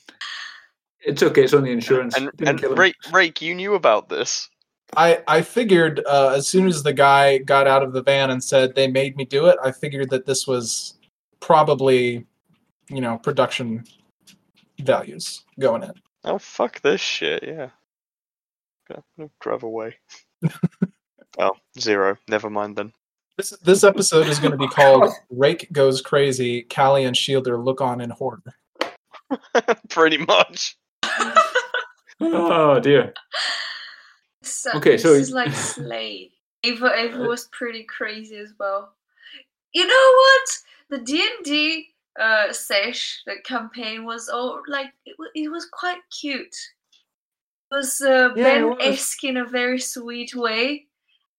Speaker 1: It's okay. It's on the insurance.
Speaker 5: And,
Speaker 1: Didn't
Speaker 5: and
Speaker 1: kill him.
Speaker 5: Rake, Rake, you knew about this.
Speaker 4: I, I figured uh, as soon as the guy got out of the van and said they made me do it, I figured that this was probably, you know, production values going in.
Speaker 5: Oh fuck this shit, yeah. Okay, I'm gonna drive away. oh, zero. Never mind then.
Speaker 4: This this episode is going to be called "Rake Goes Crazy." Callie and Shielder look on in horror.
Speaker 5: Pretty much.
Speaker 1: Oh dear.
Speaker 2: So,
Speaker 1: Okay,
Speaker 2: this
Speaker 1: so- Uh
Speaker 2: is like Slay. Ava, Ava was pretty crazy as well. You know what? The D and D uh sesh, the campaign was all like it, wa- it was quite cute. It was uh,
Speaker 1: Yeah, it
Speaker 2: Ben
Speaker 1: was.
Speaker 2: esque in a very sweet way.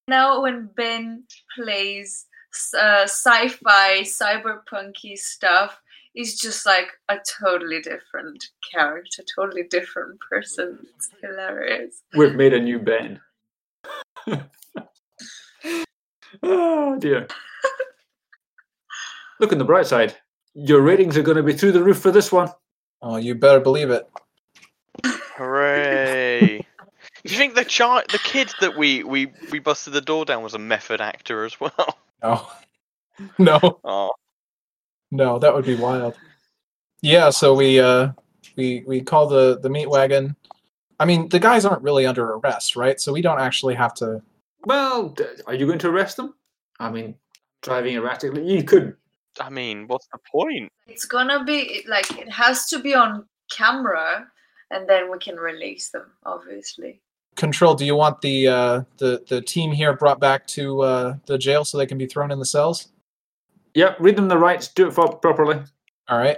Speaker 2: Now when Ben plays s- uh, sci-fi, cyberpunky stuff, he's just like a totally different character, totally different person. It's hilarious.
Speaker 1: We've made a new Ben. oh dear. Look on the bright side. Your ratings are going to be through the roof for this one.
Speaker 4: Oh, you better believe it.
Speaker 5: Hooray. you think the char- the kid that we, we, we busted the door down was a method actor as well?
Speaker 4: No, no,
Speaker 5: Oh.
Speaker 4: no, that would be wild. Yeah, so we uh we we call the the meat wagon. I mean, the guys aren't really under arrest, right? So we don't actually have to.
Speaker 1: Well, d- are you going to arrest them? I mean, driving erratically. You could.
Speaker 5: I mean, what's the point?
Speaker 2: It's gonna be it- like it has to be on camera, and then we can release them. Obviously,
Speaker 4: Control. Do you want the uh, the the team here brought back to uh, the jail so they can be thrown in the cells?
Speaker 1: Yep. Read them the rights. Do it for properly.
Speaker 4: All right.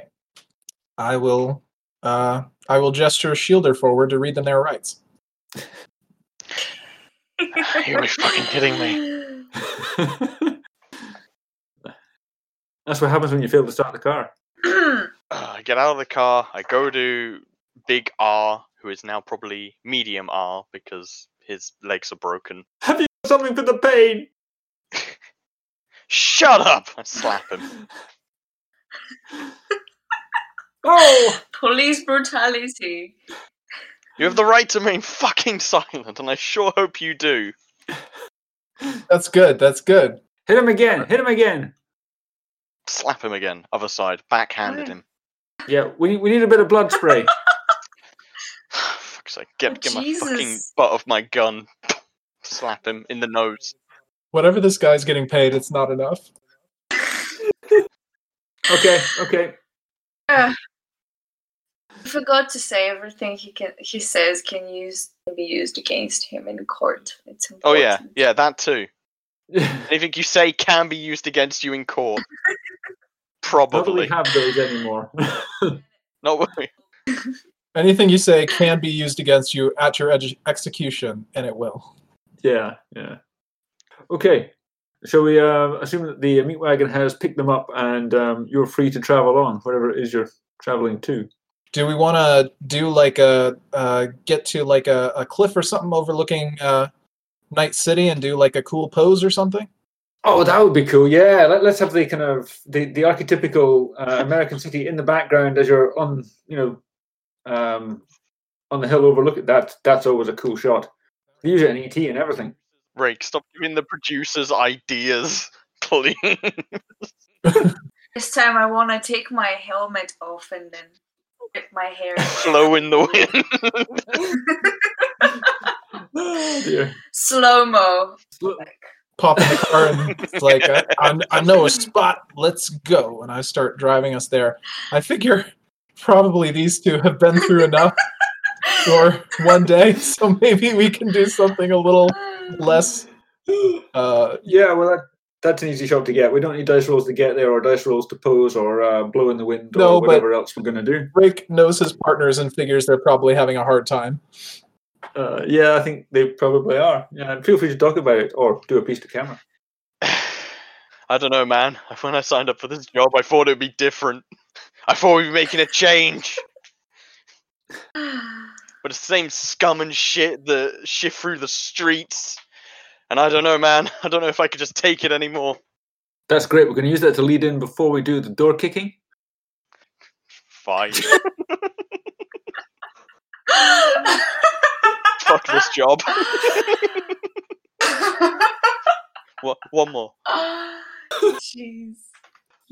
Speaker 4: I will. Uh, I will gesture Shielder forward to read them their rights.
Speaker 5: You were fucking kidding
Speaker 2: me.
Speaker 1: That's what happens when you fail to start the car.
Speaker 5: Uh, I get out of the car. I go to Big R, who is now probably Medium R because his legs are broken.
Speaker 1: Have you got something for the pain?
Speaker 5: Shut up! I slap him.
Speaker 1: Oh,
Speaker 2: Police brutality.
Speaker 5: You have the right to remain fucking silent, and I sure hope you do.
Speaker 4: That's good. That's good.
Speaker 1: hit him again. Hit him again.
Speaker 5: Slap him again. Other side. Backhanded him.
Speaker 1: Yeah, we, we need a bit of blood spray.
Speaker 5: Fuck's sake. Get,
Speaker 2: Oh,
Speaker 5: get my fucking
Speaker 2: Jesus.
Speaker 5: butt of my gun. Slap him in the nose.
Speaker 4: Whatever this guy's getting paid, it's not enough.
Speaker 1: okay, okay.
Speaker 2: I forgot to say everything he can. He says can use can be used against him in court. It's
Speaker 5: Oh, yeah.
Speaker 2: important.
Speaker 5: Yeah, that too.
Speaker 1: Not
Speaker 5: Anything you say can be used against you in court.
Speaker 1: that we
Speaker 5: Probably.
Speaker 1: have those anymore.
Speaker 5: Not really.
Speaker 4: Anything you say can be used against you at your edu- execution, and it will.
Speaker 1: yeah, yeah. Okay, shall we uh, assume that the meat wagon has picked them up and um, you're free to travel on, whatever it is you're traveling to?
Speaker 4: Do we want to do like a uh, get to like a, a cliff or something overlooking uh, Night City and do like a cool pose or something?
Speaker 1: Oh, that would be cool. Yeah, Let, let's have the kind of the, the archetypical uh, American city in the background as you're on, you know, um, on the hill overlook. That that's always a cool shot. They use it in ET and everything.
Speaker 5: Rake, stop giving the producers ideas. Please.
Speaker 2: This time I want to take my helmet off and then rip my hair.
Speaker 5: Flow in the wind.
Speaker 1: Yeah.
Speaker 2: Slow mo.
Speaker 4: Pop in the car and it's like I, I, I know a spot. Let's go, and I start driving us there. I figure probably these two have been through enough for one day, so maybe we can do something a little less uh
Speaker 1: Yeah, well, that, that's an easy shot to get. We don't need dice rolls to get there, or dice rolls to pose, or uh, blow in the wind, or
Speaker 4: No, but-
Speaker 1: whatever else we're gonna do.
Speaker 4: Rick knows his partners and figures they're probably having a hard time.
Speaker 1: Uh, yeah, I think they probably are. Yeah, and feel free to talk about it or do a piece to camera.
Speaker 5: I don't know, man. When I signed up for this job, I thought it would be different. I thought we'd be making a change. But it's the same scum and shit that shift through the streets. And I don't know, man. I don't know if I could just take it anymore.
Speaker 1: That's great. We're gonna use that to lead in before we do the door kicking.
Speaker 5: fight. Fuck this job. Wha- One more.
Speaker 2: Jeez.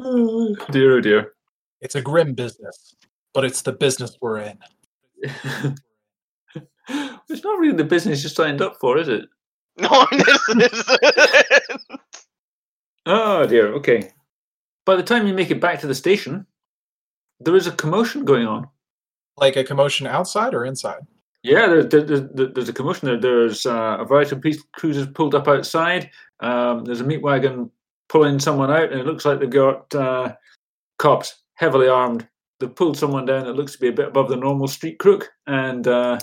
Speaker 1: Oh, dear, oh dear.
Speaker 4: It's a grim business, but it's the business we're in.
Speaker 1: it's not really the business you signed up for, is it?
Speaker 5: No, this is.
Speaker 1: Oh dear, okay. By the time you make it back to the station, there is a commotion going on.
Speaker 4: Like a commotion outside or inside?
Speaker 1: Yeah, there's, there's, there's there's a commotion. There- There's uh, a variety of police cruisers pulled up outside. Um, there's a meat wagon pulling someone out, and it looks like they've got uh, cops, heavily armed. They've pulled someone down that looks to be a bit above the normal street crook, and uh,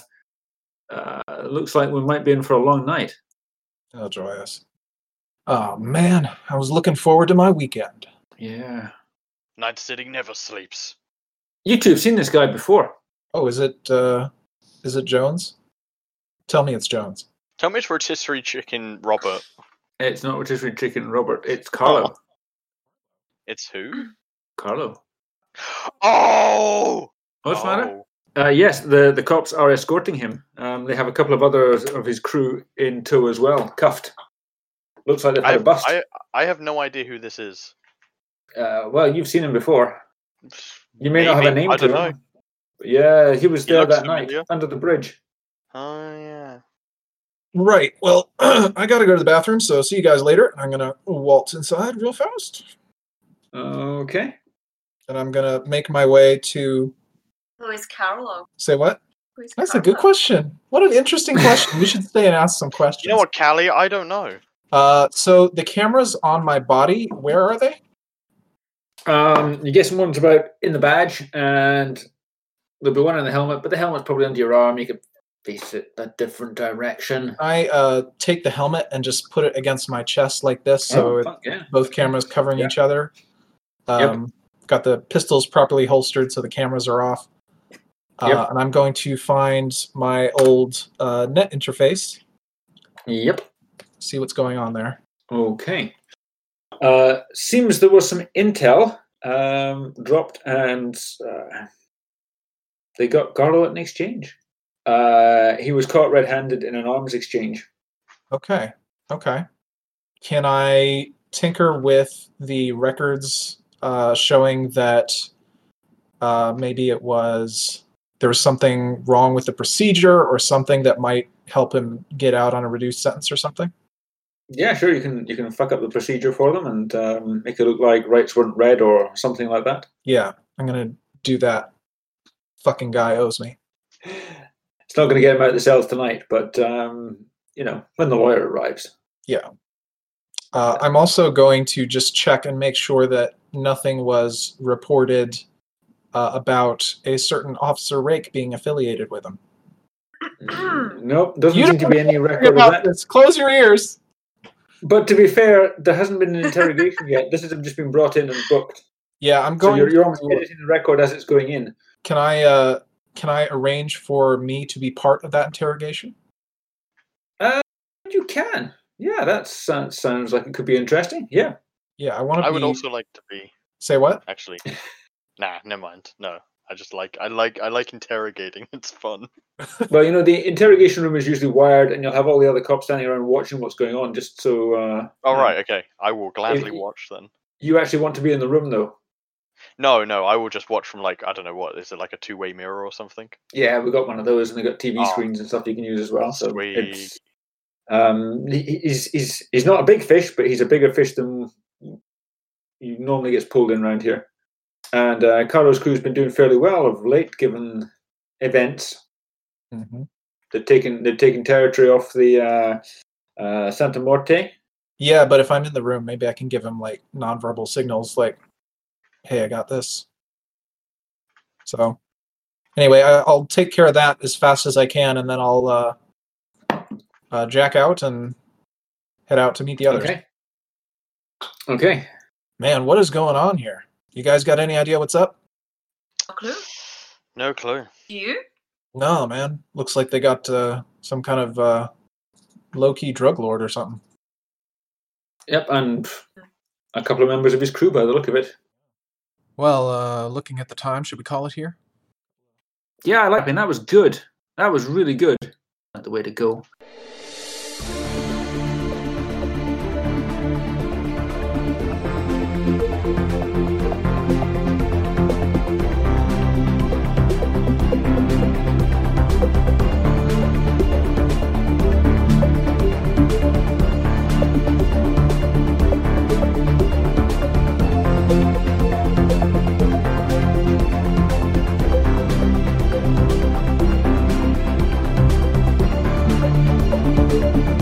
Speaker 1: uh, it looks like we might be in for a long night.
Speaker 4: Oh, joyous. Oh, man. I was looking forward to my weekend.
Speaker 1: Yeah.
Speaker 5: Night City never sleeps.
Speaker 1: You two have seen this guy before.
Speaker 4: Oh, is it, uh, is it Jones? Tell me it's Jones.
Speaker 5: Tell me it's rotisserie chicken Robert.
Speaker 1: It's not rotisserie chicken, Robert. It's Carlo.
Speaker 5: Oh. It's who?
Speaker 1: Carlo.
Speaker 5: Oh!
Speaker 1: What's the matter?
Speaker 5: Oh.
Speaker 1: Uh, yes, the, the cops are escorting him. Um, they have a couple of others of his crew in tow as well, cuffed. Looks like they've
Speaker 5: I
Speaker 1: had a
Speaker 5: have,
Speaker 1: bust.
Speaker 5: I, I have no idea who this is.
Speaker 1: Uh, well, you've seen him before. You may not have a
Speaker 5: Maybe,
Speaker 1: name
Speaker 5: I
Speaker 1: to
Speaker 5: don't
Speaker 1: him. Yeah, he was
Speaker 5: He
Speaker 1: there
Speaker 5: looks
Speaker 1: that
Speaker 5: familiar.
Speaker 1: night under the bridge.
Speaker 5: Oh, yeah.
Speaker 4: Right. Well, I gotta go to the bathroom, so see you guys later. I'm gonna waltz inside real fast,
Speaker 1: Okay.
Speaker 4: and I'm gonna make my way to
Speaker 2: Who is Carlo?
Speaker 4: say what?
Speaker 2: Who is
Speaker 4: That's a good
Speaker 2: Carlo?
Speaker 4: question. What an interesting question. we should stay and ask some questions.
Speaker 5: You know what, Callie? I don't know.
Speaker 4: Uh, so the cameras on my body, where are they?
Speaker 1: Um, you guess one's about in the badge, and there'll be one in the helmet, but the helmet's probably under your arm. You could face it a different direction.
Speaker 4: I uh, take the helmet and just put it against my chest like this,
Speaker 1: Oh,
Speaker 4: so it,
Speaker 1: fuck, yeah.
Speaker 4: both cameras covering
Speaker 1: Yeah.
Speaker 4: each other.
Speaker 1: Yep.
Speaker 4: Um, Got the pistols properly holstered, so the cameras are off. Uh,
Speaker 1: Yep.
Speaker 4: And I'm going to find my old uh, net interface,
Speaker 1: Yep.
Speaker 4: see what's going on there.
Speaker 1: Okay. Uh, seems there was some intel um, dropped, and uh, they got Garlow at an exchange. Uh, he was caught red-handed in an arms exchange.
Speaker 4: Okay. Okay. Can I tinker with the records uh, showing that uh, maybe it was there was something wrong with the procedure or something that might help him get out on a reduced sentence or something?
Speaker 1: Yeah, sure. You can you can fuck up the procedure for them and um, make it look like rights weren't read or something like that.
Speaker 4: Yeah, I'm gonna do that. Fucking guy owes me.
Speaker 1: It's not going to get him out of the cells tonight, but um, you know when the lawyer arrives.
Speaker 4: Uh, I'm also going to just check and make sure that nothing was reported uh, about a certain officer Rake being affiliated with him.
Speaker 1: Mm, nope, doesn't
Speaker 4: Mm. You
Speaker 1: seem to
Speaker 4: don't
Speaker 1: be any record of
Speaker 4: About
Speaker 1: that.
Speaker 4: this. Close your ears.
Speaker 1: But to be fair, there hasn't been an interrogation yet. This has just been brought in and booked.
Speaker 4: Yeah, I'm
Speaker 1: So
Speaker 4: going.
Speaker 1: you're, you're almost
Speaker 4: to-
Speaker 1: editing the record as it's going in.
Speaker 4: can I uh, can I arrange for me to be part of that interrogation?
Speaker 1: You can. Yeah, that sound, sounds like it could be interesting. Yeah.
Speaker 4: Yeah, I want to.
Speaker 5: I would also like to be,
Speaker 4: say what?
Speaker 5: actually. Nah, never mind. No. I just like I like I like interrogating. It's fun.
Speaker 1: Well, you know, the interrogation room is usually wired, and you'll have all the other cops standing around watching what's going on. Just so uh,
Speaker 5: All right, okay. I will gladly
Speaker 1: you-
Speaker 5: watch then.
Speaker 1: you actually want to be in the room, though.
Speaker 5: No, no, I will just watch from like I don't know what is it like a two-way mirror or something.
Speaker 1: Yeah, we got one of those, and they got TV
Speaker 5: Oh.
Speaker 1: screens and stuff you can use as well. So
Speaker 5: Sweet.
Speaker 1: it's um, he- he's he's he's not a big fish, but he's a bigger fish than he normally gets pulled in around here. And uh, Carlos crew's been doing fairly well of late, given events.
Speaker 4: Mm-hmm.
Speaker 1: They've taken they've taken territory off the uh, uh, Santa Morte.
Speaker 4: Yeah, but if I'm in the room, maybe I can give him like nonverbal signals, like, "Hey, I got this." So, anyway, I, I'll take care of that as fast as I can, and then I'll uh, uh, jack out and head out to meet the others.
Speaker 1: Okay. Okay.
Speaker 4: Man, what is going on here? You guys got any idea what's up?
Speaker 2: No clue.
Speaker 5: No clue.
Speaker 2: You?
Speaker 4: No, man. Looks like they got uh, some kind of uh, low-key drug lord or something.
Speaker 1: Yep, and a couple of members of his crew by the look of it.
Speaker 4: Well, uh, looking at the time, should we call it here?
Speaker 1: Yeah, I like it. That was good. That was really good. Not the way to go.
Speaker 6: Thank you.